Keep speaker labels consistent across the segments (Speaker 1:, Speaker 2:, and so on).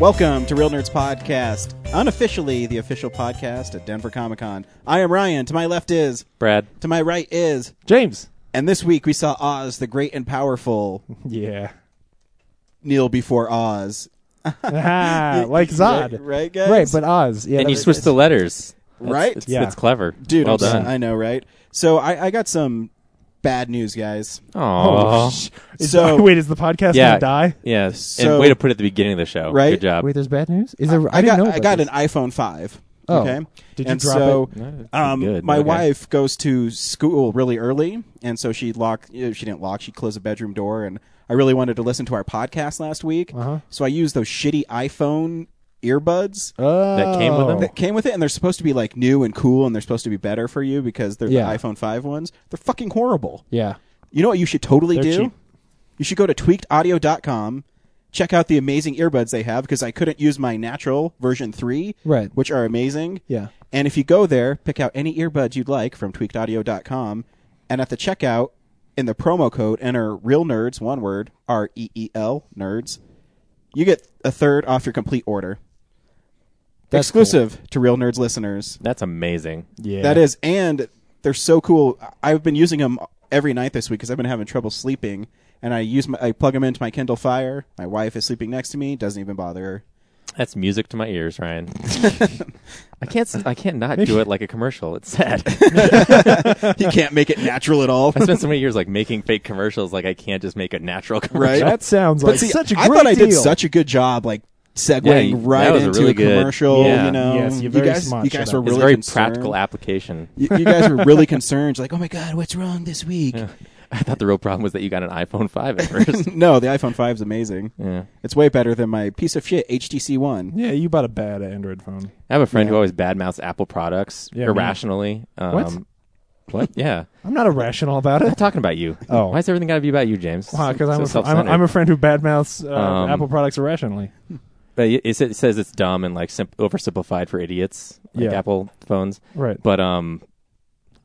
Speaker 1: Welcome to Real Nerds Podcast, unofficially the official podcast at Denver Comic Con. I am Ryan. To my left is,
Speaker 2: Brad.
Speaker 1: to my right is,
Speaker 2: James.
Speaker 1: and this week we saw Oz, the great and powerful
Speaker 2: Yeah.
Speaker 1: Neil before Oz.
Speaker 2: Ah, like Zod.
Speaker 1: Right, right, guys?
Speaker 2: Right, but Oz. Yeah.
Speaker 3: and
Speaker 2: that
Speaker 3: you
Speaker 2: was-
Speaker 3: switch the letters. That's-
Speaker 1: Right?
Speaker 3: It's,
Speaker 2: Yeah.
Speaker 3: it's clever.
Speaker 1: Dude,
Speaker 3: well
Speaker 1: I'm so-
Speaker 3: done.
Speaker 1: I know, right? So I, I got some bad news, guys.
Speaker 3: Aw.
Speaker 2: Oh, sh- is-
Speaker 1: So-
Speaker 2: wait, is the podcast
Speaker 3: Oh. yeah.
Speaker 2: gonna die?
Speaker 3: Yeah.
Speaker 1: So-
Speaker 3: and way to put it at the beginning of the show.
Speaker 1: Right?
Speaker 3: Good job.
Speaker 2: Wait, there's bad news. Is there? I,
Speaker 1: got,
Speaker 2: didn't know.
Speaker 1: I
Speaker 2: about
Speaker 1: got
Speaker 2: this.
Speaker 1: an iPhone 5.
Speaker 2: Oh.
Speaker 1: Okay.
Speaker 2: Did you
Speaker 1: and
Speaker 2: drop
Speaker 1: so,
Speaker 2: it?
Speaker 3: No, that's
Speaker 1: Um,
Speaker 3: good.
Speaker 1: my
Speaker 3: Okay.
Speaker 1: wife goes to school really early, and so she locked. uh, She didn't lock. She closed the bedroom door, and I really wanted to listen to our podcast last week.
Speaker 2: Uh-huh.
Speaker 1: So I used those shitty iPhone earbuds
Speaker 2: Oh.
Speaker 3: That came with them?
Speaker 1: that came with it, and they're supposed to be like new and cool, and they're supposed to be better for you because they're
Speaker 2: Yeah.
Speaker 1: the iPhone five ones. They're fucking horrible.
Speaker 2: Yeah.
Speaker 1: You know what you should totally
Speaker 2: They're
Speaker 1: do?
Speaker 2: cheap.
Speaker 1: You should go to tweakedaudio.com, check out the amazing earbuds they have because I couldn't use my natural version 3,
Speaker 2: Right.
Speaker 1: which are amazing.
Speaker 2: Yeah.
Speaker 1: And if you go there, pick out any earbuds you'd like from tweakedaudio.com and at the checkout in the promo code enter real nerds one word R E E L nerds. You get a third off your complete order.
Speaker 2: That's
Speaker 1: Exclusive to real nerds listeners.
Speaker 3: That's amazing.
Speaker 2: Yeah.
Speaker 1: That is, and they're so cool. I- I've been using them every night this week because I've been having trouble sleeping, and I use my, I plug them into my Kindle Fire. My wife is sleeping next to me; doesn't even bother her.
Speaker 3: That's music to my ears, Ryan. I can't. s- I can't not do it like a commercial. It's sad.
Speaker 1: You can't make it natural at all,
Speaker 3: I spent so many years like making fake commercials. Like I can't just make a natural commercial.
Speaker 1: right?
Speaker 2: That sounds
Speaker 1: but
Speaker 2: like
Speaker 1: see,
Speaker 2: such a
Speaker 1: I
Speaker 2: great
Speaker 1: thought I did
Speaker 2: deal.
Speaker 1: such a good job, like segueing
Speaker 3: Yeah, you-
Speaker 1: right
Speaker 3: that was a
Speaker 1: into
Speaker 3: really
Speaker 1: a
Speaker 3: good-
Speaker 1: commercial.
Speaker 3: yeah.
Speaker 1: You know,
Speaker 2: Yes, you're very
Speaker 1: you guys,
Speaker 2: smart
Speaker 1: you
Speaker 2: for
Speaker 1: guys
Speaker 2: that.
Speaker 1: were
Speaker 3: It's
Speaker 1: really
Speaker 3: a very
Speaker 1: concerned.
Speaker 3: practical application.
Speaker 1: You, you guys were really concerned, like, oh my god, what's wrong this week?
Speaker 3: I thought the real problem was that you got an iPhone five at first.
Speaker 1: No, the iPhone 5 is amazing.
Speaker 3: yeah.
Speaker 1: It's way better than my piece of shit HTC One.
Speaker 2: Yeah, you bought a bad Android phone.
Speaker 3: I have a friend
Speaker 1: Yeah.
Speaker 3: who always badmouths Apple products
Speaker 2: Yeah, me.
Speaker 3: irrationally. Um,
Speaker 2: What?
Speaker 3: What? Yeah.
Speaker 2: I'm not irrational about
Speaker 3: I'm
Speaker 2: it.
Speaker 3: talking about you.
Speaker 2: Oh.
Speaker 3: Why is everything got to be about you, James?
Speaker 2: Because
Speaker 3: So
Speaker 2: I'm, a fr- I'm,
Speaker 3: self-centered.
Speaker 2: a- I'm a friend who badmouths uh,
Speaker 3: Um,
Speaker 2: Apple products irrationally.
Speaker 3: But it, it sa- it says it's dumb and like simp- oversimplified for idiots, like
Speaker 2: Yeah.
Speaker 3: Apple phones.
Speaker 2: Right.
Speaker 3: But um,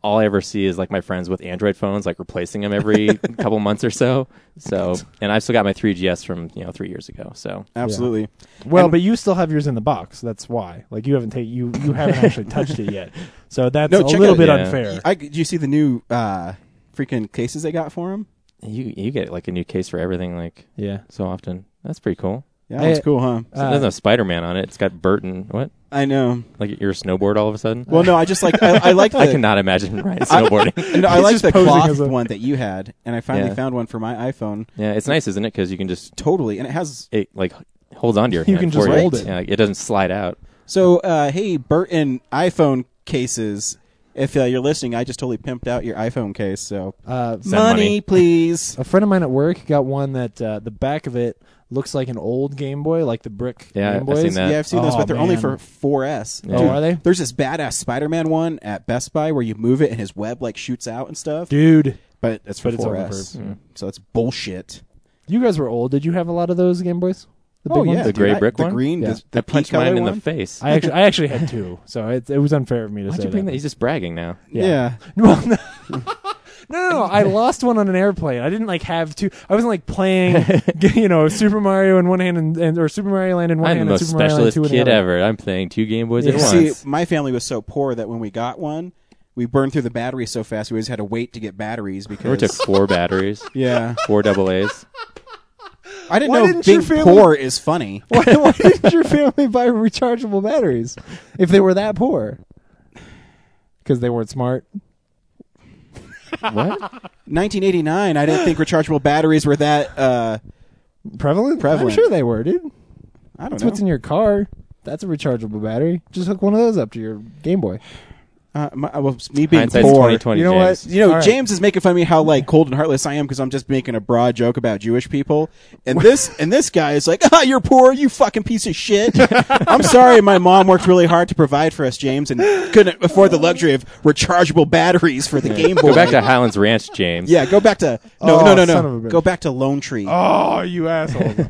Speaker 3: all I ever see is like my friends with Android phones, like replacing them every couple months or so. So, and I still got my 3GS from you know three years ago. So
Speaker 1: Absolutely.
Speaker 2: Well,
Speaker 1: And-
Speaker 2: but you still have yours in the box. That's why. Like you haven't take you you haven't actually touched it yet. So that's
Speaker 1: No,
Speaker 2: a
Speaker 1: check
Speaker 2: little
Speaker 1: out-
Speaker 2: bit
Speaker 3: Yeah.
Speaker 2: unfair.
Speaker 1: I, did you see the new uh, freaking cases they got for him?
Speaker 3: you you get like a new case for everything like
Speaker 2: yeah.
Speaker 3: so often. That's pretty cool.
Speaker 1: Yeah, that was
Speaker 2: I-
Speaker 1: cool, huh?
Speaker 3: So
Speaker 2: Uh,
Speaker 3: it doesn't have Spider Man on it. It's got Burton. What?
Speaker 1: I know.
Speaker 3: Like your snowboard all of a sudden?
Speaker 1: Well, no, I just like I, I like the
Speaker 3: I cannot imagine Ryan snowboarding.
Speaker 1: you know, I
Speaker 2: He's
Speaker 1: like
Speaker 2: just
Speaker 1: the
Speaker 2: posing
Speaker 1: cloth
Speaker 2: as a-
Speaker 1: one that you had, and I finally
Speaker 3: Yeah.
Speaker 1: found one for my iPhone.
Speaker 3: yeah, it's nice, isn't it? Because you can just
Speaker 1: Totally, and it has.
Speaker 3: it like holds onto your
Speaker 2: You
Speaker 3: hand.
Speaker 2: can just
Speaker 3: for you.
Speaker 2: hold it.
Speaker 3: Yeah, like, it doesn't slide out.
Speaker 1: So, uh, hey, Burton iPhone cases. If uh, you're listening, I just totally pimped out your iPhone case. So,
Speaker 2: Uh,
Speaker 3: Send money.
Speaker 1: please.
Speaker 2: a friend of mine at work got one that uh, the back of it looks like an old Game Boy, like the brick
Speaker 3: Yeah,
Speaker 2: Game
Speaker 3: I've
Speaker 2: Boys.
Speaker 3: seen that.
Speaker 1: Yeah, I've seen those,
Speaker 2: Oh,
Speaker 1: but they're only
Speaker 2: man.
Speaker 1: for 4S.
Speaker 2: Oh,
Speaker 1: Dude,
Speaker 2: are they?
Speaker 1: There's this badass Spider-Man one at Best Buy where you move it and his web like shoots out and stuff.
Speaker 2: Dude,
Speaker 1: But it's for
Speaker 2: But it's
Speaker 1: 4S,
Speaker 2: only
Speaker 1: so it's bullshit.
Speaker 2: you guys were old. Did you have a lot of those Game Boys? The big ones?
Speaker 3: The
Speaker 1: Oh, dude,
Speaker 3: gray
Speaker 1: I-
Speaker 3: brick
Speaker 1: the
Speaker 3: one?
Speaker 1: green,
Speaker 2: Yeah.
Speaker 1: the, the
Speaker 3: I punched
Speaker 1: peacock
Speaker 3: mine in
Speaker 1: one?
Speaker 3: the face.
Speaker 2: I actually, I actually had two, so it, it was unfair of me to
Speaker 3: Why'd
Speaker 2: say
Speaker 3: you bring that? He's just bragging now.
Speaker 1: Yeah.
Speaker 2: Well, no. No, no, no, I lost one on an airplane. I didn't like have two. I wasn't like playing, you know, Super Mario in one hand and, and or Super Mario Land in one
Speaker 3: I'm the
Speaker 2: hand
Speaker 3: most
Speaker 2: and Super Mario Land
Speaker 3: specialist
Speaker 2: two in the
Speaker 3: kid
Speaker 2: other.
Speaker 3: ever. I'm playing two Game Boys at
Speaker 2: Yeah.
Speaker 3: once.
Speaker 1: See, my family was so poor that when we got one, we burned through the batteries so fast we always had to wait to get batteries
Speaker 3: Remember, it took
Speaker 1: because
Speaker 3: four batteries,
Speaker 1: yeah,
Speaker 3: four double A's.
Speaker 1: I didn't
Speaker 2: Why
Speaker 1: know
Speaker 2: didn't your
Speaker 1: being
Speaker 2: family-
Speaker 1: poor is funny.
Speaker 2: Why, why didn't your family buy rechargeable batteries if they were that poor? Because they weren't smart.
Speaker 3: What?
Speaker 1: 1989, I didn't think rechargeable batteries were that. Uh,
Speaker 2: Prevalent?
Speaker 1: Prevalent.
Speaker 2: I'm sure they were, dude.
Speaker 1: I don't
Speaker 2: That's what's
Speaker 1: know.
Speaker 2: in your car. That's a rechargeable battery. Just hook one of those up to your Game Boy.
Speaker 1: Uh, my, well, me being
Speaker 3: Hindsight's
Speaker 1: poor.
Speaker 3: 2020,
Speaker 2: You know
Speaker 3: James.
Speaker 2: what?
Speaker 1: You know,
Speaker 2: All right.
Speaker 1: James is making fun of me how like cold and heartless I am because I'm just making a broad joke about Jewish people, and this and this guy is like, "Ah, you're poor, you fucking piece of shit." I'm sorry, my mom worked really hard to provide for us, James, and couldn't afford the luxury of rechargeable batteries for the Game Boy.
Speaker 3: Go back to Highlands Ranch, James.
Speaker 1: yeah, go back to no,
Speaker 2: Oh,
Speaker 1: no, no,
Speaker 2: son of
Speaker 1: no,
Speaker 2: a bitch.
Speaker 1: go back to Lone Tree.
Speaker 2: Oh, you asshole.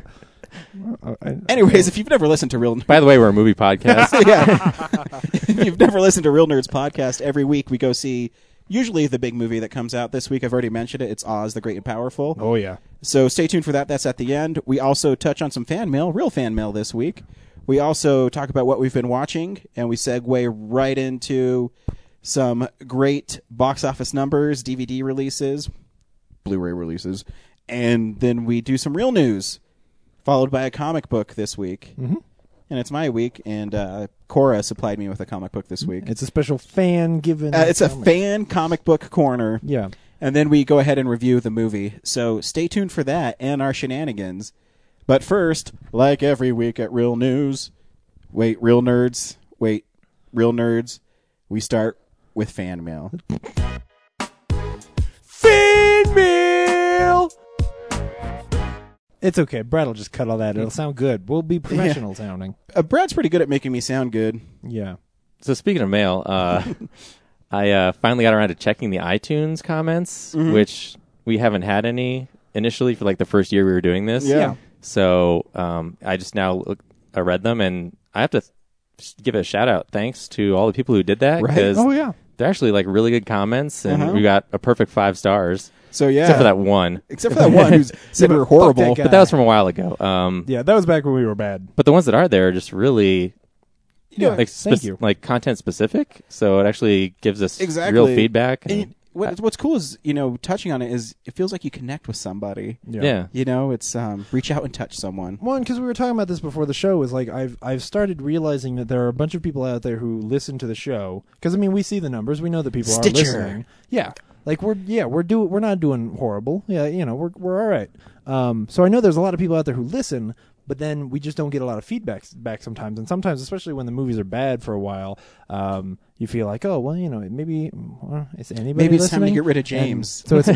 Speaker 1: Anyways, if you've never listened to Real,
Speaker 3: By the way, we're a movie podcast.
Speaker 1: yeah, if you've never listened to Real Nerds podcast, every week we go see usually the big movie that comes out this week. I've already mentioned it. It's Oz the Great and Powerful.
Speaker 4: Oh yeah.
Speaker 1: So stay tuned for that. That's at the end. We also touch on some fan mail, real fan mail this week. We also talk about what we've been watching, and we segue right into some great box office numbers, DVD releases, Blu ray releases, and then we do some real news, followed by a comic book this week. Mm-hmm. And it's my week, and uh, Cora supplied me with a comic book this week.
Speaker 2: It's a special fan given.
Speaker 1: Uh, it's a fan comic book corner.
Speaker 2: Yeah.
Speaker 1: And then we go ahead and review the movie. So stay tuned for that and our shenanigans. But first, like every week at Real News, wait, Real Nerds, wait, Real Nerds, we start with fan mail.
Speaker 2: Fan mail. It's okay. Brad will just cut all that. It'll sound good. We'll be professional sounding.
Speaker 1: Uh, Brad's pretty good at making me sound good.
Speaker 2: Yeah.
Speaker 3: So speaking of mail, uh, I uh, finally got around to checking the iTunes comments, which we haven't had any initially for like the first year we were doing this.
Speaker 1: Yeah. Yeah.
Speaker 3: So um, I just now look, I read them, and I have to th- give a shout out. Thanks to all the people who did that
Speaker 1: Right.
Speaker 2: Oh yeah. Uh-huh.
Speaker 3: they're actually like really good comments, and we got a perfect five stars
Speaker 1: So yeah,
Speaker 3: except for that one.
Speaker 1: except for that one who's said we were horrible.
Speaker 2: guy.
Speaker 3: But that was from a while ago. Um,
Speaker 2: Yeah. That was back when we were bad.
Speaker 3: But the ones that are there are just really
Speaker 2: Yeah.
Speaker 3: like
Speaker 2: Thank
Speaker 3: spec-
Speaker 2: you.
Speaker 3: like content specific, so it actually gives us
Speaker 1: Exactly.
Speaker 3: real feedback.
Speaker 1: And
Speaker 3: and-
Speaker 1: you- what, what's cool is you know touching on it is it feels like you connect with somebody.
Speaker 3: yeah.
Speaker 1: You know, it's um, reach out and touch someone.
Speaker 2: One, because we were talking about this before the show, is like I've I've started realizing that there are a bunch of people out there who listen to the show. Because I mean, we see the numbers, we know that people
Speaker 1: Stitcher.
Speaker 2: are listening. Yeah, like we're yeah we're do we're not doing horrible. Yeah, you know we're we're all right. Um, so I know there's a lot of people out there who listen, but then we just don't get a lot of feedback back sometimes. And sometimes, especially when the movies are bad for a while, um, you feel like oh well you know maybe well, is anybody
Speaker 1: Maybe it's time to
Speaker 2: listening?
Speaker 1: get rid of
Speaker 2: And
Speaker 1: James.
Speaker 2: so it's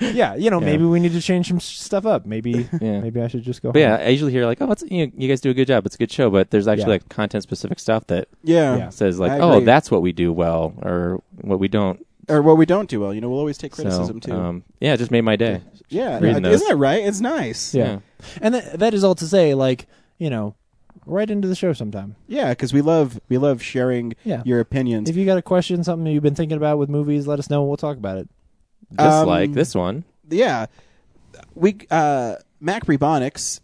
Speaker 2: yeah, you know, maybe we need to change some s- stuff up. Maybe
Speaker 3: Yeah.
Speaker 2: maybe I should just go.
Speaker 3: But yeah,
Speaker 2: home.
Speaker 3: I usually hear like, oh, it's, you, you guys do a good job. It's a good show. But there's actually
Speaker 2: Yeah.
Speaker 3: like content specific stuff that
Speaker 1: Yeah.
Speaker 2: Yeah.
Speaker 3: says
Speaker 1: I
Speaker 3: like, oh,
Speaker 1: agree.
Speaker 3: that's what we do well or what we don't.
Speaker 1: Or well, we don't do well. You know, we'll always take criticism
Speaker 3: so,
Speaker 1: too.
Speaker 3: Um, yeah, it just made my day.
Speaker 1: yeah,
Speaker 3: reading
Speaker 1: uh,
Speaker 3: those.
Speaker 1: isn't that right? It's nice.
Speaker 2: yeah. And that, that is all to say, like you know, right into the show sometime.
Speaker 1: Yeah, because we love we love sharing
Speaker 2: Yeah.
Speaker 1: your opinions.
Speaker 2: If you got a question, something you've been thinking about with movies, let us know. and We'll talk about it.
Speaker 1: Um,
Speaker 3: Dislike this one.
Speaker 1: yeah, we uh, Mac Rebonics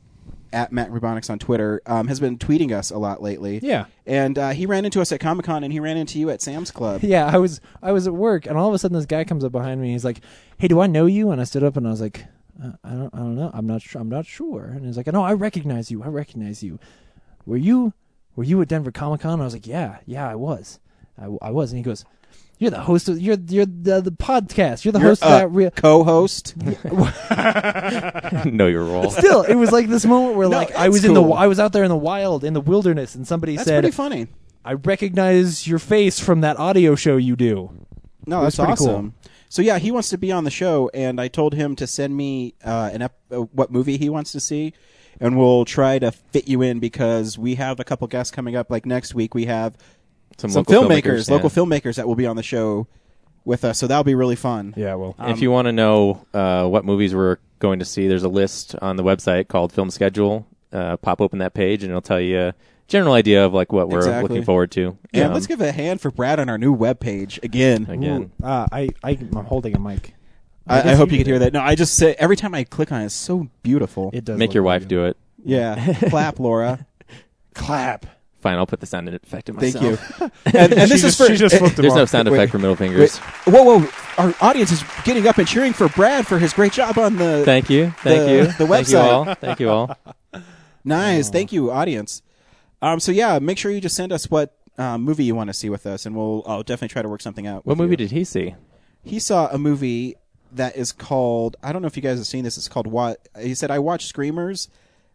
Speaker 1: at Mac Rebonics on Twitter um, has been tweeting us a lot lately.
Speaker 2: Yeah.
Speaker 1: and uh, he ran into us at Comic Con, and he ran into you at Sam's Club.
Speaker 2: Yeah, I was I was at work, and all of a sudden this guy comes up behind me. and He's like, "Hey, do I know you?" And I stood up and I was like, uh, "I don't, I don't know. I'm not, sure. I'm not sure." And he's like, "No, I recognize you. I recognize you. Were you, were you at Denver Comic Con?" I was like, "Yeah, yeah, I was. I, w- I was." And he goes, "You're the host of you're you're the, the podcast. You're the
Speaker 1: You're uh,
Speaker 2: host of
Speaker 1: a
Speaker 2: that real."
Speaker 1: co-host.
Speaker 3: know your role.
Speaker 2: Still, it was like this moment where
Speaker 1: No,
Speaker 2: like I
Speaker 1: that's
Speaker 2: was in the
Speaker 1: cool.
Speaker 2: I was out there in the wild in the wilderness, and somebody
Speaker 1: That's
Speaker 2: said,
Speaker 1: pretty funny.
Speaker 2: "I recognize your face from that audio show you do."
Speaker 1: No,
Speaker 2: It was
Speaker 1: that's
Speaker 2: pretty cool.
Speaker 1: awesome. So yeah, he wants to be on the show, and I told him to send me uh, an ep- uh, what movie he wants to see, and we'll try to fit you in because we have a couple guests coming up. Like next week, we have
Speaker 3: Some,
Speaker 1: some
Speaker 3: local
Speaker 1: filmmakers,
Speaker 3: yeah.
Speaker 1: local filmmakers that will be on the show with us. So that'll be really fun.
Speaker 2: Yeah, well,
Speaker 3: if you want to know uh, what movies we're going to see, there's a list on the website called Film Schedule. Uh, pop open that page, and it'll tell you a general idea of like what we're
Speaker 1: Exactly.
Speaker 3: looking forward to.
Speaker 1: And
Speaker 3: Um,
Speaker 1: let's give a hand for Brad on our new webpage again.
Speaker 3: again.
Speaker 2: Ooh, uh, I, I, I'm holding a mic. I
Speaker 1: I, I
Speaker 2: guess
Speaker 1: hope
Speaker 2: you
Speaker 1: you can
Speaker 2: did
Speaker 1: hear that. No, I just say every time I click on it, it's so beautiful.
Speaker 2: It does
Speaker 3: Make
Speaker 2: look
Speaker 3: your
Speaker 2: like
Speaker 3: wife
Speaker 2: it.
Speaker 3: do it.
Speaker 1: yeah, clap, Laura.
Speaker 2: clap.
Speaker 3: Fine, I'll put the sound effect in myself.
Speaker 1: Thank you. And, and this
Speaker 4: She
Speaker 1: is
Speaker 4: just-
Speaker 1: for
Speaker 4: she just flipped
Speaker 3: There's no sound effect
Speaker 1: Wait.
Speaker 3: for middle fingers.
Speaker 1: Wait, whoa, whoa! Our audience is getting up and cheering for Brad for his great job on the.
Speaker 3: Thank you. Thank
Speaker 1: The-
Speaker 3: you.
Speaker 1: the
Speaker 3: Thank you
Speaker 1: website.
Speaker 3: all. Thank you all.
Speaker 4: Oh.
Speaker 1: nice, thank you, audience. Um, so yeah, make sure you just send us what um, movie you want to see with us, and we'll I'll definitely try to work something out.
Speaker 3: What
Speaker 1: with you.
Speaker 3: movie did he see?
Speaker 1: he saw a movie that is called I don't know if you guys have seen this. It's called what he said. I watched Screamers,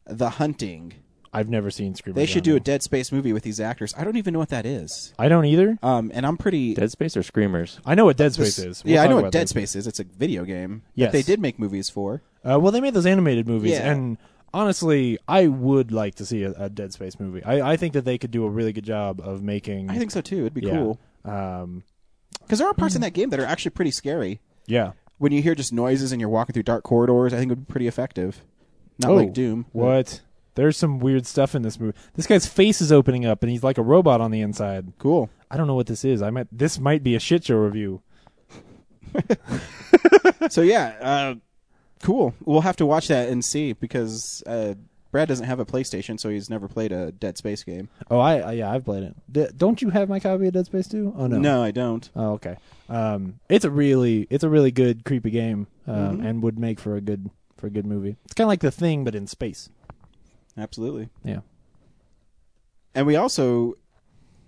Speaker 1: The Hunting.
Speaker 2: I've never seen Screamers.
Speaker 4: Oh,
Speaker 1: They should do a Dead Space movie with these actors. I don't even know what that is.
Speaker 2: I don't either.
Speaker 1: Um, and I'm pretty.
Speaker 3: Dead Space or Screamers?
Speaker 2: I know what Dead Space is. We'll
Speaker 1: yeah, I
Speaker 2: talk
Speaker 1: know
Speaker 2: about
Speaker 1: what Dead
Speaker 2: this.
Speaker 1: Space is. It's a video game. that
Speaker 2: Yes.
Speaker 1: they did make movies for.
Speaker 2: Uh, well, they made those animated movies,
Speaker 1: Yeah.
Speaker 2: and honestly, I would like to see a, a Dead Space movie. I, I think that they could do a really good job of making.
Speaker 1: I think so too. It'd be
Speaker 2: yeah,
Speaker 1: cool
Speaker 2: Um,
Speaker 1: because there are parts in that game that are actually pretty scary.
Speaker 2: yeah.
Speaker 1: When you hear just noises and you're walking through dark corridors, I think it would be pretty effective. Not
Speaker 2: Oh,
Speaker 1: like Doom.
Speaker 2: What? There's some weird stuff in this movie. This guy's face is opening up, and he's like a robot on the inside.
Speaker 1: Cool.
Speaker 2: I don't know what this is. I might this might be a shit show review.
Speaker 1: so yeah, uh, cool. We'll have to watch that and see because uh, Brad doesn't have a PlayStation, so he's never played a Dead Space game.
Speaker 2: Oh, I, I yeah, I've played it. D- don't you have my copy of Dead Space 2? Oh no.
Speaker 1: No, I don't.
Speaker 2: Oh, okay. Um, it's a really it's a really good creepy game um,
Speaker 1: Mm-hmm.
Speaker 2: and would make for a good for a good movie. It's kind of like The Thing but in space.
Speaker 1: Absolutely.
Speaker 2: Yeah.
Speaker 1: And we also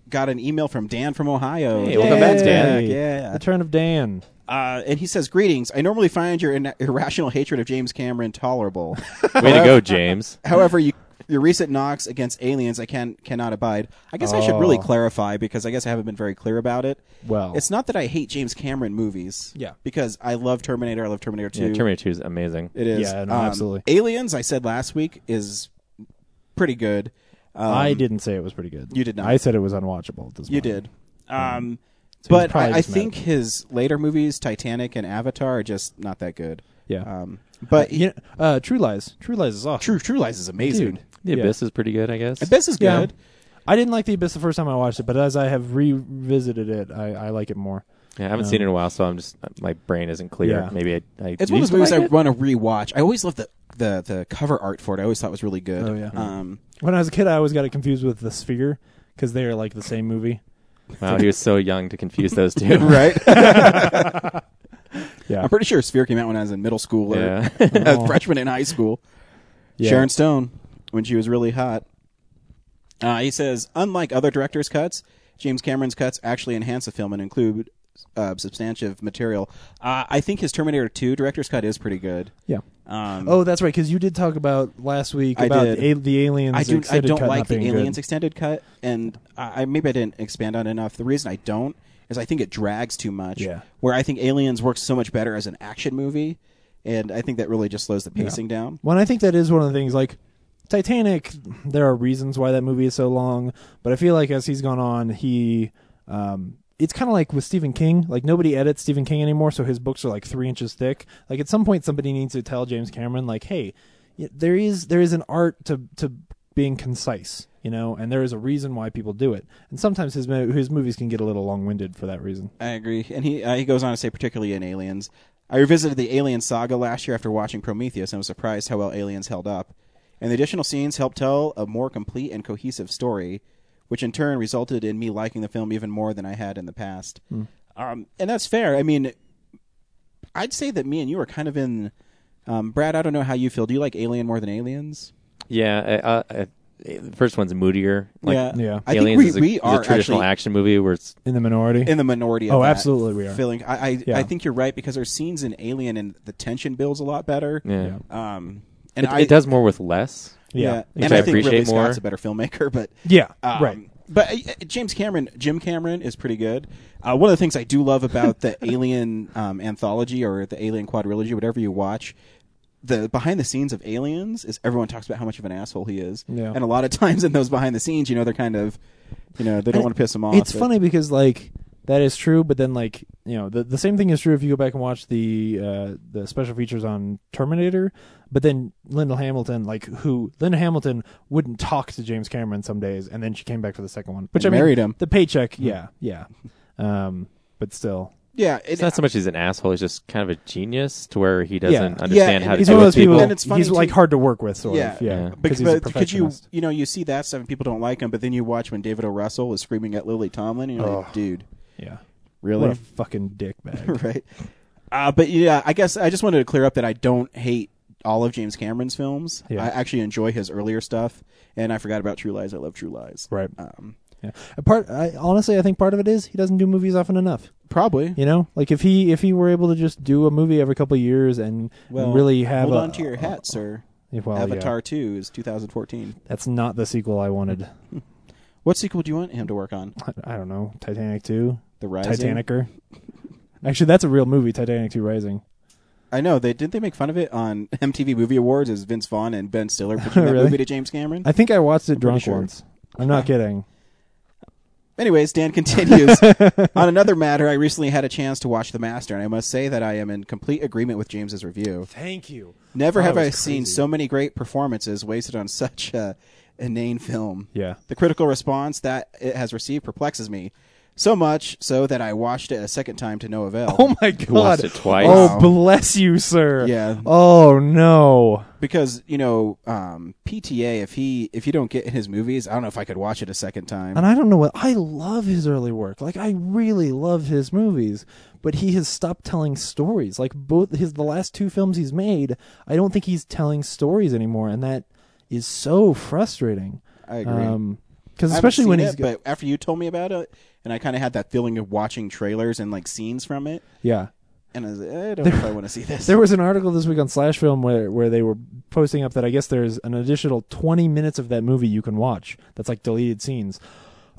Speaker 1: got an email from Dan from Ohio.
Speaker 3: Hey, welcome back, Dan.
Speaker 1: Yay. Yeah.
Speaker 2: The turn of Dan.
Speaker 1: Uh, and he says, "Greetings. I normally find your in- irrational hatred of James Cameron tolerable.
Speaker 3: Way to go, James.
Speaker 1: However, you." Your recent knocks against aliens, I can cannot abide. I guess I should really
Speaker 2: Oh.
Speaker 1: clarify because I guess I haven't been very clear about it.
Speaker 2: Well.
Speaker 1: it's not that I hate James Cameron movies.
Speaker 2: Yeah.
Speaker 1: because I love Terminator. I love Terminator Two.
Speaker 3: Yeah, Terminator 2 is amazing.
Speaker 1: It is.
Speaker 2: Yeah, no,
Speaker 1: Um,
Speaker 2: absolutely.
Speaker 1: Aliens, I said last week, is pretty good. Um,
Speaker 2: I didn't say it was pretty good.
Speaker 1: you did not.
Speaker 2: I said it was unwatchable. At this
Speaker 1: You
Speaker 2: point.
Speaker 1: did. Um,
Speaker 2: Hmm. he's
Speaker 1: but
Speaker 2: probably
Speaker 1: I, I
Speaker 2: just mad.
Speaker 1: think his later movies, Titanic and Avatar, are just not that good.
Speaker 2: Yeah.
Speaker 1: Um, but he-
Speaker 2: You know, uh, True Lies. True Lies is awesome.
Speaker 1: True True Lies is amazing.
Speaker 2: Dude.
Speaker 3: The
Speaker 2: Yeah.
Speaker 3: Abyss is pretty good, I guess.
Speaker 1: Abyss is
Speaker 2: Yeah.
Speaker 1: good.
Speaker 2: I didn't like The Abyss the first time I watched it, but as I have revisited it, I, I like it more.
Speaker 3: Yeah, I haven't seen it in a while, so I'm just uh, my brain isn't clear.
Speaker 2: Yeah.
Speaker 3: Maybe I, I
Speaker 1: It's one of
Speaker 3: used
Speaker 1: those
Speaker 3: to
Speaker 1: movies
Speaker 3: like
Speaker 1: I
Speaker 3: it.
Speaker 1: want to rewatch. I always loved the, the the cover art for it. I always thought it was really good.
Speaker 2: Oh, yeah.
Speaker 1: Um,
Speaker 2: When I was a kid, I always got it confused with The Sphere because they are like the same movie.
Speaker 3: Wow, he was so young to confuse those two.
Speaker 1: right.
Speaker 2: Yeah.
Speaker 1: I'm pretty sure Sphere came out when I was in middle school or
Speaker 3: Yeah.
Speaker 1: a freshman in high school.
Speaker 2: Yeah.
Speaker 1: Sharon Stone when she was really hot. Uh, he says, unlike other directors' cuts, James Cameron's cuts actually enhance a film and include uh, substantive material. Uh, I think his Terminator 2 director's cut is pretty good.
Speaker 2: Yeah.
Speaker 1: Um,
Speaker 2: Oh, that's right. Because you did talk about last week
Speaker 1: I
Speaker 2: about
Speaker 1: did.
Speaker 2: the, a- the aliens.
Speaker 1: I do. I
Speaker 2: extended
Speaker 1: don't
Speaker 2: cut
Speaker 1: like
Speaker 2: not
Speaker 1: the
Speaker 2: being good.
Speaker 1: aliens extended cut, and I, I maybe I didn't expand on it enough. The reason I don't is I think it drags too much.
Speaker 2: Yeah.
Speaker 1: Where I think aliens works so much better as an action movie, and I think that really just slows the pacing down.
Speaker 2: Well, and I think that is one of the things. Like Titanic, there are reasons why that movie is so long, but I feel like as he's gone on, he, um, it's kind of like with Stephen King. Like nobody edits Stephen King anymore, so his books are like three inches thick. Like at some point, somebody needs to tell James Cameron, like, hey, y- there is there is an art to to being concise, you know, and there is a reason why people do it. And sometimes his mo- his movies can get a little long winded for that reason.
Speaker 1: I agree. And he uh, he goes on to say, particularly in Aliens, I revisited the Alien saga last year after watching Prometheus and was surprised how well Aliens held up. And the additional scenes helped tell a more complete and cohesive story, which in turn resulted in me liking the film even more than I had in the past.
Speaker 2: Hmm.
Speaker 1: Um, and that's fair. I mean, I'd say that me and you are kind of in. Um, Brad, I don't know how you feel. Do you like Alien more than Aliens?
Speaker 3: Yeah, I, I, I, the first one's moodier. Like,
Speaker 1: yeah,
Speaker 2: Yeah.
Speaker 1: I
Speaker 3: Aliens
Speaker 1: think
Speaker 3: is
Speaker 1: we,
Speaker 3: a,
Speaker 1: we
Speaker 3: is a
Speaker 1: are
Speaker 3: traditional
Speaker 1: actually
Speaker 3: action movie where it's
Speaker 2: In the minority,
Speaker 1: in the minority. Of
Speaker 2: Oh,
Speaker 1: that
Speaker 2: absolutely we are.
Speaker 1: Feeling, I, I,
Speaker 2: Yeah.
Speaker 1: I think you're right because there's scenes in Alien and the tension builds a lot better.
Speaker 3: yeah,
Speaker 1: Um, and
Speaker 3: It,
Speaker 1: I,
Speaker 3: it does more with less.
Speaker 2: yeah,
Speaker 1: yeah, and
Speaker 3: I
Speaker 1: I, think
Speaker 3: appreciate
Speaker 1: Ridley
Speaker 3: more.
Speaker 1: Scott's a better filmmaker, but
Speaker 2: yeah,
Speaker 1: um,
Speaker 2: right.
Speaker 1: But uh, James Cameron, Jim Cameron is pretty good. Uh, one of the things I do love about the Alien um, anthology or the Alien quadrilogy, whatever you watch, the behind the scenes of Aliens is everyone talks about how much of an asshole he is,
Speaker 2: Yeah.
Speaker 1: and a lot of times in those behind the scenes, you know, they're kind of, you know, they don't
Speaker 2: And
Speaker 1: want to piss him off.
Speaker 2: It's
Speaker 1: but-
Speaker 2: funny because like that is true, but then like you know the the same thing is true if you go back and watch the uh, the special features on Terminator. But then Linda Hamilton, like who Linda Hamilton wouldn't talk to James Cameron some days, and then she came back for the second one, which
Speaker 1: And
Speaker 2: I mean,
Speaker 1: married him. Mm-hmm.
Speaker 2: The paycheck, yeah, yeah, um, but still,
Speaker 1: Yeah, it,
Speaker 3: It's not so much he's an asshole; he's just kind of a genius to where he doesn't
Speaker 2: Yeah,
Speaker 3: understand
Speaker 1: and
Speaker 3: how to
Speaker 2: he's
Speaker 1: do
Speaker 2: one of
Speaker 3: deal with
Speaker 2: those people.
Speaker 3: people.
Speaker 1: And it's funny,
Speaker 2: he's like
Speaker 1: too-
Speaker 2: hard to work with, sort
Speaker 1: Yeah.
Speaker 2: of, yeah,
Speaker 3: Yeah.
Speaker 1: because
Speaker 2: because he's a
Speaker 1: could you
Speaker 2: perfectionist.
Speaker 1: you know you see that stuff and people don't like him, but then you watch when David O. Russell is screaming at Lily Tomlin, and you're like, dude,
Speaker 2: yeah,
Speaker 1: really?
Speaker 2: what a fucking dick bag.
Speaker 1: right? Uh, but yeah, I guess I just wanted to clear up that I don't hate all of James Cameron's films.
Speaker 2: Yeah.
Speaker 1: I actually enjoy his earlier stuff, and I forgot about True Lies. I love True Lies.
Speaker 2: Right.
Speaker 1: Um,
Speaker 2: Yeah. A Part. I, honestly, I think part of it is he doesn't do movies often enough.
Speaker 1: probably.
Speaker 2: You know, like if he if he were able to just do a movie every couple of years and
Speaker 1: Well,
Speaker 2: really have
Speaker 1: hold
Speaker 2: a,
Speaker 1: on to your hat, sir.
Speaker 2: Yeah, well, yeah.
Speaker 1: Avatar Two is 2014.
Speaker 2: That's not the sequel I wanted.
Speaker 1: What sequel do you want him to work on?
Speaker 2: I, I don't know. Titanic two,
Speaker 1: The Rising.
Speaker 2: Titanicer. Actually, that's a real movie. Titanic two Rising.
Speaker 1: I know they didn't. They make fun of it on MTV Movie Awards as Vince Vaughn and Ben Stiller pitching that
Speaker 2: Really?
Speaker 1: movie to James Cameron.
Speaker 2: I think I watched it
Speaker 1: pretty
Speaker 2: drunk
Speaker 1: sure.
Speaker 2: once. I'm not kidding.
Speaker 1: Anyways, Dan continues. On another matter, I recently had a chance to watch The Master, and I must say that I am in complete agreement with James's review.
Speaker 2: Thank you.
Speaker 1: Never
Speaker 2: Thought
Speaker 1: have
Speaker 2: it
Speaker 1: I
Speaker 2: Oh, was
Speaker 1: seen
Speaker 2: crazy.
Speaker 1: so many great performances wasted on such a inane film.
Speaker 2: Yeah.
Speaker 1: The critical response that it has received perplexes me. So much so that I watched it a second time to no avail.
Speaker 2: Oh my god!
Speaker 3: watched it twice.
Speaker 2: Oh, bless you, sir.
Speaker 1: Yeah.
Speaker 2: Oh no.
Speaker 1: because you know um, PTA. If he if you don't get in his movies, I don't know if I could watch it a second time.
Speaker 2: And I don't know what I love his early work. Like I really love his movies, but he has stopped telling stories. Like both his the last two films he's made, I don't think he's telling stories anymore, and that is so frustrating.
Speaker 1: I agree.
Speaker 2: Um, because
Speaker 1: I haven't
Speaker 2: especially when
Speaker 1: seen
Speaker 2: he's
Speaker 1: it,
Speaker 2: go-
Speaker 1: but after you told me about it, and I kind of had that feeling of watching trailers and like scenes from it,
Speaker 2: yeah.
Speaker 1: and I, was like, "Eh, I don't know if I want to see this.
Speaker 2: There was an article this week on Slash Film where where they were posting up that I guess there's an additional 20 minutes of that movie you can watch. That's like deleted scenes.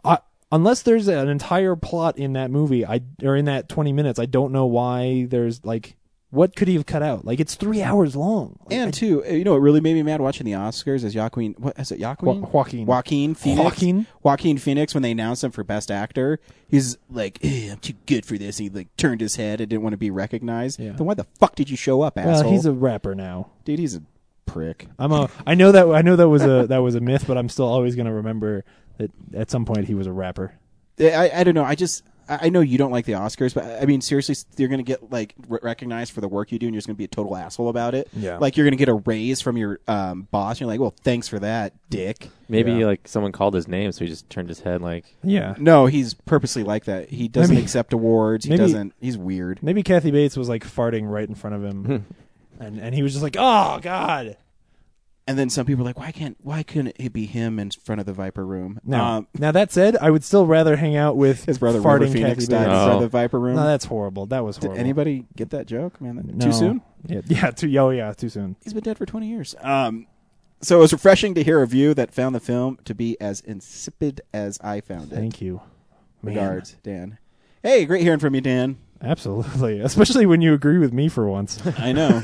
Speaker 2: I, unless there's an entire plot in that movie, I or in that 20 minutes, I don't know why there's like what could he have cut out? Like it's three hours long. Like,
Speaker 1: and too, you know, it really made me mad watching the Oscars as Joaquin. What is it, Joaquin?
Speaker 2: Wa- Joaquin.
Speaker 1: Joaquin Phoenix.
Speaker 2: Joaquin?
Speaker 1: Joaquin Phoenix. When they announced him for Best Actor, he's like, "Eh, "I'm too good for this." He like turned his head and didn't want to be recognized.
Speaker 2: Yeah.
Speaker 1: Then why the fuck did you show up,
Speaker 2: well,
Speaker 1: asshole?
Speaker 2: Uh, he's a rapper now.
Speaker 1: dude. He's a prick.
Speaker 2: I'm a. I know that. I know that was a that was a myth, but I'm still always gonna remember that at some point he was a rapper.
Speaker 1: I, I don't know. I just I I know you don't like the Oscars, but I I mean seriously, you're gonna get like re- recognized for the work you do, and you're just gonna be a total asshole about it.
Speaker 2: Yeah.
Speaker 1: like you're gonna get a raise from your um, boss. And you're like, well, thanks for that, dick.
Speaker 3: Maybe
Speaker 2: Yeah.
Speaker 3: like someone called his name, so he just turned his head. Like
Speaker 2: Yeah.
Speaker 1: No, he's purposely like that. He doesn't
Speaker 2: Maybe-
Speaker 1: accept awards. He
Speaker 2: maybe-
Speaker 1: doesn't. He's weird.
Speaker 2: Maybe Kathy Bates was like farting right in front of him,
Speaker 1: Hmm.
Speaker 2: and and he was just like, "Oh God!"
Speaker 1: And then some people are like, why can't why couldn't it be him in front of the Viper Room?
Speaker 2: Now,
Speaker 1: Um,
Speaker 2: now that said, I would still rather hang out with
Speaker 1: his brother
Speaker 2: farting
Speaker 1: River Phoenix
Speaker 2: Kathy
Speaker 1: died in
Speaker 2: Bates.
Speaker 3: Oh.
Speaker 1: front of the Viper Room.
Speaker 2: No, that's horrible. That was
Speaker 1: Did
Speaker 2: horrible.
Speaker 1: anybody get that joke, man? that-
Speaker 2: No.
Speaker 1: Too soon.
Speaker 2: Yeah, yeah, too. Oh yeah, too soon.
Speaker 1: he's been dead for 20 years. Um, so it was refreshing to hear a view that found the film to be as insipid as I found it.
Speaker 2: Thank you. Man.
Speaker 1: Regards, Dan. Hey, great hearing from you, Dan.
Speaker 2: Absolutely, especially when you agree with me for once.
Speaker 1: I know.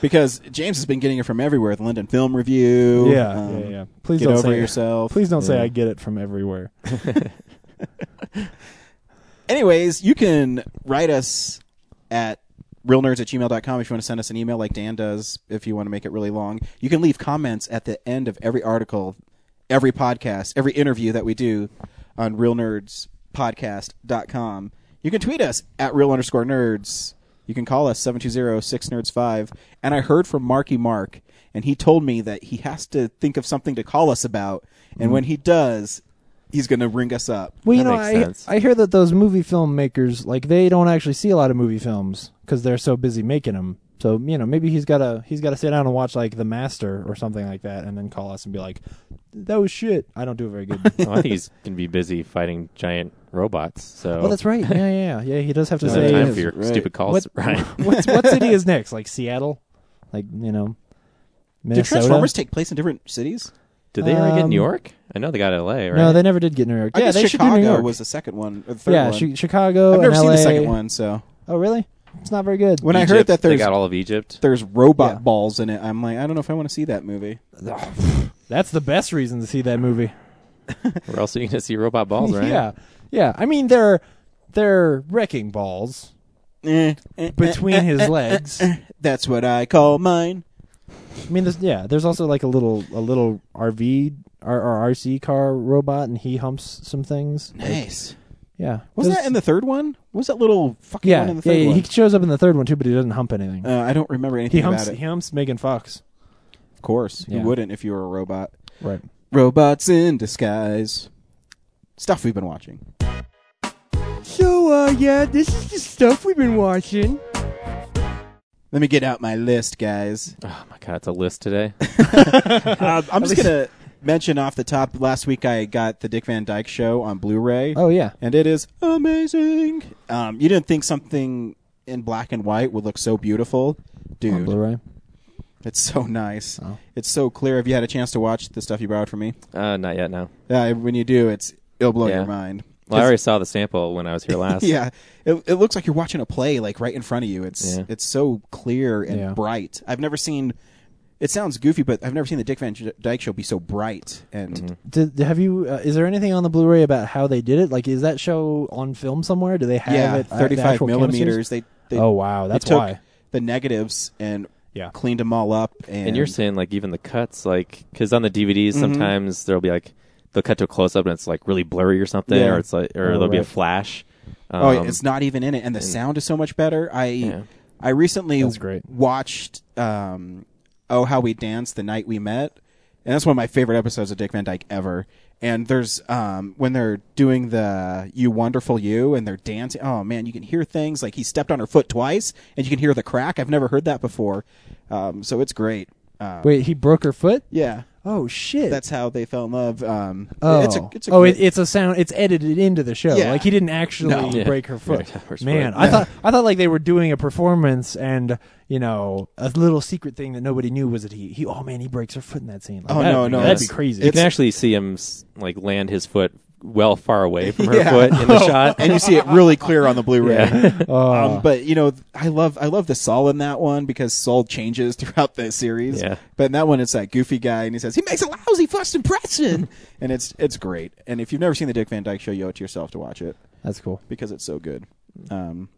Speaker 1: because James has been getting it from everywhere the London Film Review.
Speaker 2: yeah,
Speaker 1: um,
Speaker 2: yeah, yeah. Please
Speaker 1: get
Speaker 2: don't
Speaker 1: over
Speaker 2: say
Speaker 1: yourself.
Speaker 2: Please don't say
Speaker 3: Yeah.
Speaker 2: I get it from everywhere.
Speaker 1: Anyways, you can write us at realnerds at gmail.com if you want to send us an email like Dan does, if you want to make it really long. You can leave comments at the end of every article, every podcast, every interview that we do on realnerdspodcast.com. You can tweet us at real underscore nerds. You can call us 720-6nerds5. And I heard from Marky Mark, and he told me that he has to think of something to call us about. And when he does, he's going to ring us up.
Speaker 2: Well, you
Speaker 3: That
Speaker 2: know,
Speaker 3: makes
Speaker 2: I
Speaker 3: sense.
Speaker 2: I hear that those movie filmmakers like they don't actually see a lot of movie films because they're so busy making them. So you know, maybe he's gotta he's gotta sit down and watch like The Master or something like that, and then call us and be like, "That was shit. I don't do it very good."
Speaker 3: well, "Oh, I think he's gonna be busy fighting giant robots. So
Speaker 2: Well, that's right. Yeah, yeah, yeah. yeah he does have to
Speaker 3: there's no
Speaker 2: say
Speaker 3: time
Speaker 1: is,
Speaker 3: for your
Speaker 1: right.
Speaker 3: stupid calls,
Speaker 2: What-
Speaker 3: Ryan.
Speaker 2: what's what city is next, like Seattle, like you know,
Speaker 1: Do
Speaker 2: Minnesota.
Speaker 1: Transformers take place in different cities?
Speaker 3: Did they ever get
Speaker 2: Um,
Speaker 3: New York? I know they got L.A. Right?
Speaker 2: No, they never did get New York.
Speaker 1: I
Speaker 2: yeah,
Speaker 1: guess
Speaker 2: they should
Speaker 1: Chicago
Speaker 2: do New York.
Speaker 1: was the second one or the third
Speaker 2: yeah,
Speaker 1: one.
Speaker 2: Chi- Chicago.
Speaker 1: I've never
Speaker 2: and
Speaker 1: seen the
Speaker 2: LA.
Speaker 1: second one, so
Speaker 2: Oh, really? It's not very good.
Speaker 1: when I heard
Speaker 3: Egypt,
Speaker 1: that
Speaker 3: they
Speaker 1: there's
Speaker 3: got all of Egypt.
Speaker 1: there's robot
Speaker 2: Yeah.
Speaker 1: balls in it, I'm like, I don't know if I want to see that movie.
Speaker 2: That's the best reason to see that movie.
Speaker 3: Where else are you gonna see robot balls? Right?
Speaker 2: Yeah, yeah. I mean, they're they're wrecking balls
Speaker 1: Eh, eh,
Speaker 2: between his legs. eh. I
Speaker 1: that's what I call mine.
Speaker 2: mean, there's, yeah. There's also like a little a little RV or, or RC car robot, and he humps some things. Like,
Speaker 1: Nice.
Speaker 2: yeah.
Speaker 1: Wasn't
Speaker 2: There's-
Speaker 1: that in the third one? Was that little fucking
Speaker 2: yeah,
Speaker 1: one in the
Speaker 2: yeah,
Speaker 1: third
Speaker 2: yeah,
Speaker 1: one?
Speaker 2: He shows up in the third one too, but he doesn't hump anything.
Speaker 1: uh, I don't remember anything
Speaker 2: he humps
Speaker 1: about it.
Speaker 2: he humps Megan Fox.
Speaker 1: Of course,
Speaker 2: Yeah.
Speaker 1: you wouldn't if you were a robot.
Speaker 2: Right.
Speaker 1: Robots in disguise. Stuff we've been watching.
Speaker 4: So, uh, yeah, this is the stuff we've been watching.
Speaker 1: Let me get out my list, guys.
Speaker 3: Oh my god, it's a list today.
Speaker 1: Um, I'm just gonna mention off the top. Last week I got the Dick Van Dyke Show on Blu-ray,
Speaker 2: Oh yeah.
Speaker 1: and it is amazing. Um, you didn't think something in black and white would look so beautiful,
Speaker 2: On
Speaker 1: dude?
Speaker 2: Blu-ray.
Speaker 1: It's so nice.
Speaker 2: Oh.
Speaker 1: It's so clear. Have you had a chance to watch the stuff you borrowed from me?
Speaker 3: Uh, not yet. No.
Speaker 1: Uh, when you do, it's it'll blow
Speaker 3: Yeah.
Speaker 1: your mind.
Speaker 3: Well, I already saw the sample when I was here last.
Speaker 1: Yeah, it, it looks like you're watching a play like right in front of you. It's
Speaker 3: Yeah.
Speaker 1: it's so clear and
Speaker 2: Yeah.
Speaker 1: bright. I've never seen. It sounds goofy, but I've never seen the Dick Van Dyke Show be so bright and
Speaker 3: Mm-hmm.
Speaker 2: Did, have you? Uh, is there anything on the Blu-ray about how they did it? Like, is that show on film somewhere? Do they have
Speaker 1: yeah,
Speaker 2: it? uh, the
Speaker 1: 35
Speaker 2: actual canisters?
Speaker 1: millimeters. They, they
Speaker 2: oh wow, that's
Speaker 1: they took
Speaker 2: why.
Speaker 1: the negatives and
Speaker 2: Yeah.
Speaker 1: cleaned them all up. And,
Speaker 2: Mm-hmm.
Speaker 3: And you're saying like even the cuts, like because on the DVDs sometimes there'll be like they'll cut to a close up and it's like really blurry or something,
Speaker 1: Yeah.
Speaker 3: or it's like, or
Speaker 2: Oh,
Speaker 3: there'll be a
Speaker 2: right.
Speaker 3: flash. Um,
Speaker 1: oh, it's not even in it, and the sound is so much better. I I recently
Speaker 2: That's great.
Speaker 1: watched um, "Oh How We Danced the Night We Met," and that's one of my favorite episodes of Dick Van Dyke ever. And there's um, when they're doing the "You Wonderful You" and they're dancing. Oh man, you can hear things like he stepped on her foot twice, and you can hear the crack. I've never heard that before, um, so it's great. Um,
Speaker 2: Wait, he broke her foot?
Speaker 1: yeah,
Speaker 2: Oh shit!
Speaker 1: that's how they fell in love. Um,
Speaker 2: oh,
Speaker 1: it's a, it's a
Speaker 2: oh,
Speaker 1: great-
Speaker 2: it, it's a sound. It's edited into the show.
Speaker 1: Yeah.
Speaker 2: Like he didn't actually
Speaker 1: No.
Speaker 3: Yeah.
Speaker 2: break her foot.
Speaker 3: Break her foot.
Speaker 2: Man, I thought I thought like they were doing a performance, and you know, a little secret thing that nobody knew was that he, he oh man, he breaks her foot in that scene. Like,
Speaker 1: Oh,
Speaker 2: that'd
Speaker 1: no,
Speaker 2: be-
Speaker 1: no,
Speaker 2: that'd be
Speaker 1: it's-
Speaker 2: crazy.
Speaker 3: you
Speaker 1: it's-
Speaker 3: can actually see him s- like land his foot well far away from her
Speaker 1: Yeah.
Speaker 3: foot in the shot.
Speaker 1: and you see it really clear on the Blu-ray.
Speaker 2: Oh.
Speaker 1: Um, but you know, I love I love the Saul in that one because Saul changes throughout the series.
Speaker 3: Yeah.
Speaker 1: But in that one, it's that goofy guy, and he says he makes a lousy first impression, and it's it's great. And if you've never seen the Dick Van Dyke Show, you owe it to yourself to watch it
Speaker 2: that's cool.
Speaker 1: because it's so good. Um,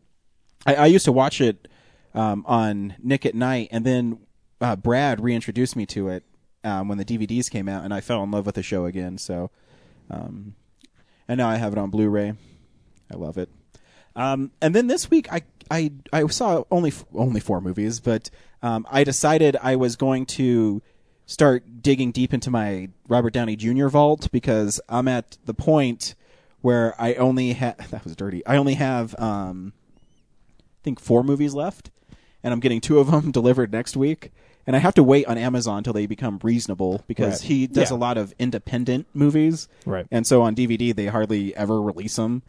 Speaker 1: I, I used to watch it um, on Nick at Night, and then uh, Brad reintroduced me to it um, when the DVDs came out, and I fell in love with the show again. So, um, and now I have it on Blu-ray. I love it. Um, and then this week, I I I saw only only four movies, but um, I decided I was going to start digging deep into my Robert Downey Jr. vault because I'm at the point where I only have that was dirty. I only have um, I think four movies left, and I'm getting two of them delivered next week. And I have to wait on Amazon until they become reasonable because
Speaker 2: Right.
Speaker 1: he does
Speaker 2: Yeah.
Speaker 1: a lot of independent movies,
Speaker 2: Right.
Speaker 1: And so on DVD they hardly ever release them.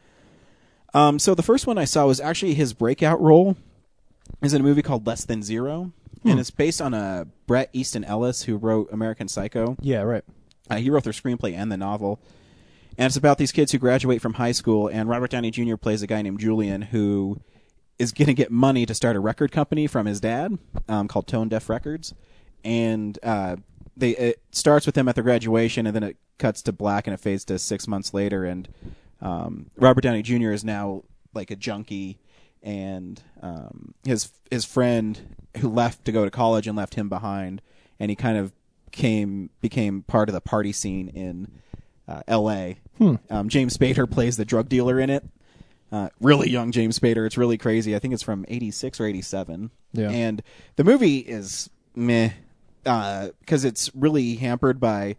Speaker 1: Um, so the first one I saw was actually his breakout role is in a movie called Less Than Zero,
Speaker 2: Hmm.
Speaker 1: and it's based on a Brett Easton Ellis who wrote American Psycho.
Speaker 2: Yeah, right.
Speaker 1: Uh, he wrote their screenplay and the novel. And it's about these kids who graduate from high school, and Robert Downey Jr. plays a guy named Julian who is going to get money to start a record company from his dad um, called Tone Deaf Records. And uh, they it starts with him at the graduation, and then it cuts to black, and it fades to six months later. And um, Robert Downey Jr. is now like a junkie, and um, his his friend who left to go to college and left him behind, and he kind of came became part of the party scene in uh, L.A. Um, James Spader plays the drug dealer in it. Uh, really young James Spader. It's really crazy. I think it's from '86 or '87.
Speaker 2: Yeah.
Speaker 1: And the movie is meh because it's really hampered by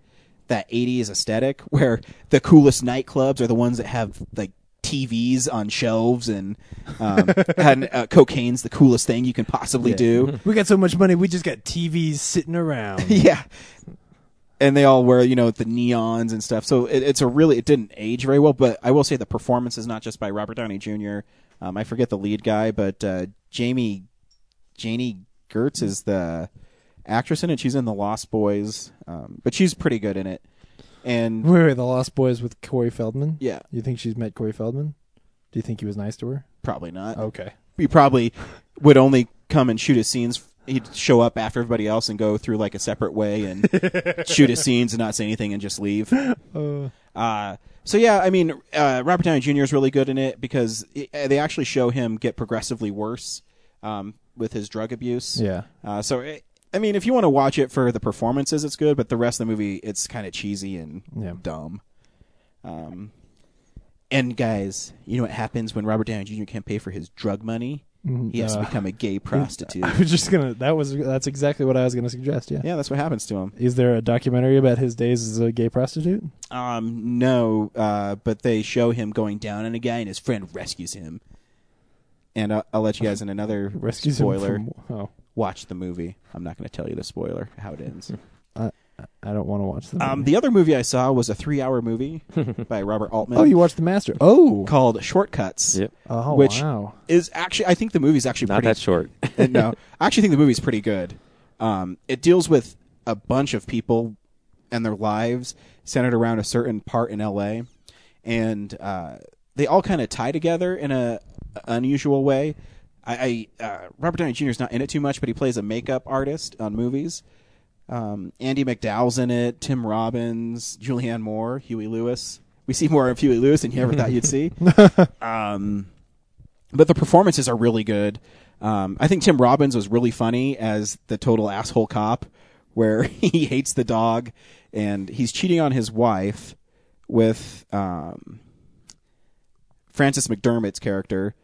Speaker 1: that '80s aesthetic, where the coolest nightclubs are the ones that have like TVs on shelves and um, and uh, cocaine's the coolest thing you can possibly do.
Speaker 2: We got so much money, we just got TVs sitting around.
Speaker 1: Yeah. And they all wear, you know, the neons and stuff. So it, it's a really, it didn't age very well, but I will say the performance is not just by Robert Downey Jr. Um, I forget the lead guy, but uh, Jamie, Janie Gertz is the actress in it. She's in The Lost Boys, um, but she's pretty good in it. And
Speaker 2: Wait, wait, the Lost Boys with Corey Feldman.
Speaker 1: yeah,
Speaker 2: You think she's met Corey Feldman? Do you think he was nice to her?
Speaker 1: probably not.
Speaker 2: Okay.
Speaker 1: He probably would only come and shoot his scenes. He'd show up after everybody else and go through like a separate way and shoot his scenes and not say anything and just leave.
Speaker 2: Uh,
Speaker 1: Uh, so yeah, I mean, uh, Robert Downey Jr. is really good in it because it, uh, they actually show him get progressively worse um, with his drug abuse.
Speaker 2: yeah.
Speaker 1: Uh, so it, I mean, if you want to watch it for the performances, it's good, but the rest of the movie, it's kind of cheesy and
Speaker 2: Yeah.
Speaker 1: dumb. Um, and guys, you know what happens when Robert Downey Jr. can't pay for his drug money? He has
Speaker 2: uh,
Speaker 1: to become a gay prostitute.
Speaker 2: I was just gonna. That was. That's exactly what I was gonna suggest. Yeah.
Speaker 1: yeah, that's what happens to him.
Speaker 2: Is there a documentary about his days as a gay prostitute?
Speaker 1: Um, no, uh, but they show him going down on a guy, and his friend rescues him. And uh, I'll, I'll let you guys in another
Speaker 2: Rescues
Speaker 1: spoiler.
Speaker 2: him from. Oh,
Speaker 1: Watch the movie. I'm not going to tell you the spoiler how it ends.
Speaker 2: I don't want to watch that.
Speaker 1: um, the other movie I saw was a three-hour movie by Robert Altman
Speaker 2: oh, you watched The Master. Oh.
Speaker 1: called Shortcuts.
Speaker 3: Yep.
Speaker 2: Oh
Speaker 1: which-
Speaker 2: wow.
Speaker 1: Is actually, I think the movie's actually
Speaker 3: Not
Speaker 1: pretty
Speaker 3: that short.
Speaker 1: Uh, no, I actually think the movie's pretty good. Um, it deals with a bunch of people and their lives centered around a certain part in LA, and uh, they all kind of tie together in a unusual way. I, I uh, Robert Downey Jr. is not in it too much, but he plays a makeup artist on movies. Um, Andy McDowell's in it, Tim Robbins, Julianne Moore, Huey Lewis. We see more of Huey Lewis than you ever thought you'd see. um, but the performances are really good. Um, I think Tim Robbins was really funny as the total asshole cop, where he hates the dog and he's cheating on his wife, with um, Francis McDermott's character.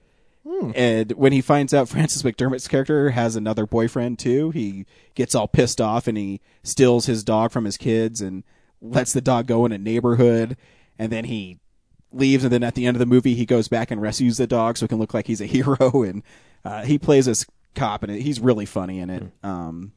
Speaker 1: And when he finds out Francis McDermott's character has another boyfriend too, he gets all pissed off and he steals his dog from his kids and lets the dog go in a neighborhood. And then he leaves. And then at the end of the movie, he goes back and rescues the dog so it can look like he's a hero. And uh, he plays this cop and he's really funny in it. Um,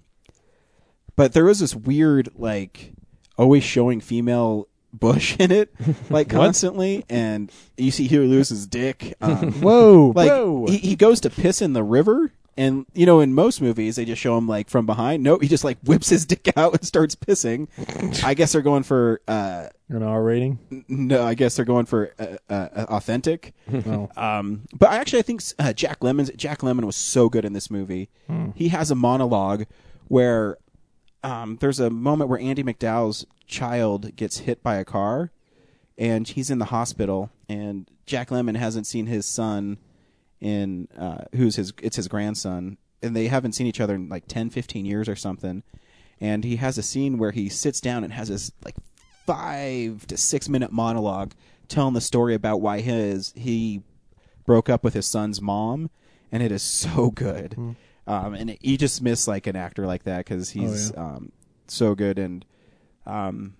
Speaker 1: but there was this weird like always showing female bush in it like constantly and you see Huey Lewis's dick um,
Speaker 2: Whoa!
Speaker 1: like
Speaker 2: whoa!
Speaker 1: He, he goes to piss in the river and you know in most movies they just show him like from behind no he just like whips his dick out and starts pissing i guess they're going for uh
Speaker 2: An R rating.
Speaker 1: no i guess they're going for uh, uh, authentic
Speaker 2: Oh.
Speaker 1: um, but I actually, I think uh, Jack Lemon's Jack Lemon was so good in this movie.
Speaker 2: Hmm.
Speaker 1: He has a monologue where um, there's a moment where Andy McDowell's child gets hit by a car, and he's in the hospital, and Jack Lemon hasn't seen his son in uh, who's his it's his grandson, and they haven't seen each other in like 10, 15 years or something. And he has a scene where he sits down and has this like five to six minute monologue telling the story about why his he broke up with his son's mom, and it is so good. Um, and you just miss like an actor like that because he's um, so good. And um,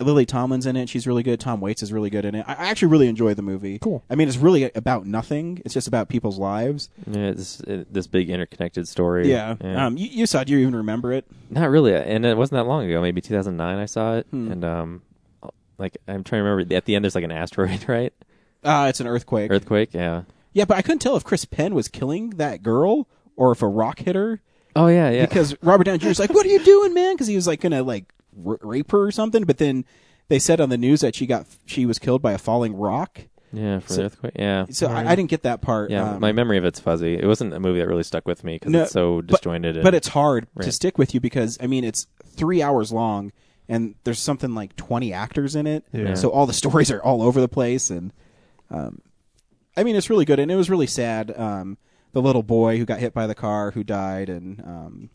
Speaker 1: Lily Tomlin's in it; she's really good. Tom Waits is really good in it. I, I actually really enjoy the movie.
Speaker 2: Cool.
Speaker 1: I mean, it's really about nothing. It's just about people's lives.
Speaker 3: Yeah, this it- this big interconnected story.
Speaker 1: Yeah. Um, you, you saw it. Do you even remember it?
Speaker 3: not really, uh, and it wasn't that long ago. Maybe 2009, I saw it,
Speaker 1: Hmm.
Speaker 3: and um, like I'm trying to remember. At the end, there's like an asteroid, right?
Speaker 1: Uh, it's an earthquake.
Speaker 3: Earthquake. Yeah.
Speaker 1: Yeah, but I couldn't tell if Chris Penn was killing that girl or if a rock hit her
Speaker 3: Oh yeah, yeah.
Speaker 1: because Robert Downey Jr. was like, "What are you doing, man?" Because he was like gonna like r- rape her or something. But then they said on the news that she got she was killed by a falling rock.
Speaker 3: yeah, for
Speaker 1: so-
Speaker 3: the earthquake. Yeah.
Speaker 1: So I, I didn't get that part.
Speaker 3: Yeah,
Speaker 1: um,
Speaker 3: my memory of it's fuzzy. It wasn't a movie that really stuck with me because
Speaker 1: No,
Speaker 3: it's so disjointed.
Speaker 1: but it's hard to
Speaker 3: Right.
Speaker 1: stick with you because I mean it's three hours long and there's something like 20 actors in it.
Speaker 2: Yeah.
Speaker 1: So all the stories are all over the place and um, I mean it's really good and it was really sad. Um, the little boy who got hit by the car who died and um,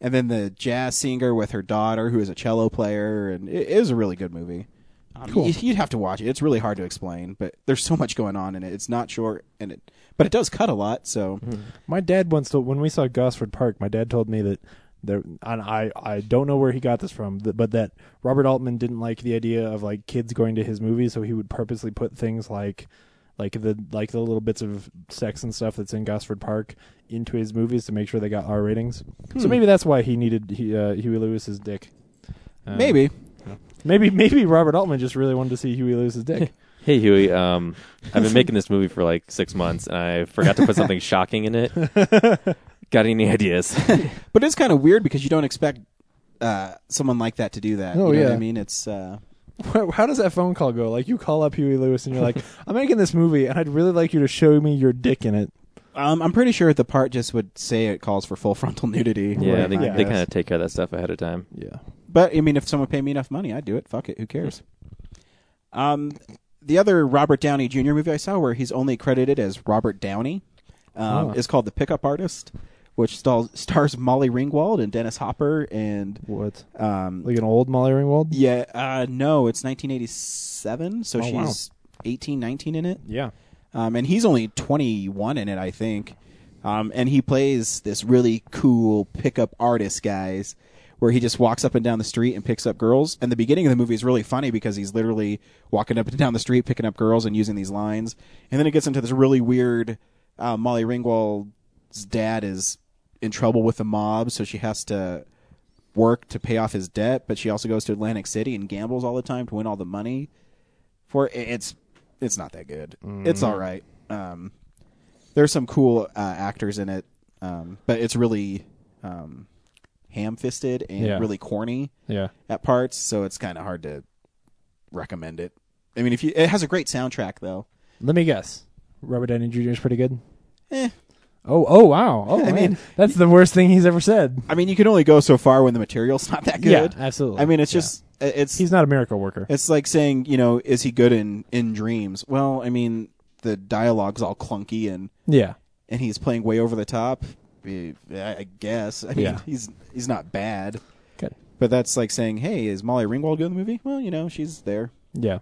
Speaker 1: and then the jazz singer with her daughter who is a cello player and it, it was a really good movie. Um,
Speaker 2: Cool.
Speaker 1: you, would have to watch it. It's really hard to explain, but there's so much going on in it. It's not short and it, but it does cut a lot. So
Speaker 2: My dad once told when we saw Gosford Park, my dad told me that there and I I don't know where he got this from, th- but that Robert Altman didn't like the idea of like kids going to his movies, so he would purposely put things like like the like the little bits of sex and stuff that's in Gosford Park into his movies to make sure they got R ratings. So maybe that's why he needed he, uh, Huey Lewis's dick.
Speaker 3: uh,
Speaker 2: Um,
Speaker 1: maybe.
Speaker 2: maybe maybe Robert Altman just really wanted to see Huey Lewis's dick.
Speaker 3: hey Huey, um, I've been making this movie for like six months, and I forgot to put something shocking in it. Got any ideas?
Speaker 1: But it's kind of weird because you don't expect uh, someone like that to do that.
Speaker 2: Oh,
Speaker 1: you know what
Speaker 2: yeah.
Speaker 1: I mean? It's uh,
Speaker 2: Wha- How does that phone call go? Like you call up Huey Lewis and you're like, "I'm making this movie, and I'd really like you to show me your dick in it."
Speaker 1: um, I'm pretty sure the part just would say it calls for full frontal nudity.
Speaker 3: yeah, they,
Speaker 2: Yeah.
Speaker 3: they kind of take care of that stuff ahead of time.
Speaker 2: Yeah.
Speaker 1: But I mean, if someone paid me enough money, I'd do it. Fuck it. Who cares? Um, the other Robert Downey Jr. movie I saw where he's only credited as Robert Downey um,
Speaker 2: Oh.
Speaker 1: is called The Pickup Artist, which stars, stars Molly Ringwald and Dennis Hopper and
Speaker 2: What?
Speaker 1: um,
Speaker 2: Like an old Molly Ringwald?
Speaker 1: yeah, uh, no, it's 1987, so
Speaker 2: Oh, wow.
Speaker 1: she's eighteen, nineteen 18, 19 in it.
Speaker 2: Yeah.
Speaker 1: um, and he's only 21 in it, I think. Um, and he plays this really cool pickup artist, guys, where he just walks up and down the street and picks up girls. And the beginning of the movie is really funny because he's literally walking up and down the street picking up girls and using these lines. And then it gets into this really weird uh, Molly Ringwald's dad is in trouble with the mob, so she has to work to pay off his debt, but she also goes to Atlantic City and gambles all the time to win all the money for it- it's it's not that good.
Speaker 2: Mm-hmm.
Speaker 1: It's all right. Um, there's some cool uh, actors in it, um, but it's really um, ham-fisted and
Speaker 2: Yeah.
Speaker 1: really corny
Speaker 2: Yeah.
Speaker 1: at parts, so it's kind of hard to recommend it. I mean, if you it has a great soundtrack though.
Speaker 2: Let me guess. Robert Downey Jr. is pretty good.
Speaker 1: Eh.
Speaker 2: Oh. Oh. Wow. Oh. I mean,
Speaker 1: mean-
Speaker 2: that's the worst thing he's ever said.
Speaker 1: I mean, you can only go so far when the material's not that good.
Speaker 2: Yeah. Absolutely.
Speaker 1: I mean, it's
Speaker 2: Yeah.
Speaker 1: just it's
Speaker 2: he's not a miracle worker.
Speaker 1: It's like saying, you know, is he good in in dreams? Well, I mean, the dialogue's all clunky and
Speaker 2: Yeah.
Speaker 1: and he's playing way over the top. eh, I I guess. I mean,
Speaker 2: Yeah.
Speaker 1: he's he's not bad,
Speaker 2: Good.
Speaker 1: but that's like saying, hey, is Molly Ringwald good in the movie? Well, you know, she's there.
Speaker 2: Yeah.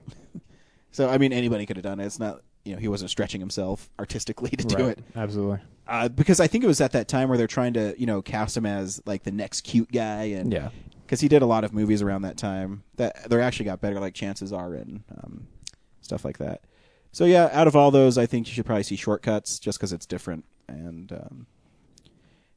Speaker 1: So I mean, anybody could have done it. It's not you know he wasn't stretching himself artistically to do
Speaker 2: Right.
Speaker 1: it
Speaker 2: Absolutely.
Speaker 1: uh, because I think it was at that time where they're trying to you know cast him as like the next cute guy and
Speaker 2: Yeah.
Speaker 1: because he did a lot of movies around that time that they actually got better like Chances Are and um, stuff like that. So yeah, out of all those, I think you should probably see Shortcuts just because it's different and um,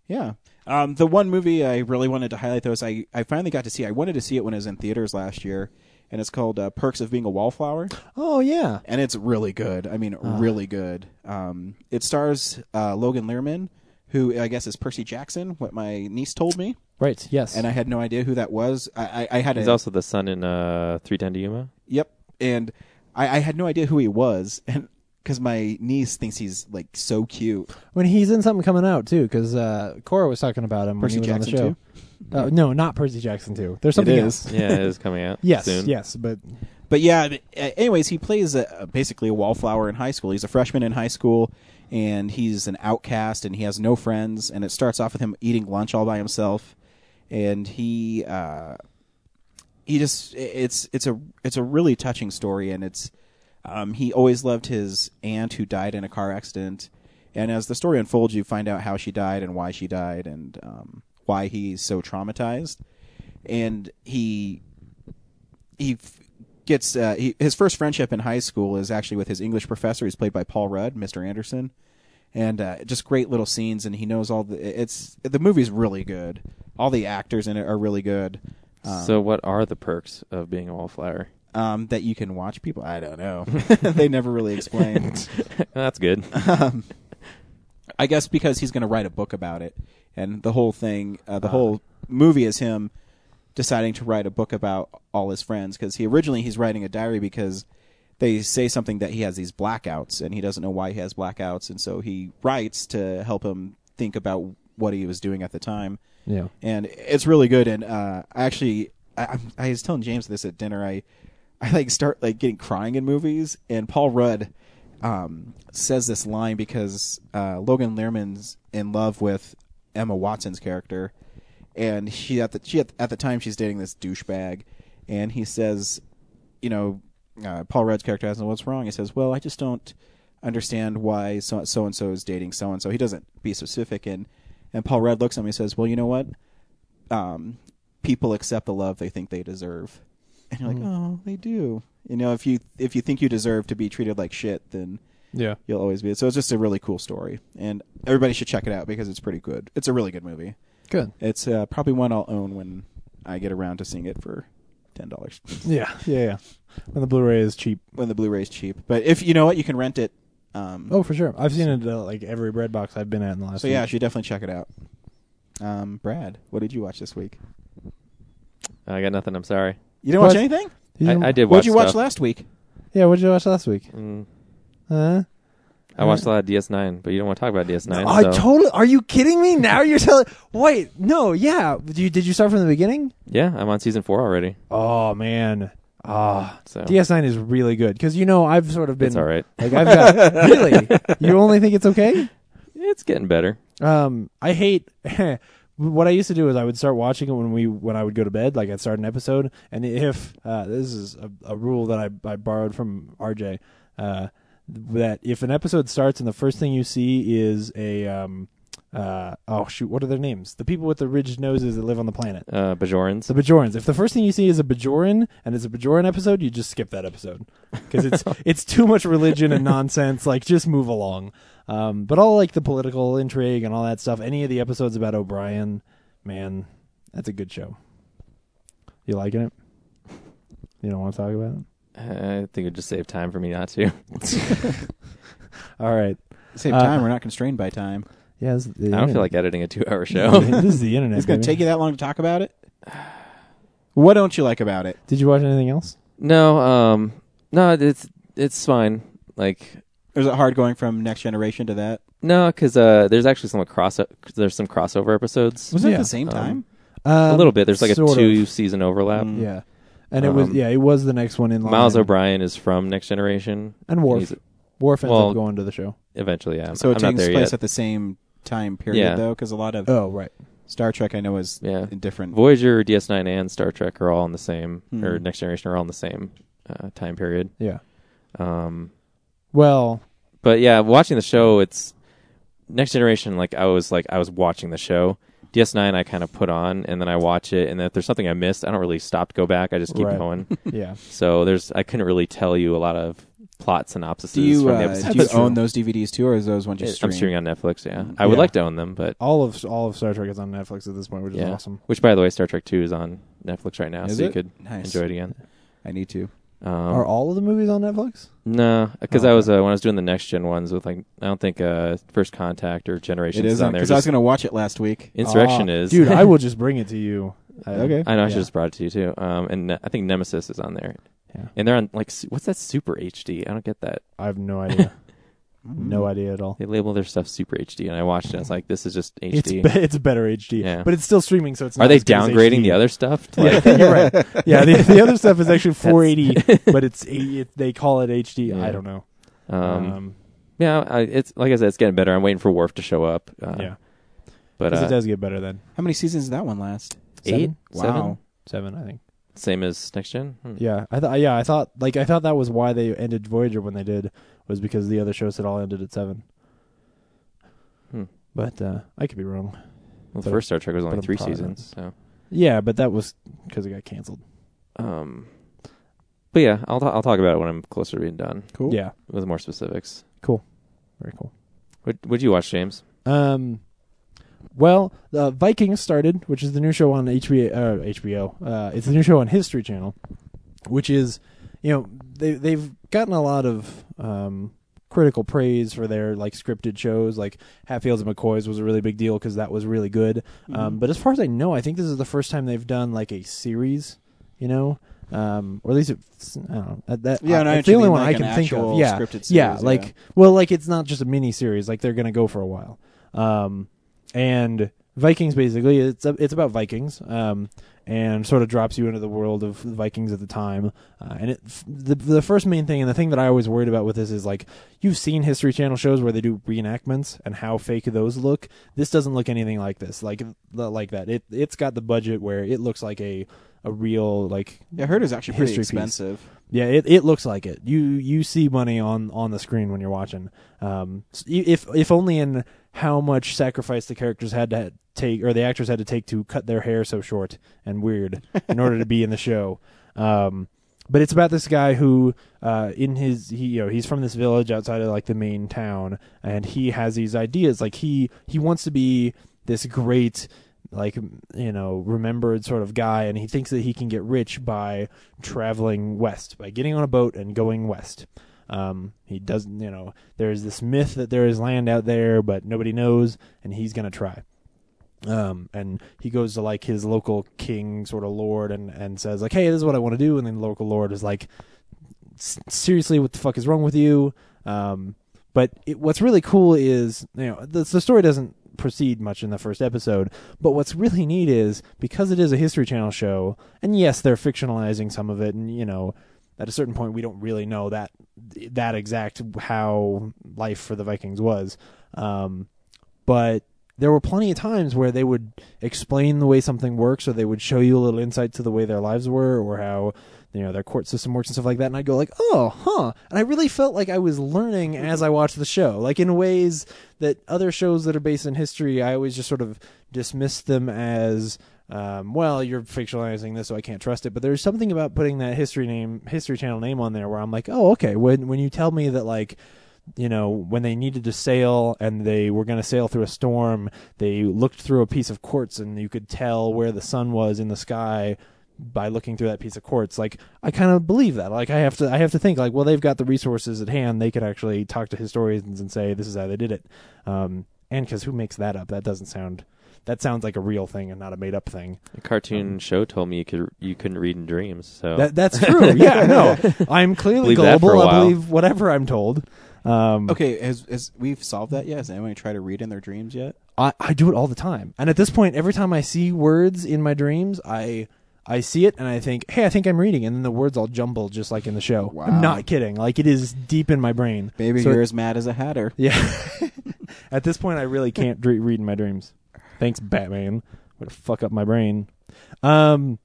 Speaker 1: yeah. Um, the one movie I really wanted to highlight though is I I finally got to see I wanted to see it when it was in theaters last year and it's called uh, Perks of Being a Wallflower
Speaker 2: Oh yeah.
Speaker 1: and it's really good. I mean, really good. Um, it stars uh, Logan Learman, who I guess is Percy Jackson. What my niece told me,
Speaker 2: Right. Yes.
Speaker 1: and I had no idea who that was. I, I, I had
Speaker 3: He's
Speaker 1: a,
Speaker 3: also the son in uh, 310 to Yuma.
Speaker 1: yep, and I, I had no idea who he was, and because my niece thinks he's like so cute.
Speaker 2: when he's in something coming out too, because uh, Cora was talking about him
Speaker 1: Percy
Speaker 2: when he was
Speaker 1: Jackson
Speaker 2: on the show. Uh, no, not Percy Jackson too. There's something
Speaker 1: is.
Speaker 2: else.
Speaker 3: Yeah, it is coming out
Speaker 2: Yes.
Speaker 3: soon.
Speaker 2: Yes. But
Speaker 1: But yeah, but, uh, anyways, he plays a, a- basically a wallflower in high school. He's a freshman in high school, and he's an outcast, and he has no friends. And it starts off with him eating lunch all by himself, and he uh, he just i- it's it's a it's a really touching story, and it's um, he always loved his aunt who died in a car accident, and as the story unfolds, you find out how she died and why she died, and um, why he's so traumatized, and he he f- gets uh, he, his first friendship in high school is actually with his English professor, who's played by Paul Rudd, Mr. Anderson, and uh, just great little scenes. And he knows all the it's the movie's really good. All the actors in it are really good. Um,
Speaker 3: So, what are the perks of being a wallflower?
Speaker 1: um, that you can watch people. I don't know. they never really explain.
Speaker 3: That's good.
Speaker 1: I guess because he's going to write a book about it, and the whole thing, uh, the whole movie is him deciding to write a book about all his friends. Because he originally he's writing a diary because they say something that he has these blackouts, and he doesn't know why he has blackouts, and so he writes to help him think about what he was doing at the time
Speaker 2: yeah.
Speaker 1: and it's really good. And uh, I actually, I, I'm- I was telling James this at dinner. I, I like start like getting crying in movies, and Paul Rudd um, says this line because uh, Logan Learman's in love with Emma Watson's character, and she at the she at, at the time she's dating this douchebag, and he says, you know, uh, Paul Rudd's character asks him what's wrong. He says, well, I just don't understand why so so and so is dating so and so. He doesn't be specific, and and Paul Rudd looks at him and says, well, you know what? um, people accept the love they think they deserve, and you're like,
Speaker 2: Mm.
Speaker 1: oh, they do. You know, if you if you think you deserve to be treated like shit, then
Speaker 2: Yeah.
Speaker 1: you'll always be. So it's just a really cool story, and everybody should check it out because it's pretty good. It's a really good movie.
Speaker 2: Good.
Speaker 1: It's uh, probably one I'll own when I get around to seeing it for ten dollars
Speaker 2: Yeah. Yeah. Yeah. When the Blu-ray is cheap.
Speaker 1: when the Blu-ray's cheap. But if you know what, you can rent it. Um,
Speaker 2: Oh, for sure. I've seen it uh, like every bread box I've been at in the last.
Speaker 1: so yeah, you
Speaker 2: week.
Speaker 1: should definitely check it out. Um, Brad, what did you watch this week?
Speaker 3: I got nothing. I'm sorry.
Speaker 1: You didn't
Speaker 2: What?
Speaker 1: watch anything.
Speaker 2: You
Speaker 3: I,
Speaker 2: didn't-
Speaker 3: I did.
Speaker 1: What did you
Speaker 3: watch
Speaker 1: watch
Speaker 3: stuff.
Speaker 1: last week?
Speaker 2: Yeah. What did you watch last week?
Speaker 3: Mm.
Speaker 2: Huh?
Speaker 3: I watched a lot of DS9, but you don't want to talk about DS9.
Speaker 2: I
Speaker 3: so-
Speaker 2: totally. Are you kidding me? Now you're telling. Wait. No. Yeah. Did you, did you start from the beginning?
Speaker 3: yeah, I'm on season four already.
Speaker 2: Oh man. Ah.
Speaker 3: So
Speaker 2: DS9 is really good because you know I've sort of been
Speaker 3: it's all right.
Speaker 2: like I've got really. You only think it's okay?
Speaker 3: It's getting better.
Speaker 2: Um, I hate what I used to do is I would start watching it when we when I would go to bed. Like I'd start an episode, and if uh, this is a, a rule that I I borrowed from RJ, uh, that if an episode starts and the first thing you see is a um, uh, oh shoot, what are their names? The people with the ridged noses that live on the planet.
Speaker 3: Uh, Bajorans.
Speaker 2: It's the Bajorans. If the first thing you see is a Bajoran and it's a Bajoran episode, you just skip that episode because it's it's too much religion and nonsense. Like, just move along. Um, but all like the political intrigue and all that stuff. Any of the episodes about O'Brien, man, that's a good show. You liking it? You don't want to talk about it?
Speaker 3: I think it would just save time for me not to.
Speaker 2: All right.
Speaker 1: Same
Speaker 2: Uh,
Speaker 1: time. We're not constrained by time.
Speaker 2: Yeah, this is the
Speaker 3: I don't
Speaker 2: internet.
Speaker 3: feel like editing a two-hour show.
Speaker 2: this is the internet.
Speaker 1: It's going to
Speaker 2: baby.
Speaker 1: take you that long to talk about it? What don't you like about it?
Speaker 2: Did you watch anything else?
Speaker 3: no, um, no, it's it's fine. Like
Speaker 1: Or is it hard going from next generation to that?
Speaker 3: no, because uh, there's actually some cross there's some crossover episodes.
Speaker 1: Was it
Speaker 2: Yeah.
Speaker 1: at the same
Speaker 3: Um,
Speaker 1: time?
Speaker 3: a little bit. There's like a
Speaker 2: sort of.
Speaker 3: two season overlap.
Speaker 1: Mm.
Speaker 2: Yeah, and it was
Speaker 3: Um,
Speaker 2: yeah, it was the next one in line.
Speaker 3: Miles O'Brien is from Next Generation.
Speaker 2: and Worf.
Speaker 3: He's-
Speaker 2: Worf ends
Speaker 3: well,
Speaker 2: up going to the show.
Speaker 3: Eventually, yeah. I'm,
Speaker 1: so it
Speaker 3: I'm not
Speaker 1: takes
Speaker 3: there
Speaker 1: place
Speaker 3: yet.
Speaker 1: at the same time period,
Speaker 3: Yeah.
Speaker 1: though? Because a lot of
Speaker 2: Oh right.
Speaker 1: Star Trek I know is
Speaker 3: Yeah.
Speaker 1: different.
Speaker 3: Voyager, DS9, and Star Trek are all in the same,
Speaker 1: Hmm.
Speaker 3: or Next Generation are all in the same uh, time period.
Speaker 2: Yeah.
Speaker 3: Um,
Speaker 2: Well,
Speaker 3: but yeah, watching the show, it's Next Generation. Like I was like I was watching the show. DS9 I kind of put on and then I watch it and if there's something I missed, I don't really stop to go back. I just keep
Speaker 2: Right.
Speaker 3: going.
Speaker 2: yeah.
Speaker 3: so there's I couldn't really tell you a lot of plot synopses
Speaker 1: Do you,
Speaker 3: from the
Speaker 1: uh,
Speaker 3: episode.
Speaker 1: do you own those DVDs too, or is those ones you
Speaker 3: It-
Speaker 1: stream?
Speaker 3: I'm streaming on Netflix, yeah. I would
Speaker 2: Yeah.
Speaker 3: like to own them, but
Speaker 2: All of all of Star Trek is on Netflix at this point, which is
Speaker 3: yeah.
Speaker 2: awesome.
Speaker 3: Which by the way, Star Trek 2 is on Netflix right now,
Speaker 1: Is
Speaker 3: so you
Speaker 1: it?
Speaker 3: could
Speaker 1: Nice.
Speaker 3: enjoy it again.
Speaker 1: I need to.
Speaker 3: Um,
Speaker 2: Are all of the movies on Netflix?
Speaker 3: No, because
Speaker 2: Oh,
Speaker 3: I was uh, when I was doing the next gen ones with like I don't think uh, First Contact or
Speaker 1: It
Speaker 3: Generations
Speaker 1: is
Speaker 3: is on there.
Speaker 1: because I was
Speaker 3: Just
Speaker 1: going to watch it last week.
Speaker 3: Insurrection
Speaker 2: Ah,
Speaker 3: is.
Speaker 2: Dude, I will just bring it to you. I-
Speaker 1: Okay.
Speaker 3: I know I should
Speaker 2: Yeah.
Speaker 3: just brought it to you too. Um, and Ne- I think Nemesis is on there.
Speaker 2: Yeah.
Speaker 3: And they're on like su- what's that Super HD? I don't get that.
Speaker 2: I have no idea. Mm-hmm. no idea at all.
Speaker 3: They label their stuff Super HD, and I watched it. and I was like, this is just HD.
Speaker 2: It's be- it's better HD,
Speaker 3: Yeah.
Speaker 2: but it's still streaming, so it's.
Speaker 3: Are
Speaker 2: not
Speaker 3: they
Speaker 2: as good as
Speaker 3: downgrading
Speaker 2: HD.
Speaker 3: the other stuff? To,
Speaker 2: Yeah,
Speaker 3: like,
Speaker 2: you're right. Yeah, the, the other stuff is actually 480, but it's it, they call it HD. I
Speaker 3: Yeah.
Speaker 2: don't know.
Speaker 3: um,
Speaker 2: Um,
Speaker 3: yeah, I, it's like I said, it's getting better. I'm waiting for Worf to show up. Uh,
Speaker 2: yeah,
Speaker 3: but
Speaker 2: 'Cause
Speaker 3: uh,
Speaker 2: it does get better then.
Speaker 1: How many seasons did that one last?
Speaker 3: eight,
Speaker 2: Seven?
Speaker 3: seven?
Speaker 1: Wow.
Speaker 2: Seven, I think.
Speaker 3: same as next gen. Hmm.
Speaker 2: Yeah, I thought. Yeah, I thought. Like, I thought that was why they ended Voyager when they did was because the other shows had all ended at seven.
Speaker 3: Hmm.
Speaker 2: But uh, I could be wrong.
Speaker 3: Well,
Speaker 2: But-
Speaker 3: the first Star Trek was only
Speaker 2: but
Speaker 3: three
Speaker 2: probably
Speaker 3: seasons. So.
Speaker 2: Yeah, but that was because it got canceled.
Speaker 3: Um, but yeah, I'll t- I'll talk about it when I'm closer to being done
Speaker 1: Cool.
Speaker 2: Yeah,
Speaker 3: with more specifics.
Speaker 2: very cool.
Speaker 3: What would you watch, James?
Speaker 2: Um, well, uh, Vikings started, which is the new show on HBO. Uh, HBO. Uh, it's the new show on History Channel, which is, you know, they they've gotten a lot of um, critical praise for their like scripted shows. Like Hatfields and McCoys was a really big deal because that was really good.
Speaker 1: Mm-hmm.
Speaker 2: Um, but as far as I know, I think this is the first time they've done like a series. You know. Um, or at least it's, I don't know. That, that-
Speaker 1: Yeah,
Speaker 2: I-
Speaker 1: no, I know
Speaker 2: it's
Speaker 1: what
Speaker 2: the
Speaker 1: you
Speaker 2: only
Speaker 1: mean,
Speaker 2: one
Speaker 1: like
Speaker 2: I can
Speaker 1: an
Speaker 2: think of.
Speaker 1: actual
Speaker 2: Yeah,
Speaker 1: scripted
Speaker 2: yeah,
Speaker 1: series,
Speaker 2: like
Speaker 1: yeah.
Speaker 2: well, like it's not just a mini series. Like they're gonna go for a while. Um, and Vikings basically, it's a, it's about Vikings. Um, and sort of drops you into the world of Vikings at the time. Uh, and it f- the the first main thing, and the thing that I always worried about with this is like you've seen History Channel shows where they do reenactments and how fake those look. This doesn't look anything like this. Like like that. It it's got the budget where it looks like a a real like
Speaker 1: Yeah, I heard it was actually pretty
Speaker 2: History piece.
Speaker 1: expensive.
Speaker 2: yeah, it, it looks like it. You you see money on on the screen when you're watching. Um, s- y- if if only in how much sacrifice the characters had to take or the actors had to take to cut their hair so short and weird in order to be in the show. Um, but it's about this guy who uh, in his he you know he's from this village outside of like the main town and he has these ideas like he he wants to be this great like you know remembered sort of guy and he thinks that he can get rich by traveling west by getting on a boat and going west um, he doesn't you know there's this myth that there is land out there but nobody knows and he's going to try um, and he goes to like his local king sort of lord and, and says like hey this is what i want to do and then the local lord is like "S- seriously what the fuck is wrong with you um, but it, what's really cool is you know the, the story doesn't proceed much in the first episode but what's really neat is because it is a history channel show and yes they're fictionalizing some of it and you know at a certain point we don't really know that that exact how life for the vikings was um, but there were plenty of times where they would explain the way something works or they would show you a little insight to the way their lives were or how you know their court system works and stuff like that and i'd go like oh huh and i really felt like i was learning as i watched the show like in ways that other shows that are based in history i always just sort of dismiss them as um, well you're fictionalizing this so i can't trust it but there's something about putting that history name history channel name on there where i'm like oh okay when when you tell me that like you know, when they needed to sail and they were going to sail through a storm, they looked through a piece of quartz and you could tell where the sun was in the sky by looking through that piece of quartz. Like I kind of believe that. Like I have to I have to think like, well, they've got the resources at hand. They could actually talk to historians and say this is how they did it. Um and cuz who makes that up? That doesn't sound that sounds like a real thing and not a made up thing.
Speaker 3: A cartoon show told me you could you couldn't read in dreams. So
Speaker 2: Um, That that's true. yeah, no. I'm
Speaker 3: Oh.
Speaker 2: clearly
Speaker 3: Believe that for
Speaker 2: gullible.
Speaker 3: a
Speaker 2: I
Speaker 3: while.
Speaker 2: believe whatever I'm told. Um
Speaker 1: Okay, has, has we've solved that yet? Has anyone tried to read in their dreams yet?
Speaker 2: I, I do it all the time. And at this point, every time I see words in my dreams, I I see it and I think, hey, I think I'm reading, and then the words all jumble just like in the show. I'm
Speaker 1: Wow.
Speaker 2: not kidding. Like it is deep in my brain.
Speaker 1: Baby,
Speaker 2: So
Speaker 1: you're
Speaker 2: it-
Speaker 1: as mad as a hatter.
Speaker 2: yeah. At this point, I really can't dre- read in my dreams. Thanks, Batman. Way to fuck up my brain. Um,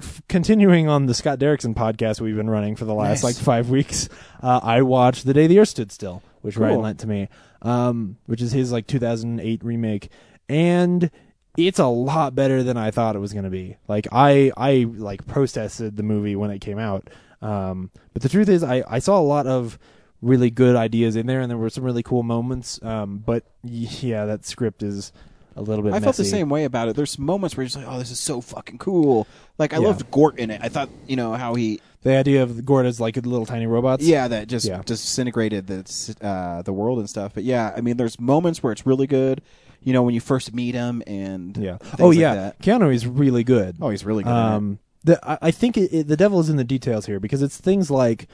Speaker 2: f- continuing on the Scott Derrickson podcast we've been running for the last
Speaker 1: Nice.
Speaker 2: like five weeks, uh, I watched The Day the Earth Stood Still, which Ryan
Speaker 1: Cool.
Speaker 2: lent to me, um, which is his like 2008 remake, and it's a lot better than I thought it was going to be. Like I, I like protested the movie when it came out, um, but the truth is, I, I saw a lot of really good ideas in there, and there were some really cool moments. Um, but y- yeah, that script is a little bit.
Speaker 1: I felt the
Speaker 2: messy.
Speaker 1: same way about it. There's moments where you're just like, oh, this is so fucking cool. Like, I
Speaker 2: Yeah.
Speaker 1: loved Gort in it. I thought, you know, how he,
Speaker 2: The idea of Gord as like little tiny robots.
Speaker 1: yeah, that just
Speaker 2: Yeah.
Speaker 1: disintegrated the, s- uh, the world and stuff. But yeah, I mean, there's moments where it's really good, you know, when you first meet him and
Speaker 2: Yeah.
Speaker 1: things
Speaker 2: Oh
Speaker 1: like
Speaker 2: yeah.
Speaker 1: that.
Speaker 2: Keanu is really good.
Speaker 1: Oh, he's really good. at it.
Speaker 2: um, the, I, I think it, it, the devil is in the details here because it's things like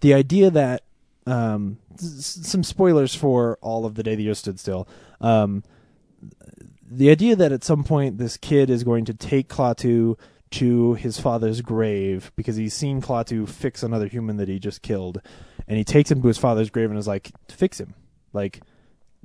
Speaker 2: the idea that um, s- some spoilers for all of the day the earth stood still. Um, the idea that at some point this kid is going to take Klaatu to his father's grave because he's seen Klaatu fix another human that he just killed, and he takes him to his father's grave and is like, "Fix him, like."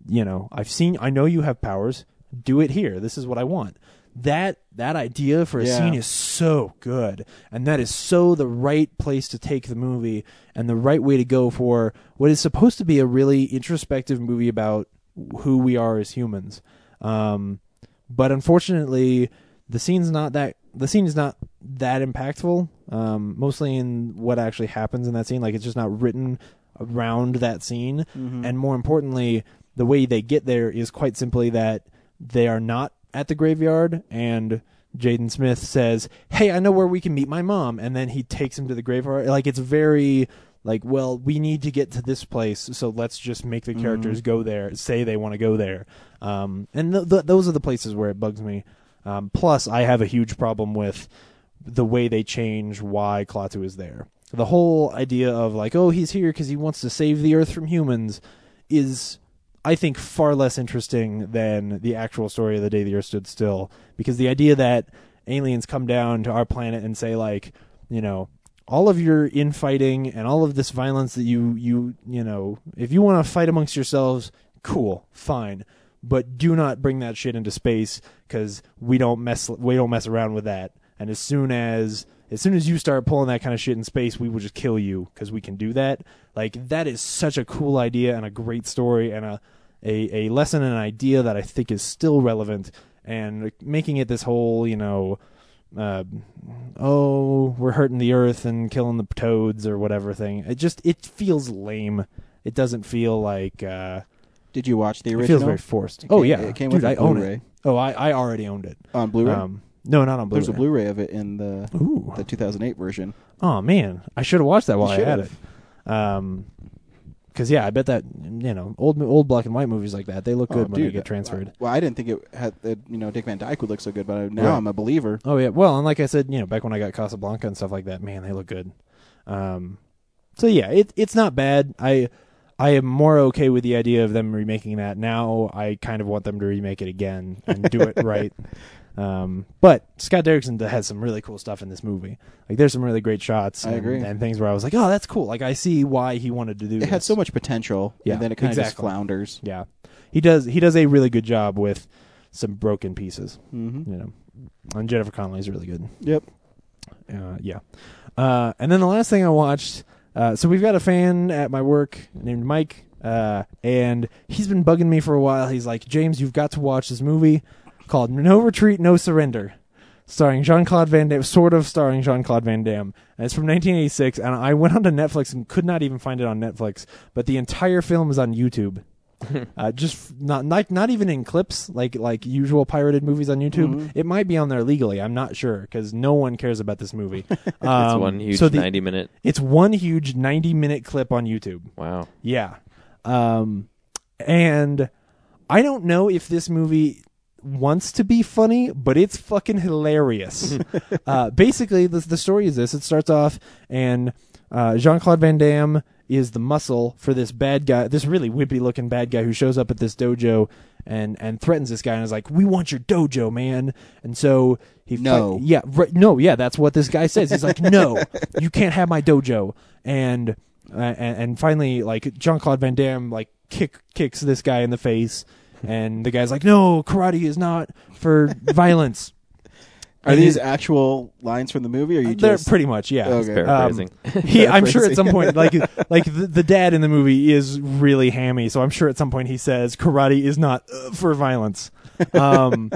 Speaker 2: you know i've seen i know you have powers do it here this is what i want that that idea for a
Speaker 1: Yeah.
Speaker 2: scene is so good and that is so the right place to take the movie and the right way to go for what is supposed to be a really introspective movie about who we are as humans um but unfortunately the scene's not that the scene is not that impactful um mostly in what actually happens in that scene like it's just not written around that scene and more importantly the way they get there is quite simply that they are not at the graveyard and Jaden Smith says, "Hey, I know where we can meet my mom." And then he takes him to the graveyard. Like it's very like, well, we need to get to this place, so let's just make the characters go there, say they want to go there. Um, and th- th- those are the places where it bugs me. Um, plus, I have a huge problem with the way they change why Klaatu is there. The whole idea of like, oh, he's here because he wants to save the Earth from humans, is I think far less interesting than the actual story of the day the Earth stood still. Because the idea that aliens come down to our planet and say like, you know, all of your infighting and all of this violence that you you you know, if you want to fight amongst yourselves, cool, fine but do not bring that shit into space because we don't mess we don't mess around with that. And as soon as as soon as you start pulling that kind of shit in space, we will just kill you because we can do that. Like that is such a cool idea and a great story and a a, a lesson and an idea that I think is still relevant. And making it this whole you know. Uh, oh, we're hurting the earth and killing the toads or whatever thing. It just it feels lame. It doesn't feel like uh,
Speaker 1: Did you watch the
Speaker 2: it
Speaker 1: original?
Speaker 2: feels very forced. oh
Speaker 1: came-
Speaker 2: yeah,
Speaker 1: it came
Speaker 2: dude,
Speaker 1: with a
Speaker 2: I own
Speaker 1: Blu-ray.
Speaker 2: it. Oh, I, I already owned it.
Speaker 1: on Blu-ray.
Speaker 2: Um, no, not on Blu-ray.
Speaker 1: There's a Blu-ray of it in the
Speaker 2: Ooh.
Speaker 1: the 2008 version.
Speaker 2: Oh man, I should have watched that while I had
Speaker 1: should've.
Speaker 2: it. Um, because yeah, I bet that you know old old black and white movies like that they look good
Speaker 1: Oh,
Speaker 2: when they
Speaker 1: dude,
Speaker 2: get transferred.
Speaker 1: Well, I didn't think it had that, you know Dick Van Dyke would look so good, but uh, now
Speaker 2: Right.
Speaker 1: I'm a believer.
Speaker 2: Oh yeah, well, and like I said, you know, back when I got Casablanca and stuff like that, man, they look good. Um, so yeah, it it's not bad. I I am more okay with the idea of them remaking that now. I kind of want them to remake it again and do it right. Um, but Scott Derrickson has some really cool stuff in this movie. Like, there's some really great shots.
Speaker 1: I
Speaker 2: and,
Speaker 1: agree.
Speaker 2: and things where I was like, oh, that's cool. Like, I see why he wanted to do.
Speaker 1: It had
Speaker 2: this.
Speaker 1: so much potential,
Speaker 2: Yeah,
Speaker 1: and then it kind of just
Speaker 2: exactly.
Speaker 1: flounders.
Speaker 2: Yeah, he does. He does a really good job with some broken pieces.
Speaker 1: Mm-hmm.
Speaker 2: You know, and Jennifer Connelly's really good
Speaker 1: Yep.
Speaker 2: uh, yeah. Uh, and then the last thing I watched, uh, so we've got a fan at my work named Mike, uh, and he's been bugging me for a while. He's like, James, you've got to watch this movie called No Retreat, No Surrender, starring Jean Claude Van Damme, sort of starring Jean Claude Van Damme. And it's from 1986, and I went onto Netflix and could not even find it on Netflix, but the entire film is on YouTube. uh, just f- not not not even in clips like like usual pirated movies on YouTube.
Speaker 3: Mm-hmm.
Speaker 2: It might be on there legally. I'm not sure because no one cares about this movie.
Speaker 3: it's
Speaker 2: Um,
Speaker 3: one huge
Speaker 2: so the-
Speaker 3: ninety minute.
Speaker 2: It's one huge 90 minute clip on YouTube.
Speaker 3: Wow.
Speaker 2: Yeah. Um, and I don't know if this movie wants to be funny, but it's fucking hilarious. uh, basically, the, the story is this it starts off, and uh, Jean Claude Van Damme is the muscle for this bad guy, this really wimpy looking bad guy who shows up at this dojo. And, and threatens this guy and is like, "We want your dojo, man." And so he
Speaker 1: No.
Speaker 2: fight- yeah, right, no, yeah, that's what this guy says. He's like, no, you can't have my dojo. And uh, and, and finally, like Jean Claude Van Damme, like kick kicks this guy in the face, and the guy's like, no, karate is not for violence.
Speaker 1: Are these actual lines from the movie? Or are you
Speaker 2: Uh, They're
Speaker 1: just
Speaker 2: pretty much yeah.
Speaker 1: Okay.
Speaker 3: Paraphrasing.
Speaker 2: he, I'm sure at
Speaker 1: Paraphrasing.
Speaker 2: some point, like like the, the dad in the movie is really hammy, so I'm sure at some point he says karate is not uh, for violence. Um,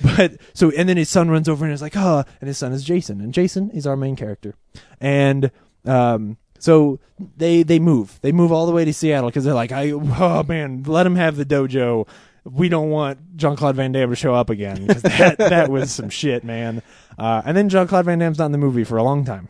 Speaker 2: but so and then his son runs over and is like, "Huh," and his son is Jason, and Jason is our main character, and um. So they they move they move all the way to Seattle because they're like I oh man let him have the dojo we don't want Jean Claude Van Damme to show up again because that that was some shit man uh, and then Jean Claude Van Damme's not in the movie for a long time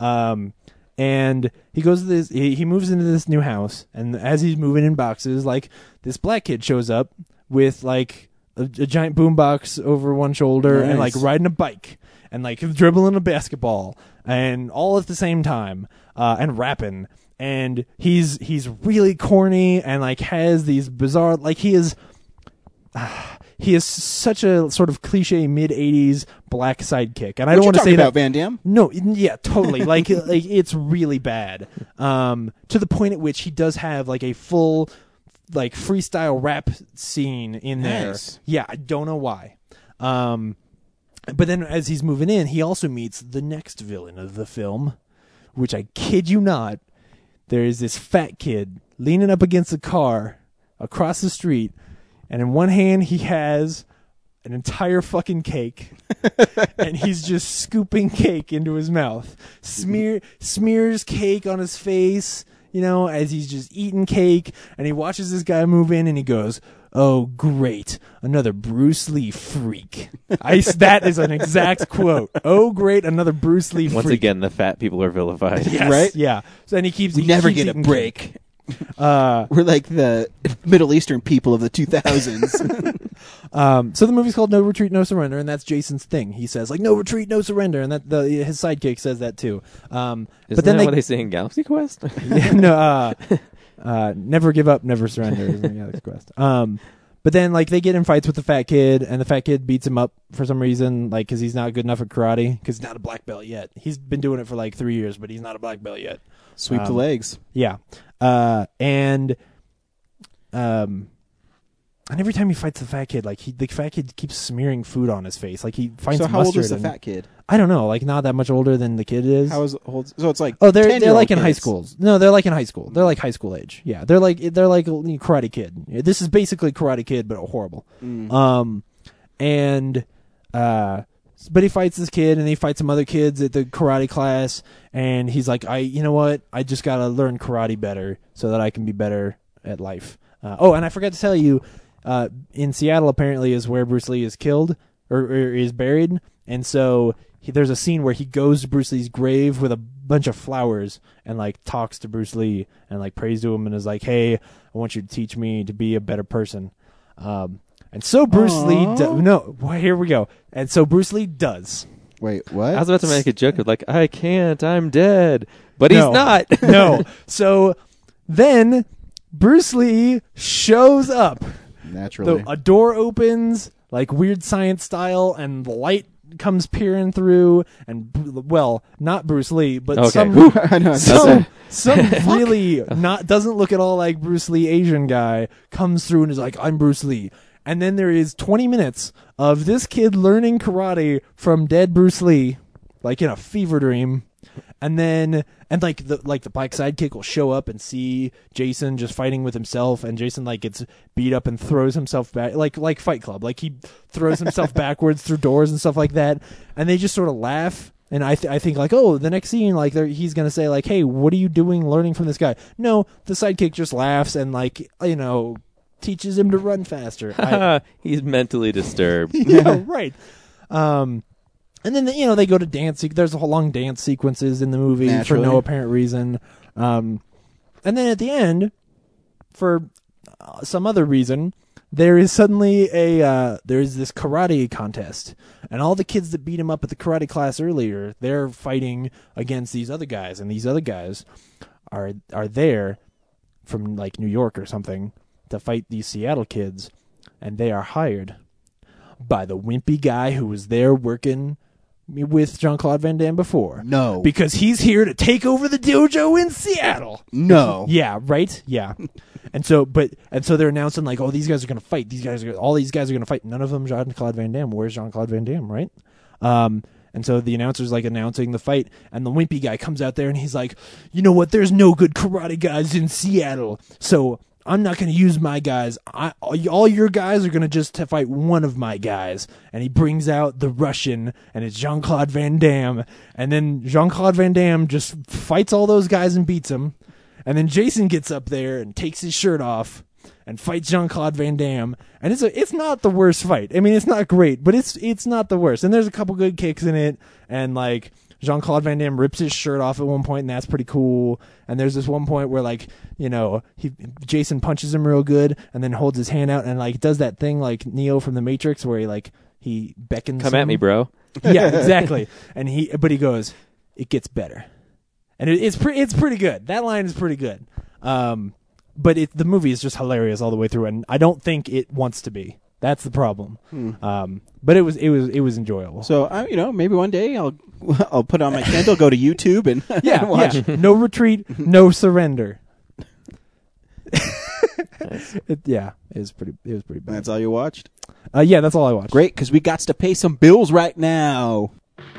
Speaker 2: um, and he goes to this. He, he moves into this new house, and as he's moving in boxes, like this black kid shows up with like a, a giant boombox over one shoulder and like
Speaker 1: Nice.
Speaker 2: riding a bike and like dribbling a basketball and all at the same time uh, and rapping. And he's he's really corny and like has these bizarre like he is he is such a sort of cliche mid '80s black sidekick. And
Speaker 1: What
Speaker 2: I don't
Speaker 1: you
Speaker 2: want to
Speaker 1: talking
Speaker 2: say
Speaker 1: about
Speaker 2: that
Speaker 1: Van Damme.
Speaker 2: no, n- yeah, totally. like, like it's really bad. Um, to the point at which he does have like a full, like freestyle rap scene in there.
Speaker 1: Nice.
Speaker 2: Yeah, I don't know why. Um, but then as he's moving in, he also meets the next villain of the film, which I kid you not, there is this fat kid leaning up against a car across the street, and in one hand he has an entire fucking cake and he's just scooping cake into his mouth. Smear smears cake on his face, you know, as he's just eating cake and he watches this guy move in and he goes, "Oh great, another Bruce Lee freak." I s- that is an exact quote. "Oh great, another Bruce Lee freak."
Speaker 3: Once again, the fat people are vilified.
Speaker 2: Yes,
Speaker 1: right?
Speaker 2: Yeah. So and he keeps
Speaker 1: We
Speaker 2: he
Speaker 1: never
Speaker 2: keeps
Speaker 1: get a
Speaker 2: eating
Speaker 1: break.
Speaker 2: cake. Uh
Speaker 1: We're like the Middle Eastern people of the 2000s.
Speaker 2: Um, so the movie's called No Retreat, No Surrender, and that's Jason's thing. He says like No Retreat, No Surrender, and that the, his sidekick says that too. Um,
Speaker 3: Isn't
Speaker 2: but then
Speaker 3: that
Speaker 2: they,
Speaker 3: what they say in Galaxy Quest?
Speaker 2: yeah, no, uh, uh, never give up, never surrender is in the Alex Quest. Um, but then like they get in fights with the fat kid, and the fat kid beats him up for some reason, like because he's not good enough at karate, because he's not a black belt yet. He's been doing it for like three years, but he's not a black belt yet.
Speaker 1: Sweep the
Speaker 2: Um,
Speaker 1: legs.
Speaker 2: Yeah. Uh, and um, and every time he fights the fat kid, like he, the fat kid keeps smearing food on his face. Like he finds
Speaker 1: So how old
Speaker 2: mustard.
Speaker 1: is the
Speaker 2: and-
Speaker 1: fat kid?
Speaker 2: I don't know. Like not that much older than the kid is.
Speaker 1: How is old? So it's like
Speaker 2: oh, they're they're
Speaker 1: 10-year-old
Speaker 2: like in high
Speaker 1: kids.
Speaker 2: schools. No, they're like in high school. They're like high school age. Yeah, they're like they're like Karate Kid. This is basically Karate Kid, but horrible. Um, and uh, but he fights this kid, and he fights some other kids at the karate class, and he's like, I, you know what, I just gotta learn karate better so that I can be better at life. Uh, oh, and I forgot to tell you, uh, in Seattle apparently is where Bruce Lee is killed or, or is buried, and so he, there's a scene where he goes to Bruce Lee's grave with a bunch of flowers and like talks to Bruce Lee and like prays to him and is like, hey, I want you to teach me to be a better person. Um, and so Bruce Lee, do- no, well, here we go. And so Bruce Lee does.
Speaker 1: Wait, what?
Speaker 3: I was about to make a joke of like, I can't, I'm dead, but he's
Speaker 2: No.
Speaker 3: not.
Speaker 2: no. So then Bruce Lee shows up.
Speaker 1: Naturally.
Speaker 2: The, a door opens, like weird science style, and the light comes peering through. And br- well, not Bruce Lee, but
Speaker 3: Okay.
Speaker 2: some
Speaker 3: Whew.
Speaker 1: I know. it's-
Speaker 2: some some really not doesn't look at all like Bruce Lee Asian guy comes through and is like, "I'm Bruce Lee," and then there is 20 minutes of this kid learning karate from dead Bruce Lee, like in a fever dream, and then and like the like the black sidekick will show up and see Jason just fighting with himself, and Jason like gets beat up and throws himself back, like like Fight Club, like he throws himself backwards through doors and stuff like that, and they just sort of laugh. And I, th- I think like, oh, the next scene, like they're- he's gonna say like, hey, what are you doing, learning from this guy? No, the sidekick just laughs and like, you know, teaches him to run faster. I,
Speaker 3: he's mentally disturbed.
Speaker 2: yeah, right. Um, and then you know they go to dance. se- There's a whole long dance sequences in the movie for no
Speaker 1: Naturally.
Speaker 2: apparent reason. Um, and then at the end, for uh, some other reason, there is suddenly a uh, there is this karate contest, and all the kids that beat him up at the karate class earlier, they're fighting against these other guys, and these other guys are are there from like New York or something to fight these Seattle kids, and they are hired by the wimpy guy who was there working with Jean Claude Van Damme before.
Speaker 1: no.
Speaker 2: Because he's here to take over the dojo in Seattle.
Speaker 1: no.
Speaker 2: Yeah, right? Yeah. and so but and so they're announcing like, oh, these guys are gonna fight, these guys are all these guys are gonna fight. None of them Jean Claude Van Damme. Where's Jean Claude Van Damme, right? Um, and so the announcer's like announcing the fight, and the wimpy guy comes out there and he's like, "You know what? There's no good karate guys in Seattle, so I'm not going to use my guys. I, all y- all your guys are going to just to fight one of my guys." And he brings out the Russian, and it's Jean Claude Van Damme, and then Jean Claude Van Damme just fights all those guys and beats them, and then Jason gets up there and takes his shirt off. And fights Jean Claude Van Damme, and it's a, it's not the worst fight. I mean, it's not great, but it's it's not the worst. And there's a couple good kicks in it, and like Jean Claude Van Damme rips his shirt off at one point, and that's pretty cool. And there's this one point where like you know he Jason punches him real good, and then holds his hand out and like does that thing like Neo from the Matrix where he like he beckons.
Speaker 3: Come at
Speaker 2: him.
Speaker 3: me, bro.
Speaker 2: yeah, exactly. And he but he goes, it gets better, and it, it's pretty it's pretty good. That line is pretty good. Um, but it, the movie is just hilarious all the way through, and I don't think it wants to be. That's the problem. Um, but it was it was it was enjoyable.
Speaker 1: Hmm. So I, you know, maybe one day I'll I'll put on my candle, go to YouTube, and
Speaker 2: yeah,
Speaker 1: watch.
Speaker 2: yeah. No retreat, no surrender. it, yeah, it was pretty. It was pretty bad.
Speaker 1: That's all you watched.
Speaker 2: Uh, yeah, that's all I watched.
Speaker 1: Great, because we got to pay some bills right now.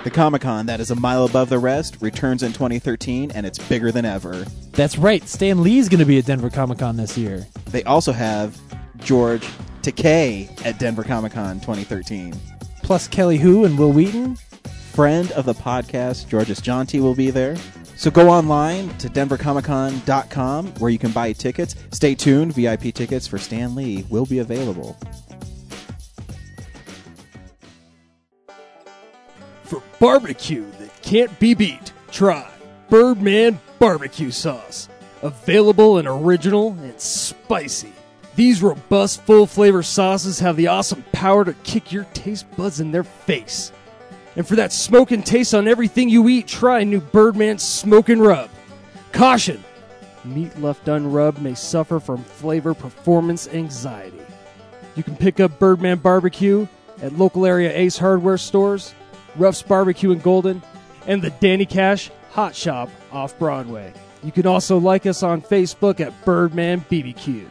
Speaker 1: The Comic Con that is a mile above the rest returns in 2013, and it's bigger than ever.
Speaker 2: That's right. Stan Lee's going to be at Denver Comic Con this year.
Speaker 1: They also have George Takei at Denver Comic Con 2013.
Speaker 2: Plus Kelly Who and Will Wheaton.
Speaker 1: friend of the podcast, Georges Jonty, will be there. So go online to denvercomiccon.com where you can buy tickets. Stay tuned, VIP tickets for Stan Lee will be available.
Speaker 4: For barbecue that can't be beat, try Birdman Barbecue Sauce. Available and original and spicy. These robust, full flavor sauces have the awesome power to kick your taste buds in their face. And for that smoking taste on everything you eat, try new Birdman Smoke and Rub. Caution! Meat left unrubbed may suffer from flavor performance anxiety. You can pick up Birdman Barbecue at local area Ace Hardware stores, Ruff's Barbecue in Golden, and the Danny Cash Hot Shop off Broadway. You can also like us on Facebook at Birdman BBQ.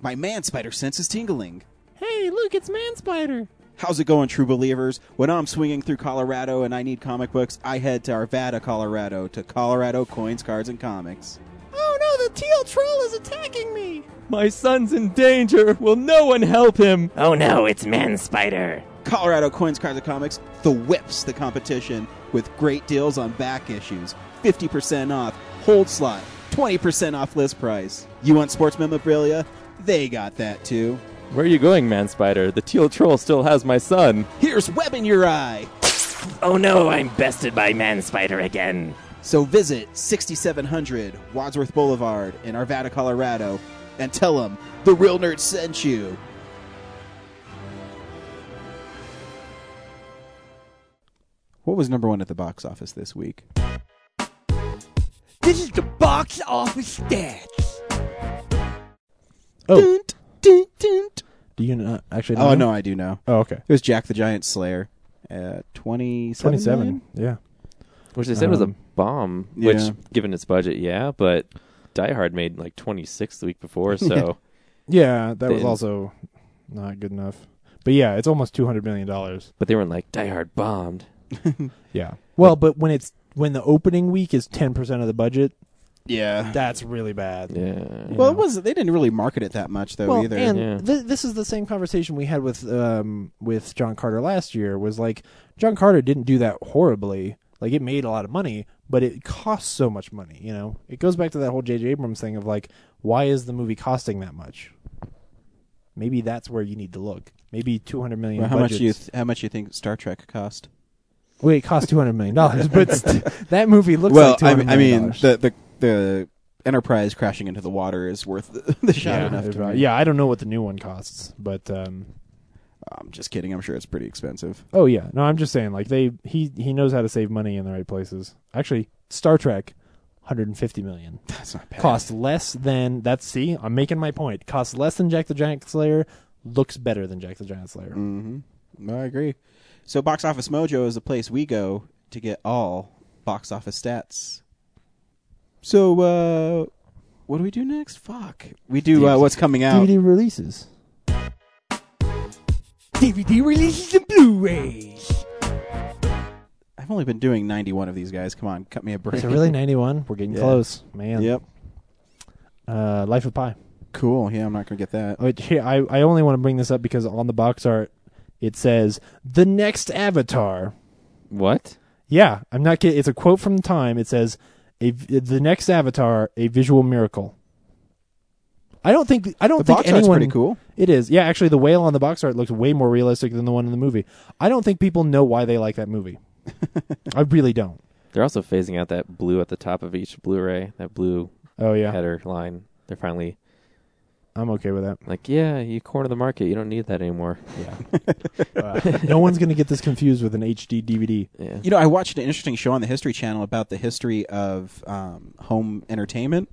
Speaker 1: My man spider sense is tingling.
Speaker 2: Hey, look, it's Man Spider.
Speaker 1: How's it going, true believers? When I'm swinging through Colorado and I need comic books, I head to Arvada, Colorado to Colorado Coins, Cards, and Comics.
Speaker 2: Oh no, the teal troll is attacking me.
Speaker 3: My son's in danger. Will no one help him?
Speaker 5: Oh no, it's Man Spider.
Speaker 1: Colorado Coins Cards and Comics, the whips the competition with great deals on back issues, 50% off, hold slot, 20% off list price. You want sports memorabilia? They got that too.
Speaker 3: Where are you going, man spider? The teal troll still has my son.
Speaker 1: Here's web in your eye.
Speaker 5: Oh no, I'm bested by Man Spider again.
Speaker 1: So visit 6700 Wadsworth Boulevard in Arvada, Colorado, and tell them the real nerd sent you. What was number one at the box office this week?
Speaker 4: This is the box office stats.
Speaker 2: Oh, do you not actually?
Speaker 1: Oh,
Speaker 2: know?
Speaker 1: no, I do know.
Speaker 2: Oh, okay.
Speaker 1: It was Jack the Giant Slayer at 27.
Speaker 2: Twenty-seven.
Speaker 1: million?
Speaker 2: Yeah.
Speaker 3: Which they said was a
Speaker 2: Um,
Speaker 3: bomb.
Speaker 1: yeah.
Speaker 3: Which, given its budget, yeah. But Die Hard made like 26 the week before, so
Speaker 2: Yeah, that was
Speaker 3: Then-
Speaker 2: also not good enough. But yeah, it's almost two hundred million dollars.
Speaker 3: but they weren't like Die Hard bombed.
Speaker 2: Yeah. Well, but when it's when the opening week is ten percent of the budget,
Speaker 1: Yeah.
Speaker 2: that's really bad.
Speaker 3: Yeah.
Speaker 1: Well,
Speaker 2: you
Speaker 1: it
Speaker 2: know.
Speaker 1: was. They didn't really market it that much, though,
Speaker 2: well,
Speaker 1: either.
Speaker 2: and
Speaker 3: Yeah.
Speaker 2: thi- this is the same conversation we had with um, with John Carter last year. Was like John Carter didn't do that horribly. Like it made a lot of money, but it cost so much money. You know, it goes back to that whole J.J. Abrams thing of like, why is the movie costing that much? Maybe that's where you need to look. Maybe two hundred million.
Speaker 1: Well, how much
Speaker 2: budgets-
Speaker 1: do you th- How much do you think Star Trek cost?
Speaker 2: Wait, it cost two hundred million dollars, but st- that movie looks
Speaker 1: well,
Speaker 2: like two hundred
Speaker 1: I, mean,
Speaker 2: million dollars.
Speaker 1: the, the the Enterprise crashing into the water is worth the, shot
Speaker 2: yeah,
Speaker 1: enough.
Speaker 2: if, uh, yeah, I don't know what the new one costs, but um,
Speaker 1: I'm just kidding. I'm sure it's pretty expensive.
Speaker 2: oh yeah, no, I'm just saying like they he he knows how to save money in the right places. Actually, Star Trek, 150 million
Speaker 1: That's not bad.
Speaker 2: costs less than that's see, I'm making my point. Costs less than Jack the Giant Slayer, looks better than Jack the Giant Slayer.
Speaker 1: Mm-hmm. No, I agree. So, Box Office Mojo is the place we go to get all box office stats. So, uh, what do we do next? Fuck. We do uh, what's coming out.
Speaker 2: DVD releases.
Speaker 4: DVD releases and Blu-rays.
Speaker 1: I've only been doing 91 of these guys. Come on, cut me a break.
Speaker 2: Is it really 91? We're getting
Speaker 1: Yeah.
Speaker 2: close, man.
Speaker 1: Yep.
Speaker 2: Uh, Life of Pi.
Speaker 1: Cool. Yeah, I'm not going to get that.
Speaker 2: Oh, wait, here, I, I only want to bring this up because on the box art it says the next Avatar.
Speaker 3: What?
Speaker 2: Yeah, I'm not kidding. It's a quote from Time. It says, a, v- "The next Avatar, a visual miracle." I don't think I don't
Speaker 1: The
Speaker 2: think
Speaker 1: box art's
Speaker 2: anyone.
Speaker 1: pretty cool.
Speaker 2: It is. Yeah, actually, the whale on the box art looks way more realistic than the one in the movie. I don't think people know why they like that movie. I really don't.
Speaker 3: They're also phasing out that blue at the top of each Blu-ray. That blue
Speaker 2: Oh yeah,
Speaker 3: header line. They're finally
Speaker 2: I'm okay with that.
Speaker 3: like, yeah, you corner the market. You don't need that anymore.
Speaker 2: Yeah. Uh, no one's gonna get this confused with an HD DVD.
Speaker 3: Yeah.
Speaker 1: You know, I watched an interesting show on the History Channel about the history of um, home entertainment,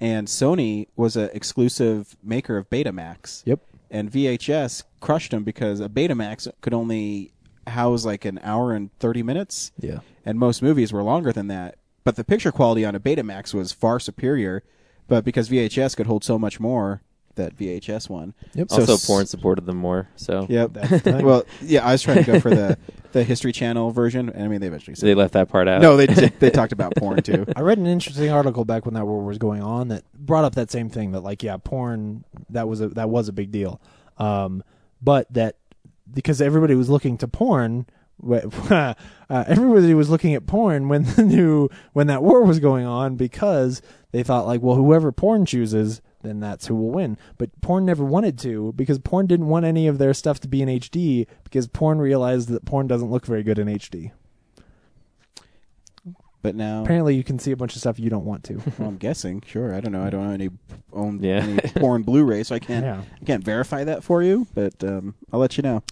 Speaker 1: and Sony was an exclusive maker of Betamax.
Speaker 2: Yep.
Speaker 1: And VHS crushed them because a Betamax could only house like an hour and 30 minutes.
Speaker 2: Yeah.
Speaker 1: And most movies were longer than that. But the picture quality on a Betamax was far superior. But because VHS could hold so much more, that VHS one.
Speaker 2: Yep.
Speaker 1: So
Speaker 3: also,
Speaker 1: s-
Speaker 3: porn supported them more. So
Speaker 1: Yep.
Speaker 2: That's the thing.
Speaker 1: well, yeah, I was trying to go for the, the History Channel version. And I mean, they eventually
Speaker 3: they left that part out.
Speaker 1: no, they they talked about porn too.
Speaker 2: I read an interesting article back when that war was going on that brought up that same thing that like yeah, porn that was a that was a big deal, um, but that because everybody was looking to porn, wh- uh, everybody was looking at porn when the new when that war was going on because they thought like well whoever porn chooses then that's who will win. But porn never wanted to because porn didn't want any of their stuff to be in HD because porn realized that porn doesn't look very good in HD.
Speaker 1: But now,
Speaker 2: Apparently, you can see a bunch of stuff you don't want to.
Speaker 1: well, I'm guessing. Sure, I don't know. I don't own any own
Speaker 3: Yeah.
Speaker 1: any porn Blu-ray, so I can't
Speaker 2: Yeah.
Speaker 1: I can't verify that for you. But um, I'll let you know.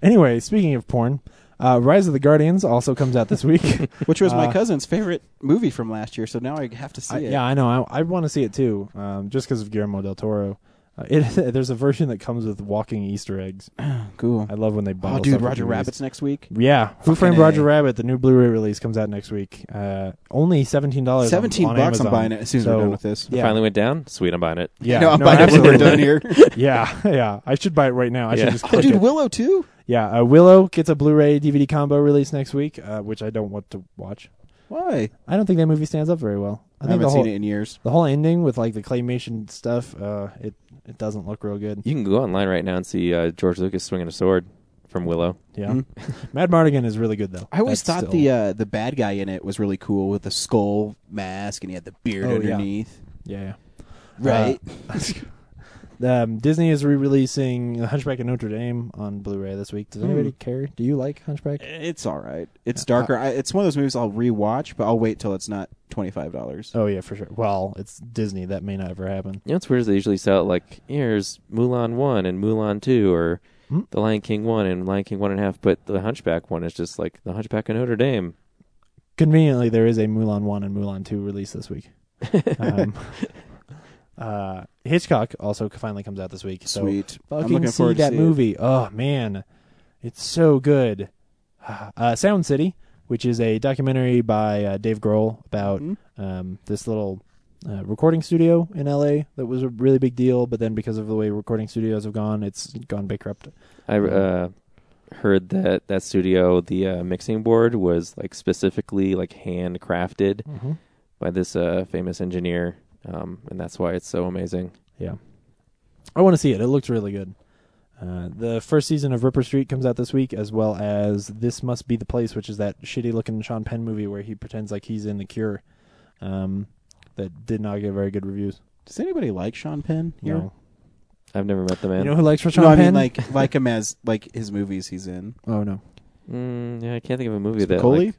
Speaker 2: Anyway, speaking of porn, uh, Rise of the Guardians also comes out this week.
Speaker 1: Which was my
Speaker 2: Uh,
Speaker 1: cousin's favorite movie from last year, so now I have to see
Speaker 2: I,
Speaker 1: it.
Speaker 2: yeah, I know. I, I want to see it too, um, just because of Guillermo del Toro. Uh, it, there's a version that comes with walking Easter eggs.
Speaker 1: cool.
Speaker 2: I love when they bottle
Speaker 1: Oh, dude,
Speaker 2: stuff with
Speaker 1: Roger
Speaker 2: movies.
Speaker 1: Rabbit's next week.
Speaker 2: Yeah, Who
Speaker 1: Fucking
Speaker 2: Framed
Speaker 1: A.
Speaker 2: Roger Rabbit? The new Blu-ray release comes out next week. Uh, only seventeen dollars.
Speaker 1: Seventeen
Speaker 2: on,
Speaker 1: bucks.
Speaker 2: Amazon.
Speaker 1: I'm buying it as soon as
Speaker 2: So,
Speaker 1: we're done with this.
Speaker 2: Yeah,
Speaker 3: Finally went down. Sweet, I'm buying it.
Speaker 2: yeah.
Speaker 1: no, I'm buying it when we're
Speaker 2: absolutely.
Speaker 1: done here.
Speaker 2: yeah, yeah. I should buy it right now. I
Speaker 3: Yeah.
Speaker 2: should just.
Speaker 1: oh,
Speaker 2: click
Speaker 1: dude,
Speaker 2: it.
Speaker 1: Willow too.
Speaker 2: Yeah, uh, Willow gets a Blu-ray DVD combo release next week, uh, which I don't want to watch.
Speaker 1: Why?
Speaker 2: I don't think that movie stands up very well. I
Speaker 1: I,
Speaker 2: think
Speaker 1: haven't
Speaker 2: the whole
Speaker 1: seen it in years.
Speaker 2: the whole ending with like the claymation stuff, uh, it it doesn't look real good.
Speaker 3: You can go online right now and see uh, George Lucas swinging a sword from Willow.
Speaker 2: Yeah,
Speaker 1: Mhm.
Speaker 2: Matt Mardigan is really good though.
Speaker 1: I always
Speaker 2: That's
Speaker 1: thought
Speaker 2: still-
Speaker 1: the uh, the bad guy in it was really cool with the skull mask and he had the beard
Speaker 2: Oh, yeah.
Speaker 1: underneath.
Speaker 2: yeah,
Speaker 1: Right.
Speaker 2: yeah. Um, Disney is re-releasing The Hunchback of Notre Dame on Blu-ray this week.
Speaker 1: Hmm.
Speaker 2: Does anybody care? Do you like Hunchback?
Speaker 1: It's all right. It's darker. I, it's one of those movies I'll rewatch, but I'll wait till it's not twenty five dollars.
Speaker 2: Oh yeah, for sure. Well, it's Disney. That may not ever happen.
Speaker 3: You know what's weird is they usually sell it like here's Mulan one and Mulan two or
Speaker 2: Hmm.
Speaker 3: The Lion King one and Lion King one and a half, but the Hunchback one is just like the Hunchback of Notre Dame.
Speaker 2: Conveniently, there is a Mulan one and Mulan two released this week. Um, uh, Hitchcock also finally comes out this week. So
Speaker 1: Sweet. I'm
Speaker 2: fucking
Speaker 1: looking
Speaker 2: see
Speaker 1: forward to
Speaker 2: that
Speaker 1: see it.
Speaker 2: movie. Oh man, it's so good. Uh, Sound City, which is a documentary by uh, Dave Grohl about
Speaker 1: Mhm.
Speaker 2: um, this little uh, recording studio in LA that was a really big deal, but then because of the way recording studios have gone, it's gone bankrupt.
Speaker 3: I
Speaker 2: Hmm.
Speaker 3: uh, heard that that studio, the uh, mixing board was like specifically like handcrafted
Speaker 2: Mm-hmm.
Speaker 3: by this uh, famous engineer, um, and that's why it's so amazing.
Speaker 2: Yeah, I want to see it. It looks really good. Uh, the first season of Ripper Street comes out this week, as well as This Must Be the Place, which is that shitty-looking Sean Penn movie where he pretends like he's in The Cure. Um, that did not get very good reviews.
Speaker 1: Does anybody like Sean Penn?
Speaker 2: You
Speaker 1: here?
Speaker 2: know,
Speaker 3: I've never met the man.
Speaker 2: you know who likes Sean
Speaker 1: no, I mean
Speaker 2: Penn?
Speaker 1: like like him as like his movies he's in.
Speaker 2: oh no,
Speaker 3: mm, yeah, I can't think of a movie that.
Speaker 1: Spicoli?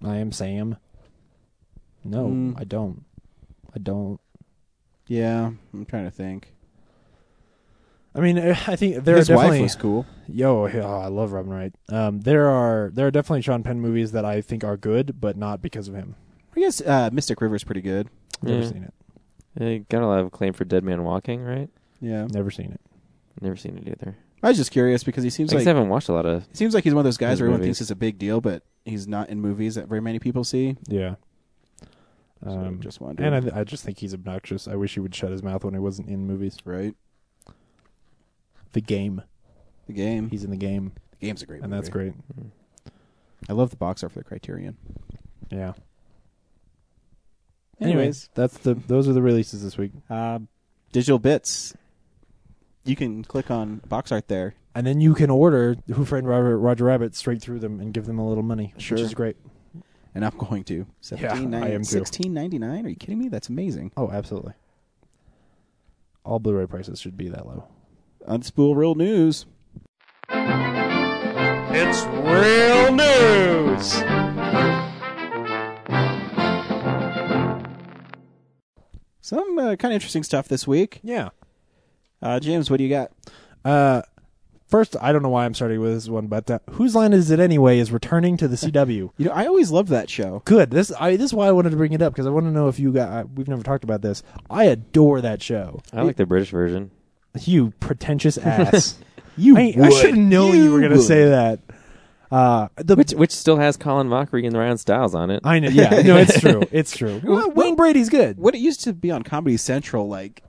Speaker 3: like-
Speaker 2: I am Sam. No,
Speaker 1: Mm.
Speaker 2: I don't. I don't.
Speaker 1: Yeah, I'm trying to think.
Speaker 2: I mean, uh, I think there
Speaker 1: His
Speaker 2: are definitely
Speaker 1: wife was cool.
Speaker 2: yo. oh, yeah, I love Robin Wright. Um, there are there are definitely Sean Penn movies that I think are good, but not because of him.
Speaker 1: I guess uh, Mystic River's pretty good.
Speaker 2: Never
Speaker 3: Yeah.
Speaker 2: seen it.
Speaker 3: They got a lot of acclaim for Dead Man Walking, right?
Speaker 1: Yeah,
Speaker 2: Never seen it.
Speaker 3: Never seen it either.
Speaker 1: I was just curious because he
Speaker 3: I
Speaker 1: seems
Speaker 3: guess I
Speaker 1: like
Speaker 3: haven't watched a lot of.
Speaker 1: he seems like he's one of those guys
Speaker 3: His
Speaker 1: where everyone
Speaker 3: movies.
Speaker 1: thinks it's a big deal, but he's not in movies that very many people see.
Speaker 2: Yeah.
Speaker 1: So
Speaker 2: Um,
Speaker 1: just wondering.
Speaker 2: and I, th- I just think he's obnoxious. I wish he would shut his mouth when he wasn't in movies.
Speaker 1: right?
Speaker 2: The game.
Speaker 1: The game.
Speaker 2: He's in the game,
Speaker 1: the game's a great
Speaker 2: and that's
Speaker 1: movie.
Speaker 2: great.
Speaker 1: I love the box art for the Criterion.
Speaker 2: Yeah.
Speaker 1: Anyways,
Speaker 2: Anyways, that's the those are the releases this week.
Speaker 1: uh, digital bits. You can click on box art there.
Speaker 2: And then you can order Who Framed Roger, Roger Rabbit straight through them and give them a little money,
Speaker 1: Sure.
Speaker 2: which is great.
Speaker 1: and I'm going to.
Speaker 2: Yeah, I am too.
Speaker 1: 1699 Are you kidding me? That's amazing.
Speaker 2: Oh, absolutely. All Blu-ray prices should be that low.
Speaker 1: Unspool real news.
Speaker 4: It's real news.
Speaker 1: Some uh, kind of interesting stuff this week.
Speaker 2: Yeah.
Speaker 1: Uh, James, what do you got?
Speaker 2: Uh, first, I don't know why I'm starting with this one, but uh, whose line is it anyway? Is returning to the CW.
Speaker 1: You know, I always loved that show.
Speaker 2: Good. This I this is why I wanted to bring it up because I want to know if you got. I, we've never talked about this. I adore that show.
Speaker 3: I like the British version.
Speaker 2: You pretentious ass.
Speaker 1: You
Speaker 2: I, I should have known you, were going to say that. Uh, the
Speaker 3: Which which still has Colin Mockery and Ryan Stiles on it.
Speaker 2: I know. Yeah, no, it's true. It's true.
Speaker 1: Well,
Speaker 2: Wayne Brady's good.
Speaker 1: What it used to be on Comedy Central, like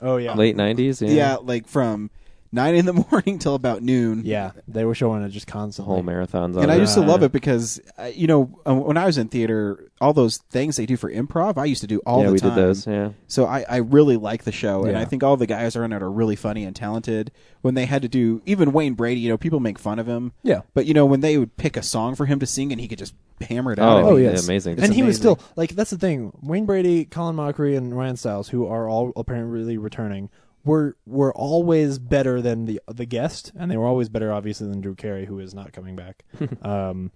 Speaker 2: Oh yeah,
Speaker 3: Late nineties, yeah.
Speaker 1: yeah, like from nine in the morning till about noon.
Speaker 2: yeah. They were showing it just constantly.
Speaker 3: Whole marathons on
Speaker 1: And
Speaker 3: it.
Speaker 1: I used to
Speaker 3: Yeah.
Speaker 1: love it because, uh, you know, uh, when I was in theater, all those things they do for improv, I used to do all
Speaker 3: yeah,
Speaker 1: the
Speaker 3: we
Speaker 1: time.
Speaker 3: did those. Yeah,
Speaker 1: So I, I really like the show, and
Speaker 2: Yeah.
Speaker 1: I think all the guys on it are really funny and talented. When they had to do even Wayne Brady, you know, people make fun of him.
Speaker 2: Yeah.
Speaker 1: But you know, when they would pick a song for him to sing, and he could just hammer it out.
Speaker 3: Oh,
Speaker 1: I mean,
Speaker 2: Oh
Speaker 3: yeah,
Speaker 2: yes,
Speaker 3: amazing.
Speaker 2: And
Speaker 1: It's
Speaker 2: he was
Speaker 1: amazing.
Speaker 2: still like that's the thing. Wayne Brady, Colin Mockery, and Ryan Stiles, who are all apparently returning, were were always better than the the guest, and they were always better, obviously, than Drew Carey, who is not coming back. um,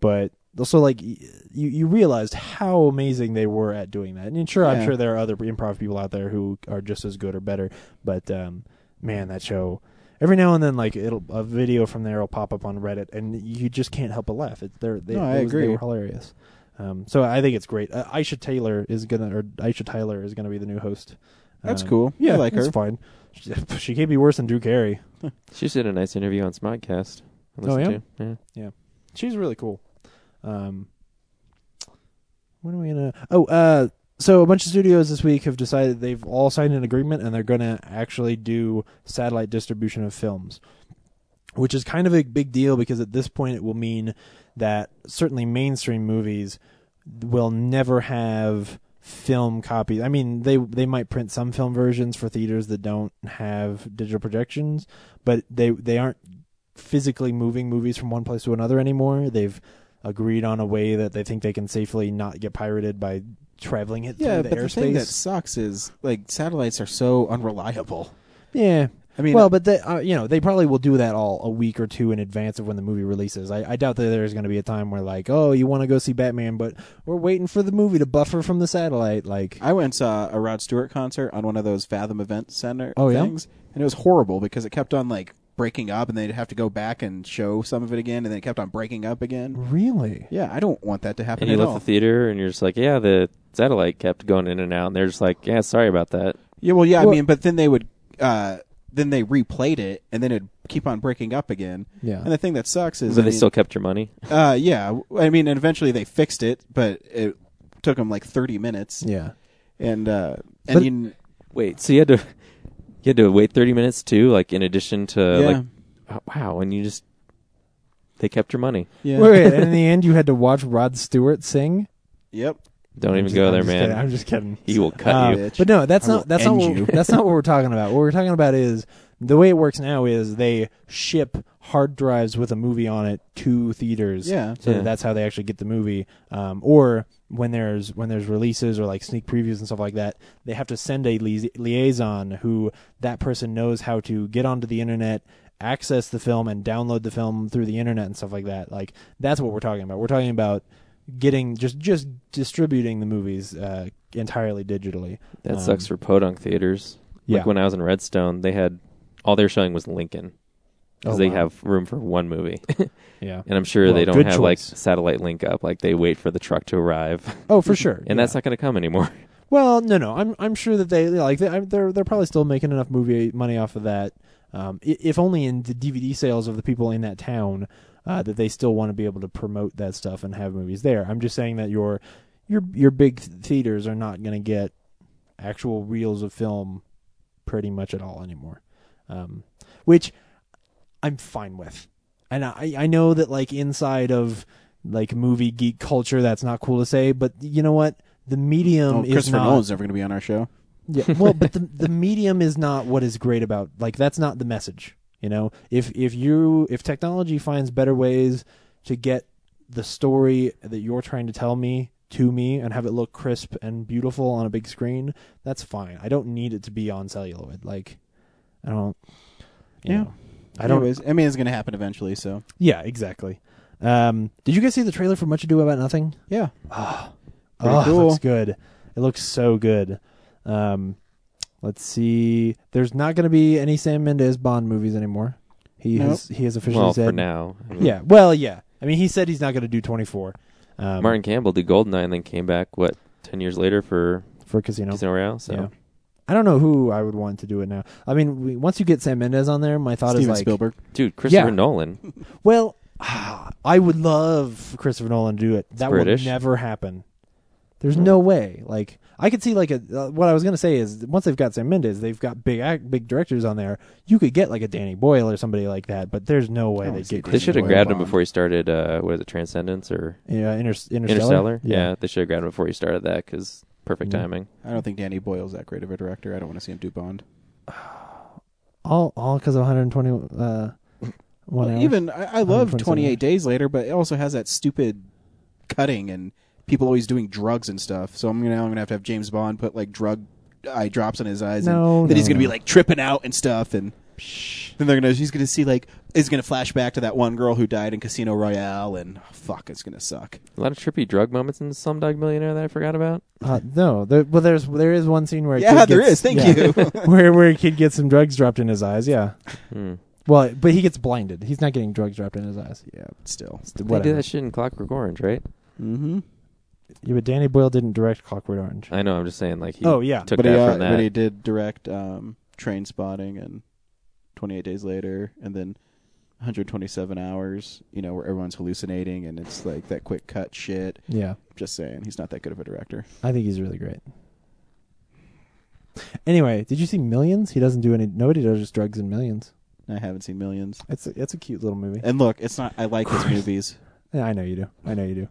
Speaker 2: but also like y- you you realized how amazing they were at doing that. And sure, I'm
Speaker 1: Yeah.
Speaker 2: sure there are other improv people out there who are just as good or better. But um, man, that show. Every now and then, like it'll a video from there will pop up on Reddit, and you just can't help but laugh. It, they're, they,
Speaker 1: No, I
Speaker 2: it was- They
Speaker 1: agree.
Speaker 2: were hilarious. Um, so I think it's great. Uh, Aisha Taylor is gonna, or Aisha Tyler is gonna be the new host.
Speaker 1: That's
Speaker 2: Um,
Speaker 1: cool.
Speaker 2: Yeah,
Speaker 1: I like
Speaker 2: it's
Speaker 1: her.
Speaker 2: fine. She, she can't be worse than Drew Carey.
Speaker 3: she just did a nice interview on Smodcast. I
Speaker 2: Oh,
Speaker 3: listened
Speaker 2: yeah?
Speaker 3: to. yeah.
Speaker 2: She's really cool. Um, when are we gonna? Oh, uh, so a bunch of studios this week have decided they've all signed an agreement and they're gonna actually do satellite distribution of films, which is kind of a big deal because at this point it will mean that certainly mainstream movies will never have film copies. I mean, they they might print some film versions for theaters that don't have digital projections, but they they aren't physically moving movies from one place to another anymore. They've agreed on a way that they think they can safely not get pirated by traveling it
Speaker 1: Yeah,
Speaker 2: through the
Speaker 1: but the
Speaker 2: airspace.
Speaker 1: thing that sucks is like satellites are so unreliable.
Speaker 2: yeah.
Speaker 1: I mean,
Speaker 2: well, but they, uh, you know, they probably will do that all a week or two in advance of when the movie releases. I, I doubt that there's going to be a time where like, oh, you want to go see Batman, but we're waiting for the movie to buffer from the satellite. Like,
Speaker 1: I went and saw a Rod Stewart concert on one of those Fathom Event Center
Speaker 2: Oh, yeah?
Speaker 1: things, and it was horrible because it kept on like breaking up, and they'd have to go back and show some of it again, and then it kept on breaking up again.
Speaker 2: really?
Speaker 1: Yeah, I don't want that to happen
Speaker 3: And you
Speaker 1: at
Speaker 3: left
Speaker 1: all.
Speaker 3: the theater, and you're just like, yeah, the satellite kept going in and out, and they're just like, yeah, sorry about that.
Speaker 1: Yeah, well, yeah,
Speaker 2: Well-
Speaker 1: I mean, but then they would, uh, then they replayed it, and then it'd keep on breaking up again.
Speaker 2: Yeah.
Speaker 1: And the thing that sucks is,
Speaker 3: But
Speaker 1: I
Speaker 3: they
Speaker 1: mean,
Speaker 3: still kept your money.
Speaker 1: uh, yeah, w- I mean, and eventually they fixed it, but it took them like thirty minutes.
Speaker 2: Yeah.
Speaker 1: and uh, and
Speaker 2: But-
Speaker 1: you,
Speaker 3: Wait, so you had to you had to wait thirty minutes too, like in addition to
Speaker 1: yeah,
Speaker 3: like oh, wow, and you just they kept your money.
Speaker 1: yeah,
Speaker 2: Wait, wait, and in the end, you had to watch Rod Stewart sing.
Speaker 1: yep.
Speaker 3: Don't
Speaker 2: I'm
Speaker 3: even
Speaker 2: just-
Speaker 3: go
Speaker 2: I'm
Speaker 3: there,
Speaker 2: just
Speaker 3: man.
Speaker 2: kidding. I'm just kidding.
Speaker 3: He will cut
Speaker 2: Um,
Speaker 3: you.
Speaker 1: bitch.
Speaker 2: But no, that's
Speaker 1: I will
Speaker 2: not that's not
Speaker 1: end
Speaker 2: what,
Speaker 1: you.
Speaker 2: that's not what we're talking about. What we're talking about is the way it works now is they ship hard drives with a movie on it to theaters.
Speaker 1: Yeah.
Speaker 2: so
Speaker 3: Yeah.
Speaker 2: that's how they actually get the movie. Um, or when there's when there's releases or like sneak previews and stuff like that, they have to send a lia- liaison who that person knows how to get onto the internet. Access the film and download the film through the internet and stuff like that. Like that's what we're talking about. We're talking about getting just just distributing the movies uh, entirely digitally.
Speaker 3: That
Speaker 2: Um,
Speaker 3: sucks for podunk theaters.
Speaker 2: yeah.
Speaker 3: Like when I was in Redstone, they had all they were showing was Lincoln. Because
Speaker 2: Oh,
Speaker 3: they
Speaker 2: wow.
Speaker 3: have room for one movie.
Speaker 2: Yeah.
Speaker 3: and I'm sure
Speaker 2: Well,
Speaker 3: they don't
Speaker 2: good
Speaker 3: have like
Speaker 2: choice.
Speaker 3: satellite link up. Like they wait for the truck to arrive.
Speaker 2: Oh, for sure.
Speaker 3: and that's not going to come anymore.
Speaker 2: well, no, no. I'm I'm sure that they like they, I'm- they're they're probably still making enough movie money off of that. Um, i- if only in the DVD sales of the people in that town, uh, that they still want to be able to promote that stuff and have movies there. I'm just saying that your your your big theaters are not going to get actual reels of film pretty much at all anymore. Um, which I'm fine with. And I I know that like inside of like movie geek culture that's not cool to say, but you know what? The medium
Speaker 1: Well,
Speaker 2: Um, is
Speaker 1: Oh, Christopher
Speaker 2: not
Speaker 1: Nolan's never going to be on our show.
Speaker 2: yeah. Well, but the the medium is not what is great about. Like that's not the message. You know, if if you if technology finds better ways to get the story that you're trying to tell me to me and have it look crisp and beautiful on a big screen, that's fine. I don't need it to be on celluloid. Like I don't. you
Speaker 1: Yeah.
Speaker 2: know. I don't.
Speaker 1: Anyways, I mean, it's going to happen eventually. So
Speaker 2: Yeah, exactly. Um, did you guys see the trailer for Much Ado About Nothing?
Speaker 1: yeah, Pretty
Speaker 2: Oh, it
Speaker 1: cool.
Speaker 2: looks good. It looks so good. Um, let's see. There's not going to be any Sam Mendes Bond movies anymore. He
Speaker 1: Nope.
Speaker 2: has he has officially
Speaker 3: Well,
Speaker 2: said
Speaker 3: for now. I mean,
Speaker 2: Yeah. Well, yeah. I mean, he said he's not going to do 24 um,
Speaker 3: Martin Campbell did Goldeneye and then came back what ten years later for
Speaker 2: for Casino.
Speaker 3: Casino Royale. So
Speaker 2: Yeah. I don't know who I would want to do it now. I mean, we, once you get Sam Mendes on there, my thought
Speaker 1: Steven
Speaker 2: is like,
Speaker 1: Spielberg.
Speaker 3: dude, Christopher
Speaker 2: Yeah.
Speaker 3: Nolan.
Speaker 2: well, I would love for Christopher Nolan to do it. That
Speaker 3: British.
Speaker 2: will never happen. There's no way. Like I could see like a uh, what I was gonna say is once they've got Sam Mendes, they've got big act, big directors on there. You could get like a Danny Boyle or somebody like that, but there's no
Speaker 1: I
Speaker 2: way they
Speaker 1: wanna see
Speaker 2: get.
Speaker 3: They
Speaker 1: Christopher
Speaker 3: should have
Speaker 1: Nolan
Speaker 3: grabbed him
Speaker 1: Bond.
Speaker 3: before he started. Uh, what is it, Transcendence or
Speaker 2: Yeah, Inter- Interstellar.
Speaker 3: Interstellar? Yeah, they should have grabbed him before he started that because perfect
Speaker 2: Yeah.
Speaker 3: timing.
Speaker 1: I don't think Danny Boyle's that great of a director. I don't want to see him do Bond.
Speaker 2: all all because of 120 uh, one
Speaker 1: Well,
Speaker 2: hour.
Speaker 1: even I, I love
Speaker 2: 127
Speaker 1: 28
Speaker 2: hours.
Speaker 1: Days Later, but it also has that stupid cutting and people always doing drugs and stuff. So I'm gonna now I'm gonna have to have James Bond put like drug eye drops on his eyes,
Speaker 2: No,
Speaker 1: and then
Speaker 2: no,
Speaker 1: he's gonna be
Speaker 2: no.
Speaker 1: like tripping out and stuff, and then they're gonna he's gonna see like is gonna flash back to that one girl who died in Casino Royale, and fuck, it's gonna suck.
Speaker 3: A lot of trippy drug moments in Slumdog Millionaire that I forgot about.
Speaker 2: Uh, no, there, well, there's there is one scene where a
Speaker 1: yeah,
Speaker 2: kid
Speaker 1: there
Speaker 2: gets-
Speaker 1: is. Thank
Speaker 2: yeah.
Speaker 1: you.
Speaker 2: where where a kid gets some drugs dropped in his eyes. Yeah.
Speaker 3: Hmm.
Speaker 2: Well, but he gets blinded. He's not getting drugs dropped in his eyes.
Speaker 1: yeah, but still.
Speaker 3: They did
Speaker 2: Whatever.
Speaker 3: that shit in Clockwork Orange, right?
Speaker 1: Mm-hmm.
Speaker 2: Yeah, but Danny Boyle didn't direct Clockwork Orange.
Speaker 3: I know. I'm just saying, like Uh, he
Speaker 2: oh yeah,
Speaker 3: took
Speaker 1: but,
Speaker 3: that
Speaker 1: he, uh,
Speaker 3: from that.
Speaker 1: but he did direct um, Train Spotting and 28 Days Later, and then 127 Hours. You know, where everyone's hallucinating and it's like that quick cut shit.
Speaker 2: yeah.
Speaker 1: Just saying, he's not that good of a director.
Speaker 2: I think he's really great. Anyway, did you see Millions? He doesn't do any. Nobody does drugs in Millions.
Speaker 1: I haven't seen Millions.
Speaker 2: It's a, it's a cute little movie.
Speaker 1: And look, it's not. I like his movies.
Speaker 2: Yeah, I know you do. I know you do.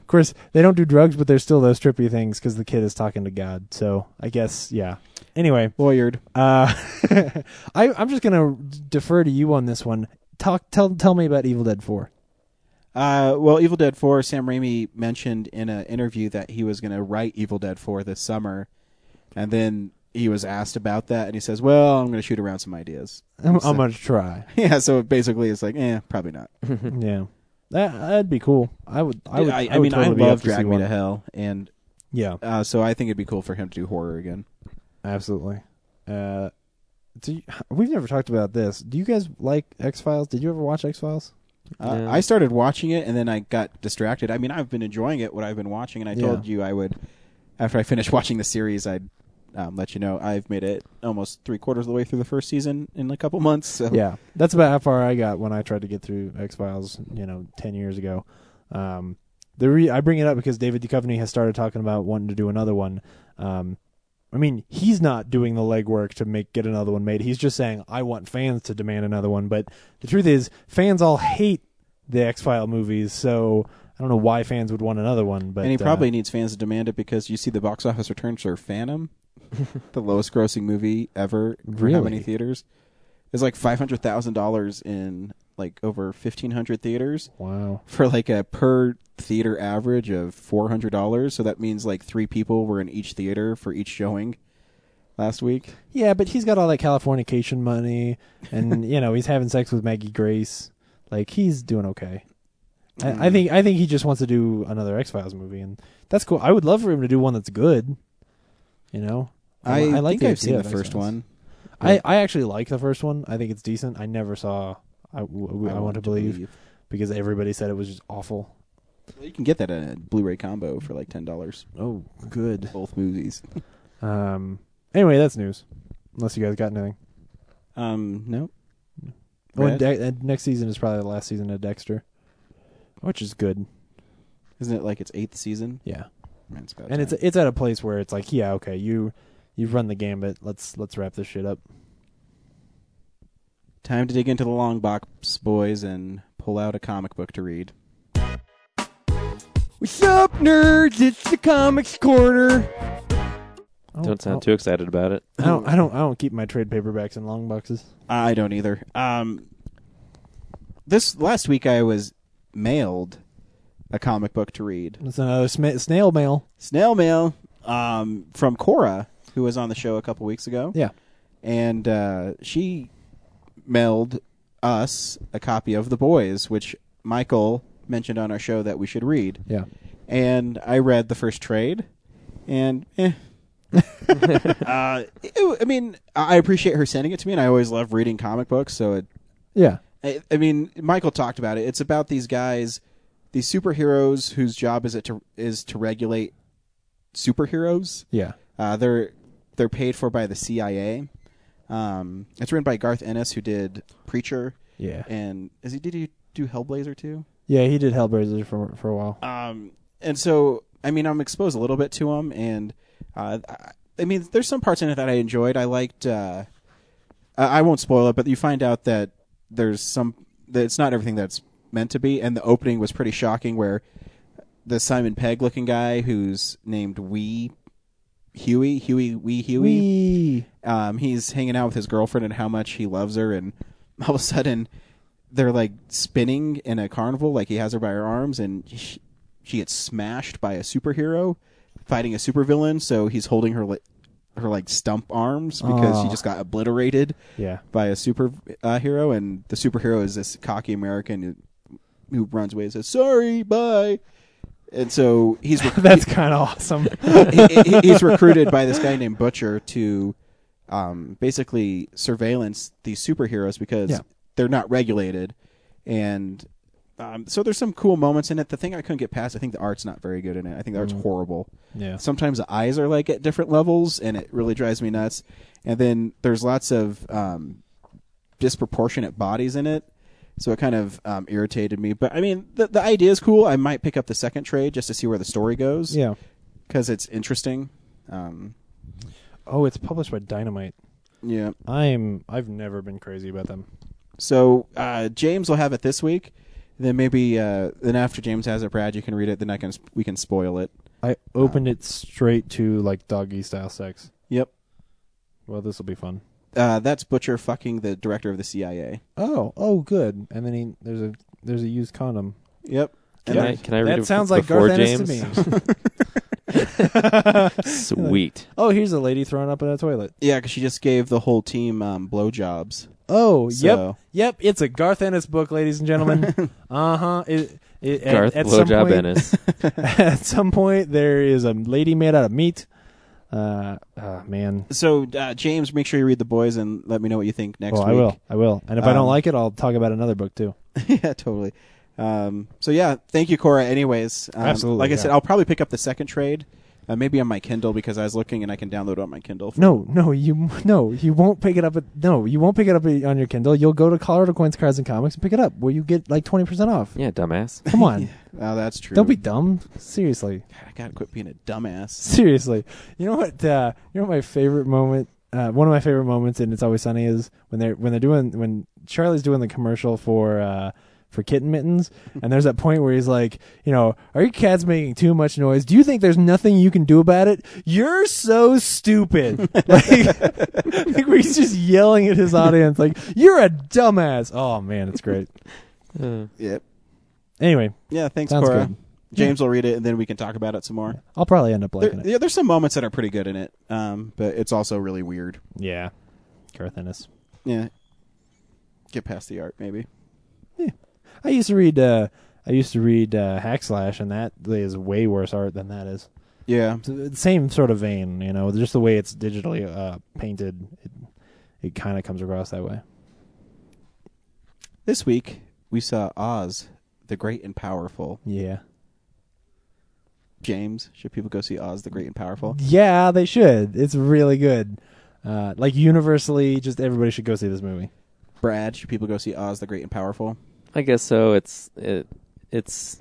Speaker 2: Of course, they don't do drugs, but there's still those trippy things because the kid is talking to God. So I guess yeah. Anyway,
Speaker 1: Lawyered.
Speaker 2: uh, I I'm just gonna defer to you on this one. Talk tell tell me about Evil Dead Four.
Speaker 1: Uh, well, Evil Dead 4, Sam Raimi mentioned in an interview that he was going to write Evil Dead 4 this summer. And then he was asked about that, and he says, Well, I'm going to shoot around some ideas.
Speaker 2: I'm,
Speaker 1: So-
Speaker 2: I'm gonna try.
Speaker 1: Yeah, so basically it's like, eh, probably not.
Speaker 2: yeah, that that'd be cool. I would. I would.
Speaker 1: I, I
Speaker 2: would
Speaker 1: mean,
Speaker 2: totally be
Speaker 1: I
Speaker 2: up
Speaker 1: love
Speaker 2: to see
Speaker 1: Drag Me
Speaker 2: one.
Speaker 1: to Hell, and
Speaker 2: Yeah,
Speaker 1: uh, so I think it'd be cool for him to do horror again.
Speaker 2: absolutely. Uh, do you, we've never talked about this. Do you guys like X Files? Did you ever watch X Files?
Speaker 1: Uh,
Speaker 3: Yeah.
Speaker 1: I started watching it, and then I got distracted. I mean, I've been enjoying it, what I've been watching, and I told
Speaker 2: Yeah.
Speaker 1: you I would, after I finished watching the series, I'd um, let you know I've made it almost three quarters of the way through the first season in a couple months. So
Speaker 2: Yeah, that's about how far I got when I tried to get through X Files. You know, ten years ago. Um, the re- I bring it up because David Duchovny has started talking about wanting to do another one. Um, I mean, he's not doing the legwork to make get another one made. He's just saying, "I want fans to demand another one." But the truth is, fans all hate the X File movies, so I don't know why fans would want another one. But
Speaker 1: and he
Speaker 2: uh,
Speaker 1: probably needs fans to demand it because you see the box office returns for Phantom, the lowest grossing movie ever for how many
Speaker 2: Really?
Speaker 1: theaters? It's like five hundred thousand dollars in like over fifteen hundred theaters.
Speaker 2: wow.
Speaker 1: for like a per theater average of four hundred dollars. So that means like three people were in each theater for each showing last week.
Speaker 2: Yeah, but he's got all that Californication money, and you know he's having sex with Maggie Grace. Like he's doing okay. I, I
Speaker 1: Mm.
Speaker 2: think I think he just wants to do another X Files movie, and that's cool. I would love for him to do one that's good. You know,
Speaker 1: I,
Speaker 2: I
Speaker 1: think
Speaker 2: like the
Speaker 1: I've
Speaker 2: idea
Speaker 1: seen
Speaker 2: of
Speaker 1: the first
Speaker 2: X-Files.
Speaker 1: one.
Speaker 2: I, I actually like the first one. I think it's decent. I never saw. I, w- w- I want to believe, because everybody said it was just awful.
Speaker 1: You can get that in a Blu-ray combo for like ten dollars.
Speaker 2: Oh, good.
Speaker 1: Both movies.
Speaker 2: Um. Anyway, that's news. Unless you guys got anything.
Speaker 1: Um, no,
Speaker 2: Oh,
Speaker 1: Brad?
Speaker 2: and De- and next season is probably the last season of Dexter, which is good.
Speaker 1: isn't it like its eighth season?
Speaker 2: Yeah.
Speaker 1: Man, it's about
Speaker 2: and it's
Speaker 1: time.
Speaker 2: it's at a place where it's like, yeah, okay, you you've run the gambit. Let's let's wrap this shit up.
Speaker 1: Time to dig into the long box, boys, and pull out a comic book to read.
Speaker 4: What's up, nerds? It's the Comics Corner.
Speaker 2: I
Speaker 3: Don't
Speaker 2: I
Speaker 3: sound too excited about it.
Speaker 2: Oh, I don't. I don't. I don't keep my trade paperbacks in long boxes.
Speaker 1: I don't either. Um, this last week I was mailed a comic book to read.
Speaker 2: It's another sma- snail mail.
Speaker 1: Snail mail um, from Cora, who was on the show a couple weeks ago.
Speaker 2: Yeah.
Speaker 1: and uh, she mailed us a copy of The Boys, which Michael mentioned on our show that we should read.
Speaker 2: Yeah.
Speaker 1: And I read the first trade, and eh. uh, it- I mean, I appreciate her sending it to me, and I always love reading comic books, so it
Speaker 2: Yeah.
Speaker 1: I, I mean, Michael talked about it. It's about these guys, these superheroes whose job is it to is to regulate superheroes.
Speaker 2: Yeah.
Speaker 1: Uh, they're they're paid for by the CIA. Um, it's written by Garth Ennis, who did Preacher,
Speaker 2: Yeah.
Speaker 1: and is he did he do Hellblazer too?
Speaker 2: Yeah. He did Hellblazer for for a while.
Speaker 1: Um, and so I mean, I'm exposed a little bit to him, and uh, I- I mean, there's some parts in it that I enjoyed. I liked. Uh, I I won't spoil it, but you find out that there's some that it's not everything that's meant to be, and the opening was pretty shocking, where the Simon Pegg looking guy who's named Wee Huey Huey Wee Huey
Speaker 2: Wee.
Speaker 1: um, he's hanging out with his girlfriend and how much he loves her, and all of a sudden they're like spinning in a carnival, like he has her by her arms, and she, she gets smashed by a superhero fighting a supervillain. So he's holding her like her like stump arms because she
Speaker 2: Aw.
Speaker 1: just got obliterated
Speaker 2: Ah. Yeah.
Speaker 1: by a superhero, uh, hero, and the superhero is this cocky American who, who runs away and says "Sorry, bye," and so he's
Speaker 2: That's kind of awesome.
Speaker 1: he- he- he's recruited by this guy named Butcher to um, basically surveillance these superheroes because
Speaker 2: Yeah.
Speaker 1: they're not regulated, and um, so there's some cool moments in it. The thing I couldn't get past, I think the art's not very good in it. I think the art's horrible.
Speaker 2: Mm-hmm. yeah.
Speaker 1: Sometimes the eyes are like at different levels, and it really drives me nuts. And then there's lots of um, disproportionate bodies in it, so it kind of um, irritated me. But I mean, the the idea is cool. I might pick up the second trade just to see where the story goes
Speaker 2: Yeah.
Speaker 1: because it's interesting. Um,
Speaker 2: Oh, it's published by Dynamite.
Speaker 1: yeah.
Speaker 2: I'm. I've never been crazy about them.
Speaker 1: So uh, James will have it this week. Then maybe uh, then after James has it, Brad, you can read it. Then I can sp- we can spoil it.
Speaker 2: I opened it straight to like doggy style sex.
Speaker 1: Yep.
Speaker 2: Well, this will be fun.
Speaker 1: Uh, that's Butcher fucking the director of the CIA.
Speaker 2: Oh, oh, good. And then he, there's a there's a used condom.
Speaker 1: Yep.
Speaker 3: Can
Speaker 1: And
Speaker 3: I? Can I read
Speaker 2: that
Speaker 3: it
Speaker 2: sounds
Speaker 3: bef-
Speaker 2: like
Speaker 3: before
Speaker 2: Garth Ennis
Speaker 3: James?
Speaker 2: to me.
Speaker 3: Sweet.
Speaker 2: oh, here's a lady thrown up in a toilet.
Speaker 1: Yeah, because she just gave the whole team um, blowjobs.
Speaker 2: Oh,
Speaker 1: So-
Speaker 2: yep, yep. It's a Garth Ennis book, ladies and gentlemen. uh huh. It, it, at-
Speaker 3: Garth
Speaker 2: at, some
Speaker 3: blowjob
Speaker 2: point-
Speaker 3: Ennis.
Speaker 2: at some point, there is a lady made out of meat. Uh, ah, man.
Speaker 1: So uh, James, make sure you read the boys and let me know what you think next
Speaker 2: Well,
Speaker 1: week.
Speaker 2: Oh, I will. I will. And if I
Speaker 1: Um,
Speaker 2: don't like it, I'll talk about another book too.
Speaker 1: yeah, totally. Um, so yeah, thank you, Cora. Anyways, um,
Speaker 2: Absolutely,
Speaker 1: Like I
Speaker 2: yeah.
Speaker 1: said, I'll probably pick up the second trade, uh, maybe on my Kindle because I was looking and I can download it on my Kindle. for
Speaker 2: No, no, you no, you won't pick it up. At, no, you won't pick it up at- on your Kindle. You'll go to Colorado Coins, Cards, and Comics and pick it up, where you get like twenty percent off.
Speaker 3: Yeah, dumbass.
Speaker 2: Come on,
Speaker 1: Oh, that's true.
Speaker 2: don't be dumb. Seriously,
Speaker 1: God, I gotta quit being a dumbass.
Speaker 2: seriously. You know what? Uh, you know what my favorite moment. Uh, one of my favorite moments in It's Always Sunny is when they're when they're doing when Charlie's doing the commercial for uh, for kitten mittens, and there's that point where he's like, you know, are your cats making too much noise? Do you think there's nothing you can do about it? You're so stupid. like, like where he's just yelling at his audience, like, you're a dumbass. Oh man, it's great.
Speaker 3: Uh,
Speaker 1: Yep.
Speaker 2: Anyway,
Speaker 1: Yeah. Thanks,
Speaker 2: Sounds
Speaker 1: Cora.
Speaker 2: good.
Speaker 1: James will read it, and then we can talk about it some more.
Speaker 2: I'll probably end up
Speaker 1: There,
Speaker 2: liking it.
Speaker 1: yeah, there's some moments that are pretty good in it, um, but it's also really weird.
Speaker 2: Yeah, Garth Ennis.
Speaker 1: Yeah. Get past the art, maybe.
Speaker 2: I used to read. Uh, I used to read uh, Hackslash, and that is way worse art than that is.
Speaker 1: Yeah.
Speaker 2: It's the same sort of vein, you know, just the way it's digitally uh, painted. It, it kind of comes across that way.
Speaker 1: This week we saw Oz, the Great and Powerful.
Speaker 2: Yeah.
Speaker 1: James, should people go see Oz, the Great and Powerful?
Speaker 2: Yeah, they should. It's really good. Uh, like universally, just everybody should go see this movie.
Speaker 1: Brad, should people go see Oz, the Great and Powerful?
Speaker 3: I guess so. It's it, it's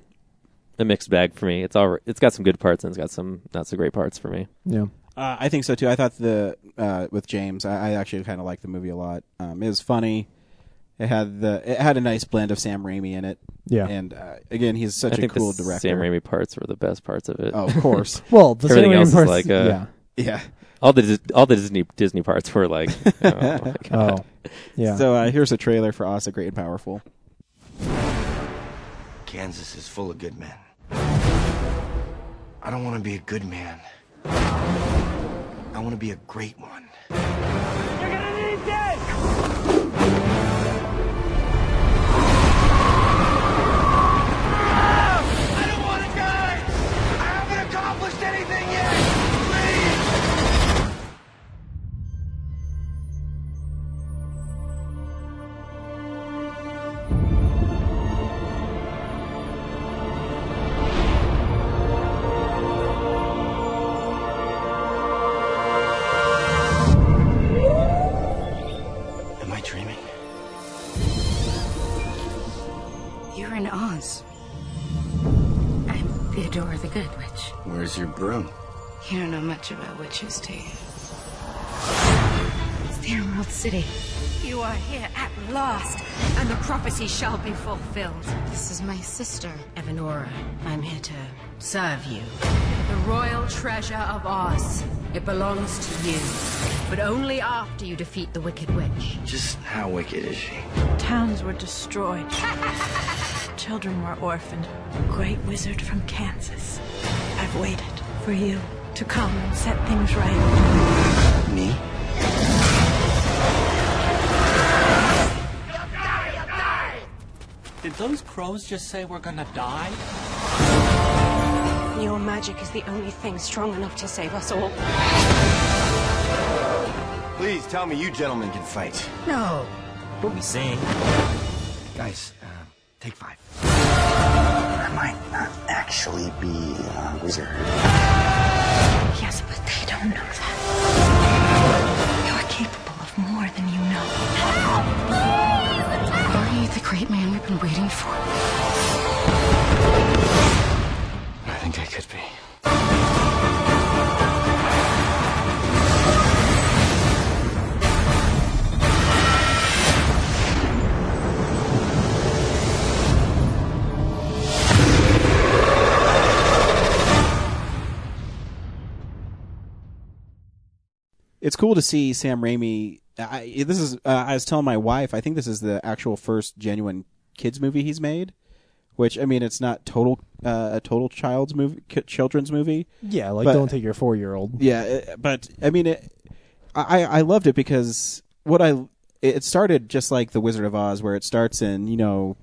Speaker 3: a mixed bag for me. It's all. It's got some good parts and it's got some not so great parts for me.
Speaker 2: Yeah.
Speaker 1: Uh, I think so too. I thought the uh, with James, I, I actually kind of liked the movie a lot. Um, it was funny. It had the it had a nice blend of Sam Raimi in it.
Speaker 2: Yeah.
Speaker 1: and uh, again, he's
Speaker 3: I
Speaker 1: such a
Speaker 3: think
Speaker 1: cool
Speaker 3: the
Speaker 1: director.
Speaker 3: Sam Raimi parts were the best parts of it.
Speaker 1: Oh, of course.
Speaker 2: Well, the
Speaker 3: Everything
Speaker 2: Sam Raimi
Speaker 3: else is
Speaker 2: parts-
Speaker 3: like, uh,
Speaker 2: yeah.
Speaker 1: yeah.
Speaker 3: all the Dis- all the Disney Disney parts were like, oh my god.
Speaker 2: Oh, yeah.
Speaker 1: So uh, here's a trailer for Asa Great and Powerful.
Speaker 6: Kansas is full of good men. I don't want to be a good man. I want to be a great one.
Speaker 7: I don't want to die! I haven't accomplished anything yet! Please!
Speaker 6: Am I dreaming?
Speaker 8: You're in Oz. I'm Theodora the Good Witch.
Speaker 6: Where's your broom?
Speaker 8: You don't know much about witches, do you? It's the Emerald City. You are here at last, and the prophecy shall be fulfilled. This is my sister, Evanora. I'm here to serve you. The royal treasure of Oz. It belongs to you, but only after you defeat the Wicked Witch.
Speaker 6: Just how wicked is she?
Speaker 9: Towns were destroyed. Children were orphaned. Great wizard from Kansas. I've waited for you to come and set things right.
Speaker 6: Me?
Speaker 10: Did those crows just say we're gonna die?
Speaker 8: Your magic is the only thing strong enough to save us all.
Speaker 6: Please tell me you gentlemen can fight.
Speaker 8: No.
Speaker 10: But we sing.
Speaker 6: Guys, uh, take five. I might not actually be a wizard.
Speaker 9: Yes, but they don't know that. You're capable of more than you know.
Speaker 8: Are you the great man we've been waiting for?
Speaker 6: I think I could be.
Speaker 1: It's cool to see Sam Raimi. I, this is uh, I was telling my wife. I think this is the actual first genuine kids movie he's made. Which I mean, it's not total uh, a total child's movie, ki- children's movie.
Speaker 2: yeah, like
Speaker 1: but-
Speaker 2: don't take your four year old.
Speaker 1: Yeah, it- but I mean, it, I I loved it because what I it started just like the Wizard of Oz, where it starts in you know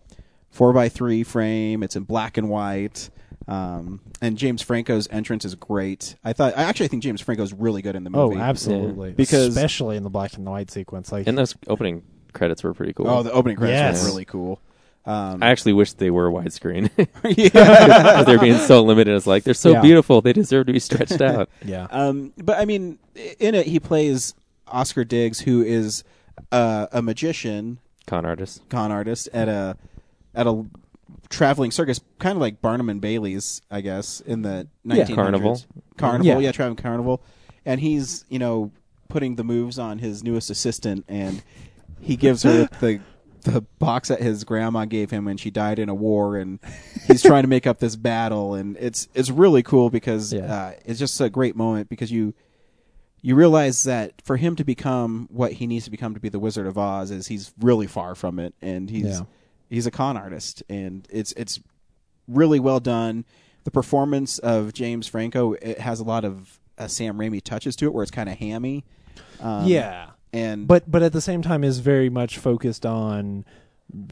Speaker 1: four by three frame. It's in black and white. Um, and James Franco's entrance is great. I thought I actually think James Franco's really good in the
Speaker 2: Oh,
Speaker 1: movie.
Speaker 2: absolutely.
Speaker 1: Because-
Speaker 2: especially in the black and white sequence, like
Speaker 3: And those opening credits were pretty cool.
Speaker 1: Oh, the opening credits
Speaker 2: Yes.
Speaker 1: were really cool. Um,
Speaker 3: I actually wish they were widescreen.
Speaker 1: yeah.
Speaker 3: they're being so limited. It's like they're so
Speaker 2: Yeah.
Speaker 3: beautiful. They deserve to be stretched out.
Speaker 2: yeah,
Speaker 1: Um, but I mean, i- in it, he plays Oscar Diggs, who is uh, a magician,
Speaker 3: Con artists.
Speaker 1: con artist at a at a traveling circus, kind of like Barnum and Bailey's, I guess, in the 1900s.
Speaker 3: Carnival.
Speaker 1: Carnival,
Speaker 2: Yeah.
Speaker 1: yeah. traveling carnival. And he's, you know, putting the moves on his newest assistant, and he gives her the the box that his grandma gave him when she died in a war, and he's trying to make up this battle, and it's it's really cool because
Speaker 2: Yeah.
Speaker 1: uh, it's just a great moment because you you realize that for him to become what he needs to become to be the Wizard of Oz is he's really far from it, and he's
Speaker 2: Yeah.
Speaker 1: he's a con artist, and it's it's really well done. The performance of James Franco it has a lot of uh, Sam Raimi touches to it, where it's kind of hammy, um,
Speaker 2: yeah.
Speaker 1: and
Speaker 2: But but at the same time, is very much focused on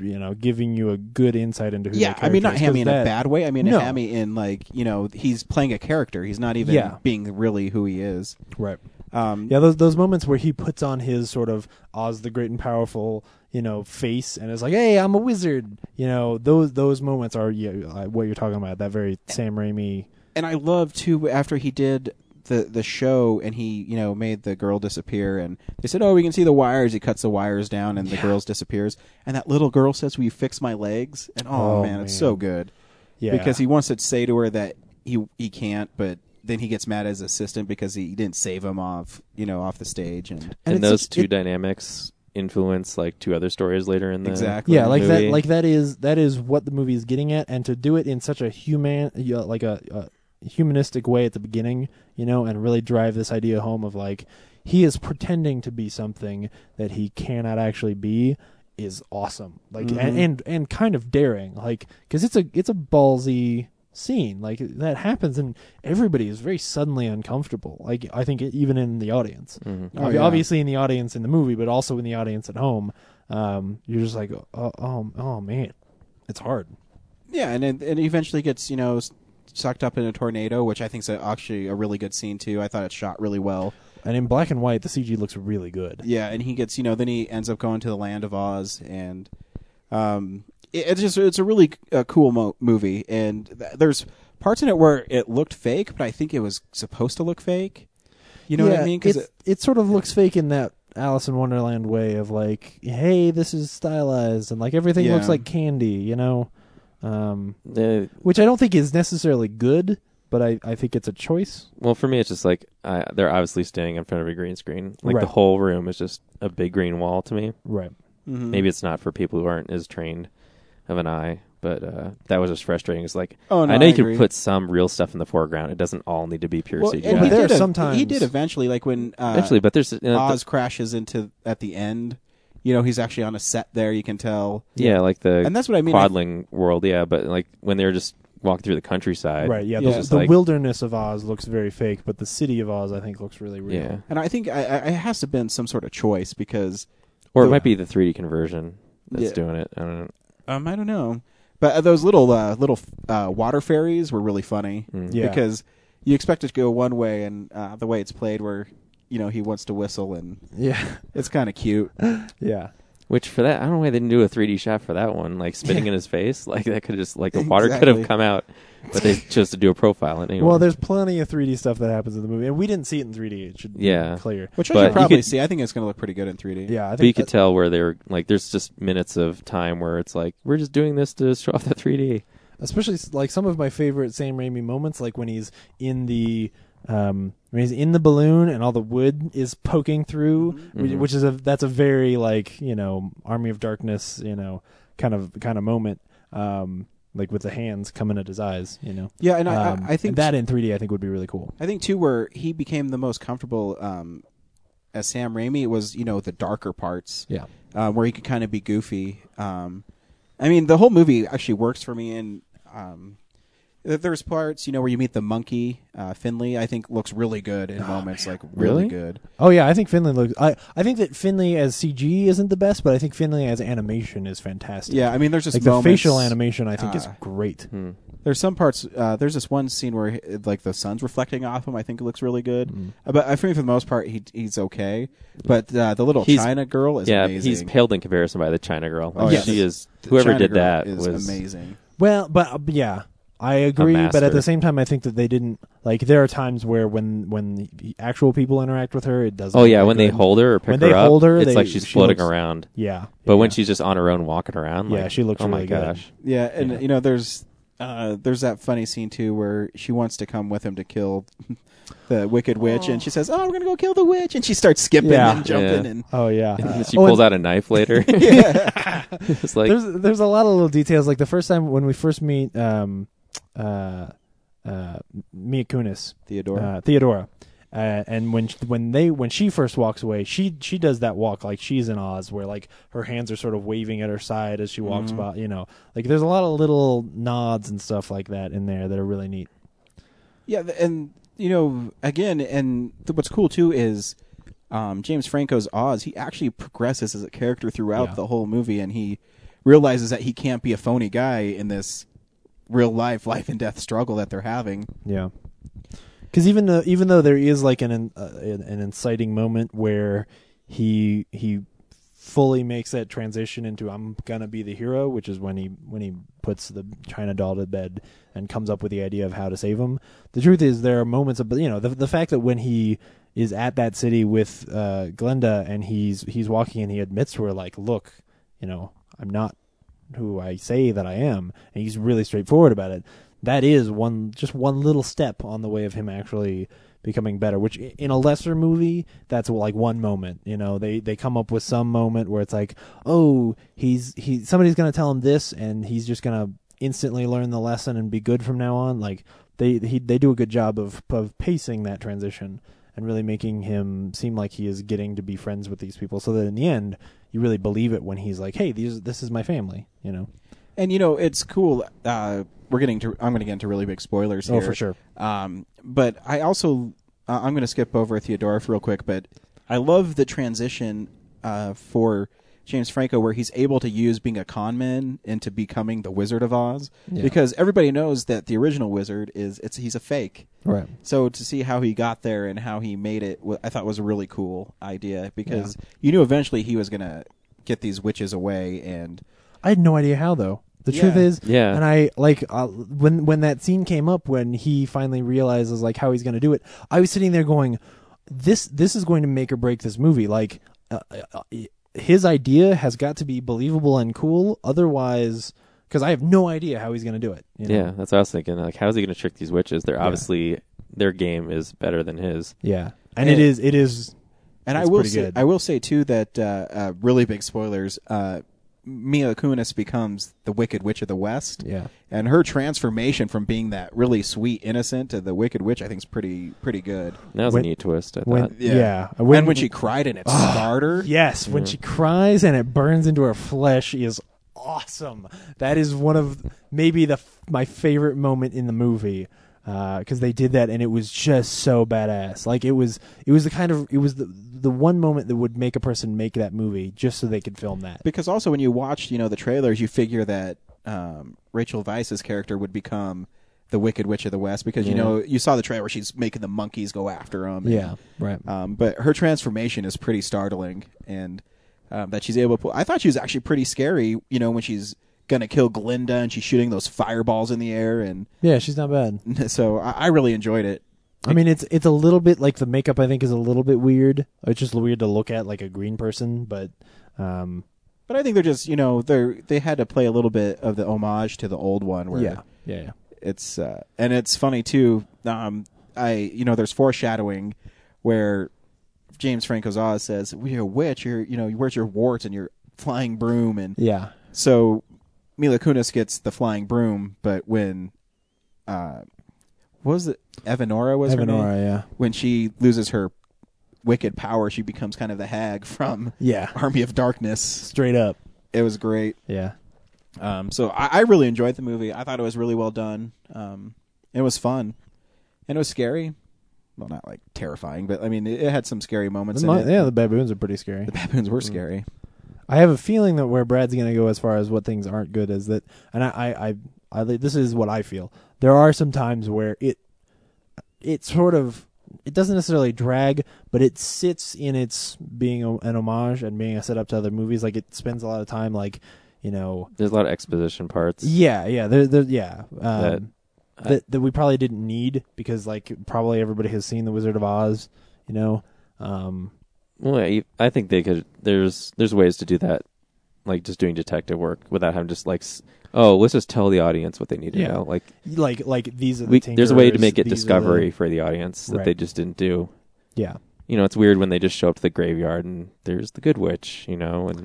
Speaker 2: you know giving you a good insight into who.
Speaker 1: yeah,
Speaker 2: that
Speaker 1: I mean not
Speaker 2: character is,
Speaker 1: hammy
Speaker 2: 'cause
Speaker 1: in
Speaker 2: that-
Speaker 1: a bad way. I mean
Speaker 2: No.
Speaker 1: hammy in like you know he's playing a character. He's not even
Speaker 2: Yeah.
Speaker 1: being really who he is.
Speaker 2: Right.
Speaker 1: Um,
Speaker 2: Yeah, those those moments where he puts on his sort of Oz the Great and Powerful, you know, face and is like, "Hey, I'm a wizard." You know, those those moments are yeah, like what you're talking about. That very Sam Raimi.
Speaker 1: and I love too after he did the the show and he you know made the girl disappear and they said oh we can see the wires he cuts the wires down and the girl disappears and that little girl says will you fix my legs and oh,
Speaker 2: Oh,
Speaker 1: man, it's
Speaker 2: man.
Speaker 1: so good
Speaker 2: Yeah.
Speaker 1: because he wants to say to her that he he can't but then he gets mad at his assistant because he didn't save him off you know off the stage and
Speaker 3: And,
Speaker 2: it's
Speaker 3: those
Speaker 2: such-
Speaker 3: two
Speaker 2: it-
Speaker 3: dynamics influence like two other stories later in the
Speaker 1: Exactly.
Speaker 2: yeah like that
Speaker 3: movie.
Speaker 2: like that is that is what the movie is getting at and to do it in such a human yeah, like a, a humanistic way at the beginning you know and really drive this idea home of like he is pretending to be something that he cannot actually be is awesome like
Speaker 1: Mhm.
Speaker 3: Mm-hmm.
Speaker 2: and, and and kind of daring like because it's a it's a ballsy scene like that happens and everybody is very suddenly uncomfortable like i think even in the audience
Speaker 3: Mm-hmm.
Speaker 1: Oh,
Speaker 2: Ob-
Speaker 1: yeah.
Speaker 2: obviously in the audience in the movie but also in the audience at home um, you're just like oh, oh, oh man it's hard
Speaker 1: Yeah, and it, it eventually gets you know s- sucked up in a tornado, which I think is actually a really good scene too. I thought it shot really well.
Speaker 2: and in black and white the cg looks really good
Speaker 1: Yeah, and he gets you know then he ends up going to the land of Oz, and um, it, it's just it's a really uh, cool mo- movie, and th- there's parts in it where it looked fake, but I think it was supposed to look fake. You know what I mean?
Speaker 2: Because
Speaker 1: Because
Speaker 2: it, it sort of looks fake in that Alice in Wonderland way of like, hey, this is stylized and like everything looks
Speaker 1: Yeah.
Speaker 2: like candy, you know, um,
Speaker 3: Uh,
Speaker 2: which I don't think is necessarily good, but I, I think it's a choice.
Speaker 3: Well, for me, it's just like I, they're obviously standing in front of a green screen. Like
Speaker 2: Right.
Speaker 3: the whole room is just a big green wall to me.
Speaker 2: Right.
Speaker 1: Mhm.
Speaker 3: Maybe it's not for people who aren't as trained of an eye, but uh, that was just frustrating. It's like
Speaker 1: Oh, no,
Speaker 3: I know
Speaker 1: I
Speaker 3: you
Speaker 1: agree.
Speaker 3: could put some real stuff in the foreground. It doesn't all need to be pure CGI.
Speaker 1: and he
Speaker 2: there
Speaker 1: did
Speaker 2: are
Speaker 1: ev-
Speaker 2: sometimes-
Speaker 1: he did eventually, like when uh,
Speaker 3: Eventually, but there's, uh, the-
Speaker 1: Oz crashes into at the end. You know, he's actually on a set there. You can tell.
Speaker 3: yeah, like the
Speaker 1: and that's what I mean. I-
Speaker 3: Quadling world, yeah, but like when they're just walking through the countryside,
Speaker 2: right. Yeah.
Speaker 3: it's
Speaker 2: The,
Speaker 3: just
Speaker 2: the
Speaker 3: like-
Speaker 2: wilderness of Oz looks very fake, but the city of Oz, I think, looks really real.
Speaker 3: yeah,
Speaker 1: And I think I, I, it has to have been some sort of choice because
Speaker 3: or it
Speaker 1: the-
Speaker 3: might be the 3D conversion that's
Speaker 1: Yeah.
Speaker 3: doing it. I don't know.
Speaker 1: um, I don't know, but uh, those little uh, little uh, water fairies were really funny
Speaker 3: Mm.
Speaker 2: Yeah.
Speaker 1: because you expect it to go one way, and uh, the way it's played, where you know he wants to whistle, and
Speaker 2: Yeah.
Speaker 1: it's kind of cute.
Speaker 2: Yeah.
Speaker 3: Which for that, I don't know why they didn't do a 3D shot for that one, like spitting in his face. Like that could have just like the water could
Speaker 1: Exactly.
Speaker 3: have come out, but they chose to do a profile. Anyway.
Speaker 2: Well, there's plenty of 3D stuff that happens in the movie, and we didn't see it in 3D. It should
Speaker 3: Yeah.
Speaker 2: be clear.
Speaker 1: Which
Speaker 3: But
Speaker 1: I
Speaker 3: you
Speaker 1: should probably
Speaker 3: could-
Speaker 1: see. I think it's going to look pretty good in 3D.
Speaker 2: Yeah, I
Speaker 3: but you could
Speaker 2: think
Speaker 3: tell where they were like. There's just minutes of time where it's like we're just doing this to show off the 3D.
Speaker 2: especially s- like some of my favorite Sam Raimi moments, like when he's in the um, when he's in the balloon and all the wood is poking through,
Speaker 1: Mm-hmm.
Speaker 2: which,
Speaker 3: Mm-hmm.
Speaker 2: which is a that's a very like you know Army of Darkness you know kind of kind of moment, um, like with the hands coming at his eyes, you know.
Speaker 1: Yeah, and I- I-
Speaker 2: Um,
Speaker 1: I think-
Speaker 2: that in 3D I think would be really cool.
Speaker 1: I think too, where he became the most comfortable um, as Sam Raimi was, you know, the darker parts.
Speaker 2: Yeah.
Speaker 1: um, where he could kind of be goofy. Um, I mean, the whole movie actually works for me. And um, th- there's parts, you know, where you meet the monkey uh, Finley. I think looks really good in moments, like really,
Speaker 3: Ah, Really?
Speaker 1: good.
Speaker 2: Oh yeah, I think Finley looks. I I think that Finley as CG isn't the best, but I think Finley as animation is fantastic.
Speaker 1: Yeah, I mean, there's just
Speaker 2: like the
Speaker 1: moments-
Speaker 2: facial animation I think is
Speaker 1: Ah.
Speaker 2: great.
Speaker 3: Hmm.
Speaker 1: There's some parts. Uh, there's this one scene where uh, like the sun's reflecting off him. I think it looks really good.
Speaker 3: Mm-hmm.
Speaker 1: Uh, But I think for the most part, he he's okay. But uh, the little
Speaker 3: He's-
Speaker 1: China girl is
Speaker 3: yeah,
Speaker 1: amazing.
Speaker 3: he's paled in comparison by the China girl.
Speaker 1: Oh,
Speaker 3: Like,
Speaker 1: yes.
Speaker 3: She is
Speaker 1: The
Speaker 3: whoever
Speaker 1: China
Speaker 3: did
Speaker 1: girl
Speaker 3: that
Speaker 1: is
Speaker 3: was
Speaker 1: amazing.
Speaker 2: Well, but uh, yeah, I agree. But at
Speaker 3: master.
Speaker 2: the same time, I think that they didn't like. There are times where when when the actual people interact with her, it doesn't.
Speaker 3: Oh
Speaker 2: look
Speaker 3: yeah,
Speaker 2: that
Speaker 3: when they
Speaker 2: good.
Speaker 3: hold her or pick
Speaker 2: When
Speaker 3: her
Speaker 2: they
Speaker 3: up,
Speaker 2: hold her,
Speaker 3: it's
Speaker 2: they-
Speaker 3: like she's
Speaker 2: she
Speaker 3: floating
Speaker 2: looks-
Speaker 3: around.
Speaker 2: Yeah,
Speaker 3: But when
Speaker 2: yeah.
Speaker 3: she's just on her own walking around,
Speaker 2: Yeah,
Speaker 3: like,
Speaker 2: she looks
Speaker 3: Oh my
Speaker 2: really good.
Speaker 3: gosh.
Speaker 1: Yeah, and you know, there's uh, there's that funny scene too where she wants to come with him to kill the wicked witch, and she says, "Oh, we're gonna go kill the witch," and she starts skipping
Speaker 2: Yeah.
Speaker 1: and jumping,
Speaker 3: Yeah.
Speaker 1: and
Speaker 2: Oh yeah.
Speaker 3: she
Speaker 2: Oh, and-
Speaker 3: pulls out a knife later. it's like
Speaker 2: there's there's a lot of little details. Like the first time when we first meet um, uh, uh, Mia Kunis,
Speaker 1: Theodora.
Speaker 2: uh, Theodora. Uh, and when sh- when they when she first walks away, she she does that walk like she's in Oz, where like her hands are sort of waving at her side as she walks by. You know, like there's a lot of little nods and stuff like that in there that are really neat.
Speaker 1: yeah, th- and you know, again, and th- what's cool too is um, James Franco's Oz. He actually progresses as a character throughout
Speaker 2: Yeah.
Speaker 1: the whole movie, and he realizes that he can't be a phony guy in this real life life and death struggle that they're having.
Speaker 2: Yeah. Because even though even though there is like an in- uh, an, an inciting moment where he he fully makes that transition into I'm gonna be the hero, which is when he when he puts the China doll to bed and comes up with the idea of how to save him. The truth is there are moments of you know the the fact that when he is at that city with uh, Glenda and he's he's walking and he admits to her like, look, you know, I'm not who I say that I am, and he's really straightforward about it. that is one just one little step on the way of him actually becoming better which i- in a lesser movie that's like one moment you know they they come up with some moment where it's like oh he's he somebody's going to tell him this and he's just going to instantly learn the lesson and be good from now on like they he, they do a good job of of pacing that transition and really making him seem like he is getting to be friends with these people so that in the end you really believe it when he's like hey these this is my family you know
Speaker 1: And you know, it's cool. Uh, we're getting to. I'm going to get into really big spoilers.
Speaker 2: Oh,
Speaker 1: Here.
Speaker 2: for sure.
Speaker 1: Um, but I also uh, I'm going to skip over Theodore real quick. But I love the transition uh, for James Franco, where he's able to use being a con man into becoming the Wizard of Oz,
Speaker 2: Yeah.
Speaker 1: because everybody knows that the original Wizard is it's he's a fake.
Speaker 2: Right.
Speaker 1: So to see how he got there and how he made it, wa- I thought was a really cool idea because you knew eventually he was going to get these witches away and
Speaker 2: I had no idea how though. The truth
Speaker 1: Yeah.
Speaker 2: is,
Speaker 1: Yeah.
Speaker 2: And I like uh, when when that scene came up when he finally realizes like how he's going to do it. I was sitting there going, "This this is going to make or break this movie." Like, uh, uh, his idea has got to be believable and cool. Otherwise, because I have no idea how he's going to do it. you know?
Speaker 3: Yeah, that's what I was thinking. Like, how's he going to trick these witches? They're obviously their game is better than his.
Speaker 2: Yeah, and it is it is.
Speaker 1: And
Speaker 2: it's
Speaker 1: I will
Speaker 2: pretty
Speaker 1: say,
Speaker 2: good. Uh,
Speaker 1: I will say too that uh, uh, really big spoilers. Uh, Mia Kunis becomes the Wicked Witch of the West.
Speaker 2: Yeah.
Speaker 1: and her transformation from being that really sweet innocent to the Wicked Witch, I think, is pretty pretty good.
Speaker 3: That was
Speaker 2: When-
Speaker 3: a neat twist. I thought.
Speaker 2: when-
Speaker 1: Yeah,
Speaker 2: Yeah. When-
Speaker 1: and when she cried and it scarred her.
Speaker 2: Yes, when she cries and it burns into her flesh is awesome. That is one of maybe the f- my favorite moment in the movie because they did that and it was just so badass. Like it was it was the kind of it was the the one moment that would make a person make that movie just so they could film that.
Speaker 1: Because also when you watch, you know, the trailers, you figure that um, Rachel Vice's character would become the Wicked Witch of the West because you
Speaker 2: Yeah.
Speaker 1: know you saw the trailer where she's making the monkeys go after him.
Speaker 2: Yeah, right.
Speaker 1: Um, but her transformation is pretty startling, and um, that she's able to. Pull, I thought she was actually pretty scary. You know, when she's gonna kill Glinda and she's shooting those fireballs in the air, and
Speaker 2: Yeah, she's not bad.
Speaker 1: so I, I really enjoyed it.
Speaker 2: I mean, it's it's a little bit like the makeup. I think is a little bit weird. It's just weird to look at like a green person, but um,
Speaker 1: But I think they're just you know they're they had to play a little bit of the homage to the old one where
Speaker 2: Yeah. Yeah, yeah.
Speaker 1: it's uh, and it's funny too. Um, I you know there's foreshadowing where James Franco Oz says, "You're a witch. You're you know where's your wart and your flying broom and
Speaker 2: Yeah.
Speaker 1: So Mila Kunis gets the flying broom, but when uh, what was it Evanora was her
Speaker 2: Evanora,
Speaker 1: name?
Speaker 2: yeah.
Speaker 1: When she loses her wicked power, she becomes kind of the hag from
Speaker 2: Yeah.
Speaker 1: Army of Darkness. Straight
Speaker 2: up,
Speaker 1: it was great.
Speaker 2: Yeah.
Speaker 1: Um, so I, I really enjoyed the movie. I thought it was really well done. Um, it was fun, and it was scary. Well, not like terrifying, but I mean, it, it had some scary moments.
Speaker 2: The
Speaker 1: in
Speaker 2: mo-
Speaker 1: it.
Speaker 2: yeah, the baboons are pretty scary. The
Speaker 1: baboons were scary.
Speaker 2: I have a feeling that where Brad's going to go as far as what things aren't good is that, and I, I, I, I, this is what I feel. There are some times where it, it sort of, it doesn't necessarily drag, but it sits in its being a, an homage and being a setup to other movies. Like it spends a lot of time, like, you know,
Speaker 3: There's a lot of exposition parts.
Speaker 2: yeah, yeah, there, there, yeah. Um,
Speaker 3: That-
Speaker 2: that, that we probably didn't need because, like, probably everybody has seen The Wizard of Oz, you know. Um,
Speaker 3: Well, yeah, you- I think they could. There's there's ways to do that, like just doing detective work without having just like, s- oh, let's just tell the audience what they need to
Speaker 2: Yeah.
Speaker 3: know. Like,
Speaker 2: like like these are the
Speaker 3: we, there's a way to
Speaker 2: Tinkerers,
Speaker 3: make it
Speaker 2: these are the-
Speaker 3: discovery for the audience that they
Speaker 2: Right.
Speaker 3: just didn't do.
Speaker 2: Yeah.
Speaker 3: you know, it's weird when they just show up to the graveyard and there's the good witch, you know, and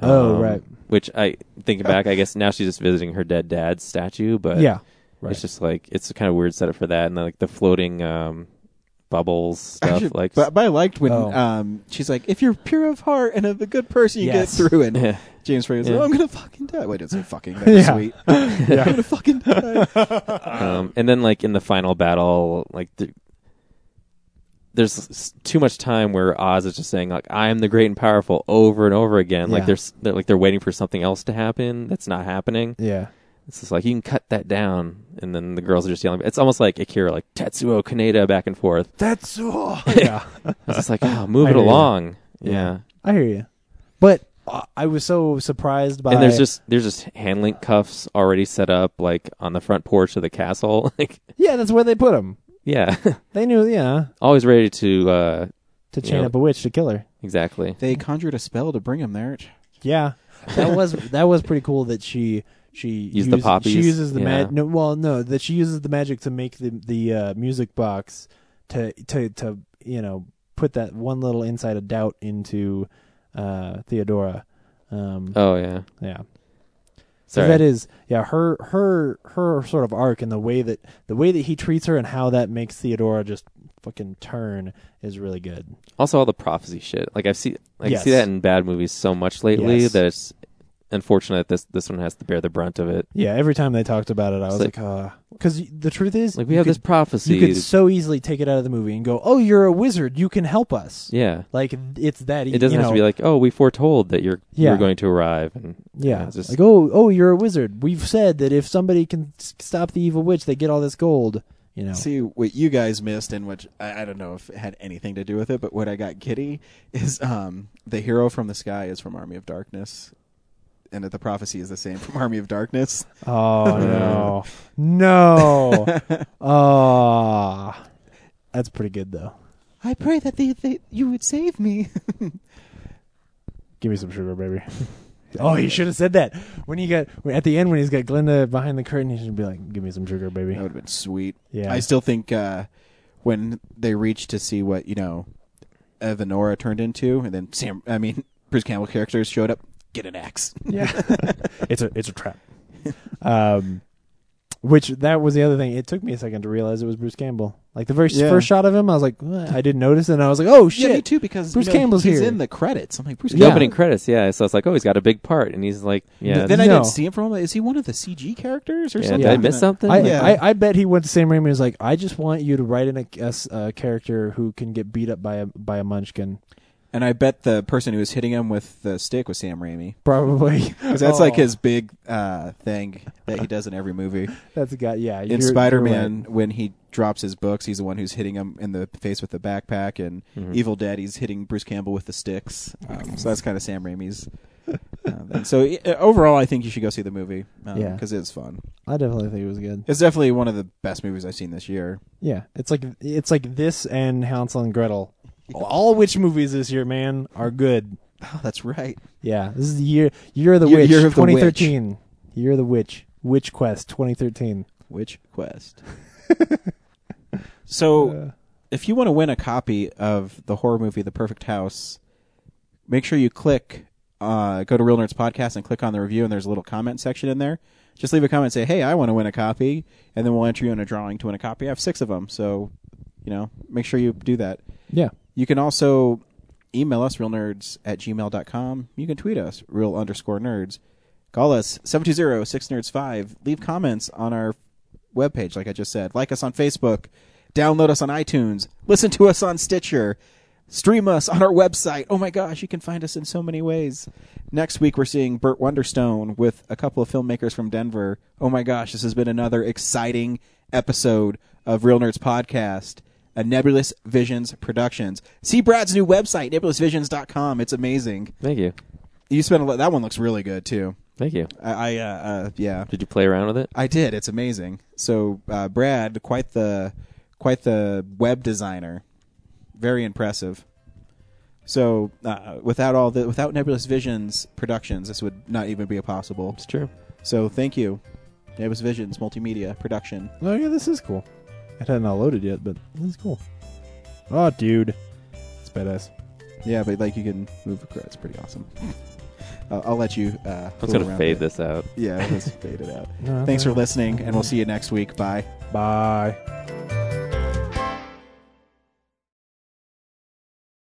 Speaker 3: um,
Speaker 2: Oh, right.
Speaker 3: which I thinking back, I guess now she's just visiting her dead dad's statue, but
Speaker 2: Yeah, right.
Speaker 3: it's just like it's a kind of weird setup for that, and then, like the floating um, bubbles stuff,
Speaker 1: Actually,
Speaker 3: like
Speaker 1: but, but I liked when
Speaker 3: Oh.
Speaker 1: um, she's like, "If you're pure of heart and of a good person, you
Speaker 3: Yes.
Speaker 1: get through." And
Speaker 3: Yeah.
Speaker 1: James Franco's like,
Speaker 3: Yeah.
Speaker 1: "Oh, "I'm gonna fucking die." Wait, didn't say fucking. That was
Speaker 3: Yeah.
Speaker 1: sweet.
Speaker 3: Yeah.
Speaker 1: I'm gonna fucking die.
Speaker 3: um, and then like in the final battle, like the, there's s- too much time where Oz is just saying like I am the great and powerful over and over again. Like
Speaker 2: Yeah.
Speaker 3: they're, s- they're like they're waiting for something else to happen that's not happening.
Speaker 2: Yeah.
Speaker 3: It's just like you can cut that down, and then the girls are just yelling. It's almost like Akira, like Tetsuo Kaneda, back and forth.
Speaker 2: That's oh, yeah.
Speaker 3: It's just like oh, move
Speaker 2: I
Speaker 3: it
Speaker 2: hear ya.
Speaker 3: along. Yeah.
Speaker 2: I hear you. But uh, I was so surprised by
Speaker 3: and there's just there's just hand link cuffs already set up like on the front porch of the castle. like
Speaker 2: yeah, that's where they put him.
Speaker 3: yeah,
Speaker 2: They knew, yeah,
Speaker 3: always ready to uh
Speaker 2: to
Speaker 3: you
Speaker 2: chain
Speaker 3: know,
Speaker 2: up a witch to kill her.
Speaker 3: exactly.
Speaker 1: they conjured a spell to bring him there.
Speaker 2: Yeah, that was that was pretty cool that she She
Speaker 3: Use the
Speaker 2: uses-
Speaker 3: poppies,
Speaker 2: She uses the
Speaker 3: yeah.
Speaker 2: mag. No, well, no, that she uses the magic to make the the uh, music box to to to you know put that one little inside of doubt into uh, Theodora. Um,
Speaker 3: Oh yeah.
Speaker 2: yeah. So
Speaker 3: Sorry.
Speaker 2: that is yeah her her her sort of arc and the way that the way that he treats her and how that makes Theodora just fucking turn is really good.
Speaker 3: Also, all the prophecy shit. Like I've seen, like I see
Speaker 2: Yes.
Speaker 3: that in bad movies so much lately
Speaker 2: Yes.
Speaker 3: that it's unfortunate that this this one has to bear the brunt of it.
Speaker 2: Yeah, every time they talked about it, I was like,
Speaker 3: like-
Speaker 2: because the truth is,
Speaker 3: Like we
Speaker 2: you
Speaker 3: have
Speaker 2: could-
Speaker 3: this prophecy.
Speaker 2: You could so easily take it out of the movie and go, "Oh, you're a wizard. You can help us."
Speaker 3: Yeah.
Speaker 2: like it's that. e-
Speaker 3: it doesn't
Speaker 2: you
Speaker 3: have to
Speaker 2: know,
Speaker 3: be like, oh, we foretold that you're
Speaker 2: Yeah.
Speaker 3: you're going to arrive, and
Speaker 2: yeah,
Speaker 3: it's just
Speaker 2: like oh, oh, you're a wizard. We've said that if somebody can s- stop the evil witch, they get all this gold. You
Speaker 3: Oh.
Speaker 2: know,
Speaker 1: See what you guys missed, and which I, I don't know if it had anything to do with it, but what I got giddy is um, the hero from the sky is from Army of Darkness, and that the prophecy is the same from Army of Darkness.
Speaker 2: Oh no, no, ah, that's pretty good though.
Speaker 1: I pray that they, they, you would save me.
Speaker 2: Give me some sugar, baby. oh, he should have said that when he got when- at the end when he's got Glinda behind the curtain. He should be like, "Give me some sugar, baby."
Speaker 1: That would have been sweet.
Speaker 2: Yeah.
Speaker 1: I still think uh, when they reach to see what you know Evanora turned into, and then Sam, I mean Bruce Campbell characters showed up, get an axe.
Speaker 2: Yeah, it's a it's a trap. Um, which that was the other thing. It took me a second to realize it was Bruce Campbell. Like the very s-
Speaker 1: Yeah.
Speaker 2: first shot of him, I was like, "What?" I didn't notice, and I was like, "Oh shit!"
Speaker 1: Yeah, me too. Because
Speaker 2: Bruce
Speaker 1: you know,
Speaker 2: Campbell's
Speaker 1: he's
Speaker 2: here.
Speaker 1: in the credits. I'm like Bruce.
Speaker 3: the
Speaker 1: Campbell.
Speaker 3: opening credits. Yeah, so it's like, oh, he's got a big part, and he's like, yeah,
Speaker 1: Th- then I
Speaker 2: No.
Speaker 1: didn't see him for a moment. Is he one of the CG characters or
Speaker 3: yeah,
Speaker 1: something?
Speaker 3: did I miss something?
Speaker 2: I,
Speaker 3: Like,
Speaker 1: Yeah.
Speaker 2: I I bet he went to Sam Raimi and was like, "I just want you to write in a, a s- a character who can get beat up by a by a munchkin."
Speaker 1: And I bet the person who was hitting him with the stick was Sam Raimi.
Speaker 2: Probably
Speaker 1: Because that's like
Speaker 2: Oh,
Speaker 1: his big uh, thing that he does in every movie.
Speaker 2: That's a guy. Yeah, you're-
Speaker 1: In
Speaker 2: you're
Speaker 1: Spider Man,
Speaker 2: right.
Speaker 1: when he drops his books, he's the one who's hitting him in the face with the backpack. And
Speaker 2: Mm-hmm.
Speaker 1: Evil Dead, he's hitting Bruce Campbell with the sticks. Um, so that's kind of Sam Raimi's. Um, and so uh, overall, I think you should go see the movie because
Speaker 2: Yeah.
Speaker 1: it's fun.
Speaker 2: I definitely think it was good.
Speaker 1: It's definitely one of the best movies I've seen this year.
Speaker 2: Yeah, it's like it's like this and Hansel and Gretel, all which movies this year, man, are good.
Speaker 1: Oh, that's right.
Speaker 2: Yeah, this is the year year of the
Speaker 1: Year-
Speaker 2: witch,
Speaker 1: year of the witch.
Speaker 2: 2013. Year of the witch, Witch Quest 2013.
Speaker 1: Witch Quest. so, if you want to win a copy of the horror movie The Perfect House, make sure you click, uh, go to Real Nerds Podcast and click on the review, and there's a little comment section in there. Just leave a comment, say, "Hey, I want to win a copy," and then we'll enter you in a drawing to win a copy. I have six of them, so you know, make sure you do that.
Speaker 2: Yeah,
Speaker 1: You can also email us, realnerds at gmail.com. You can tweet us, real underscore nerds. Call us, 720-6nerds5. Leave comments on our webpage, like I just said. Like us on Facebook. Download us on iTunes. Listen to us on Stitcher. Stream us on our website. Oh my gosh, you can find us in so many ways. Next week, we're seeing Burt Wonderstone with a couple of filmmakers from Denver. Oh my gosh, this has been another exciting episode of Real Nerds Podcast a Nebulous Visions Productions. See Brad's new website, nebulousvisions.com. It's amazing.
Speaker 3: Thank you,
Speaker 1: You spent a lot. That one looks really good too.
Speaker 3: thank you.
Speaker 1: I, I uh, uh, yeah,
Speaker 3: Did you play around with it?
Speaker 1: I did. It's amazing. So uh, Brad, quite the, quite the web designer. Very impressive. So uh, without all the without Nebulous Visions Productions, this would not even be possible.
Speaker 3: It's true.
Speaker 1: So thank you, Nebulous Visions Multimedia Production.
Speaker 2: oh yeah, this is cool. It hadn't all loaded yet, but this is cool. Oh, dude, it's badass.
Speaker 1: Yeah, but like you can move across. It's pretty awesome. I'll, I'll let you. Uh,
Speaker 3: I'm just
Speaker 1: fool
Speaker 3: gonna
Speaker 1: around
Speaker 3: fade
Speaker 1: with it.
Speaker 3: this out.
Speaker 1: Yeah, let's fade it out.
Speaker 2: No,
Speaker 1: Thanks for
Speaker 2: that's-
Speaker 1: listening, and we'll see you next week. Bye.
Speaker 2: Bye.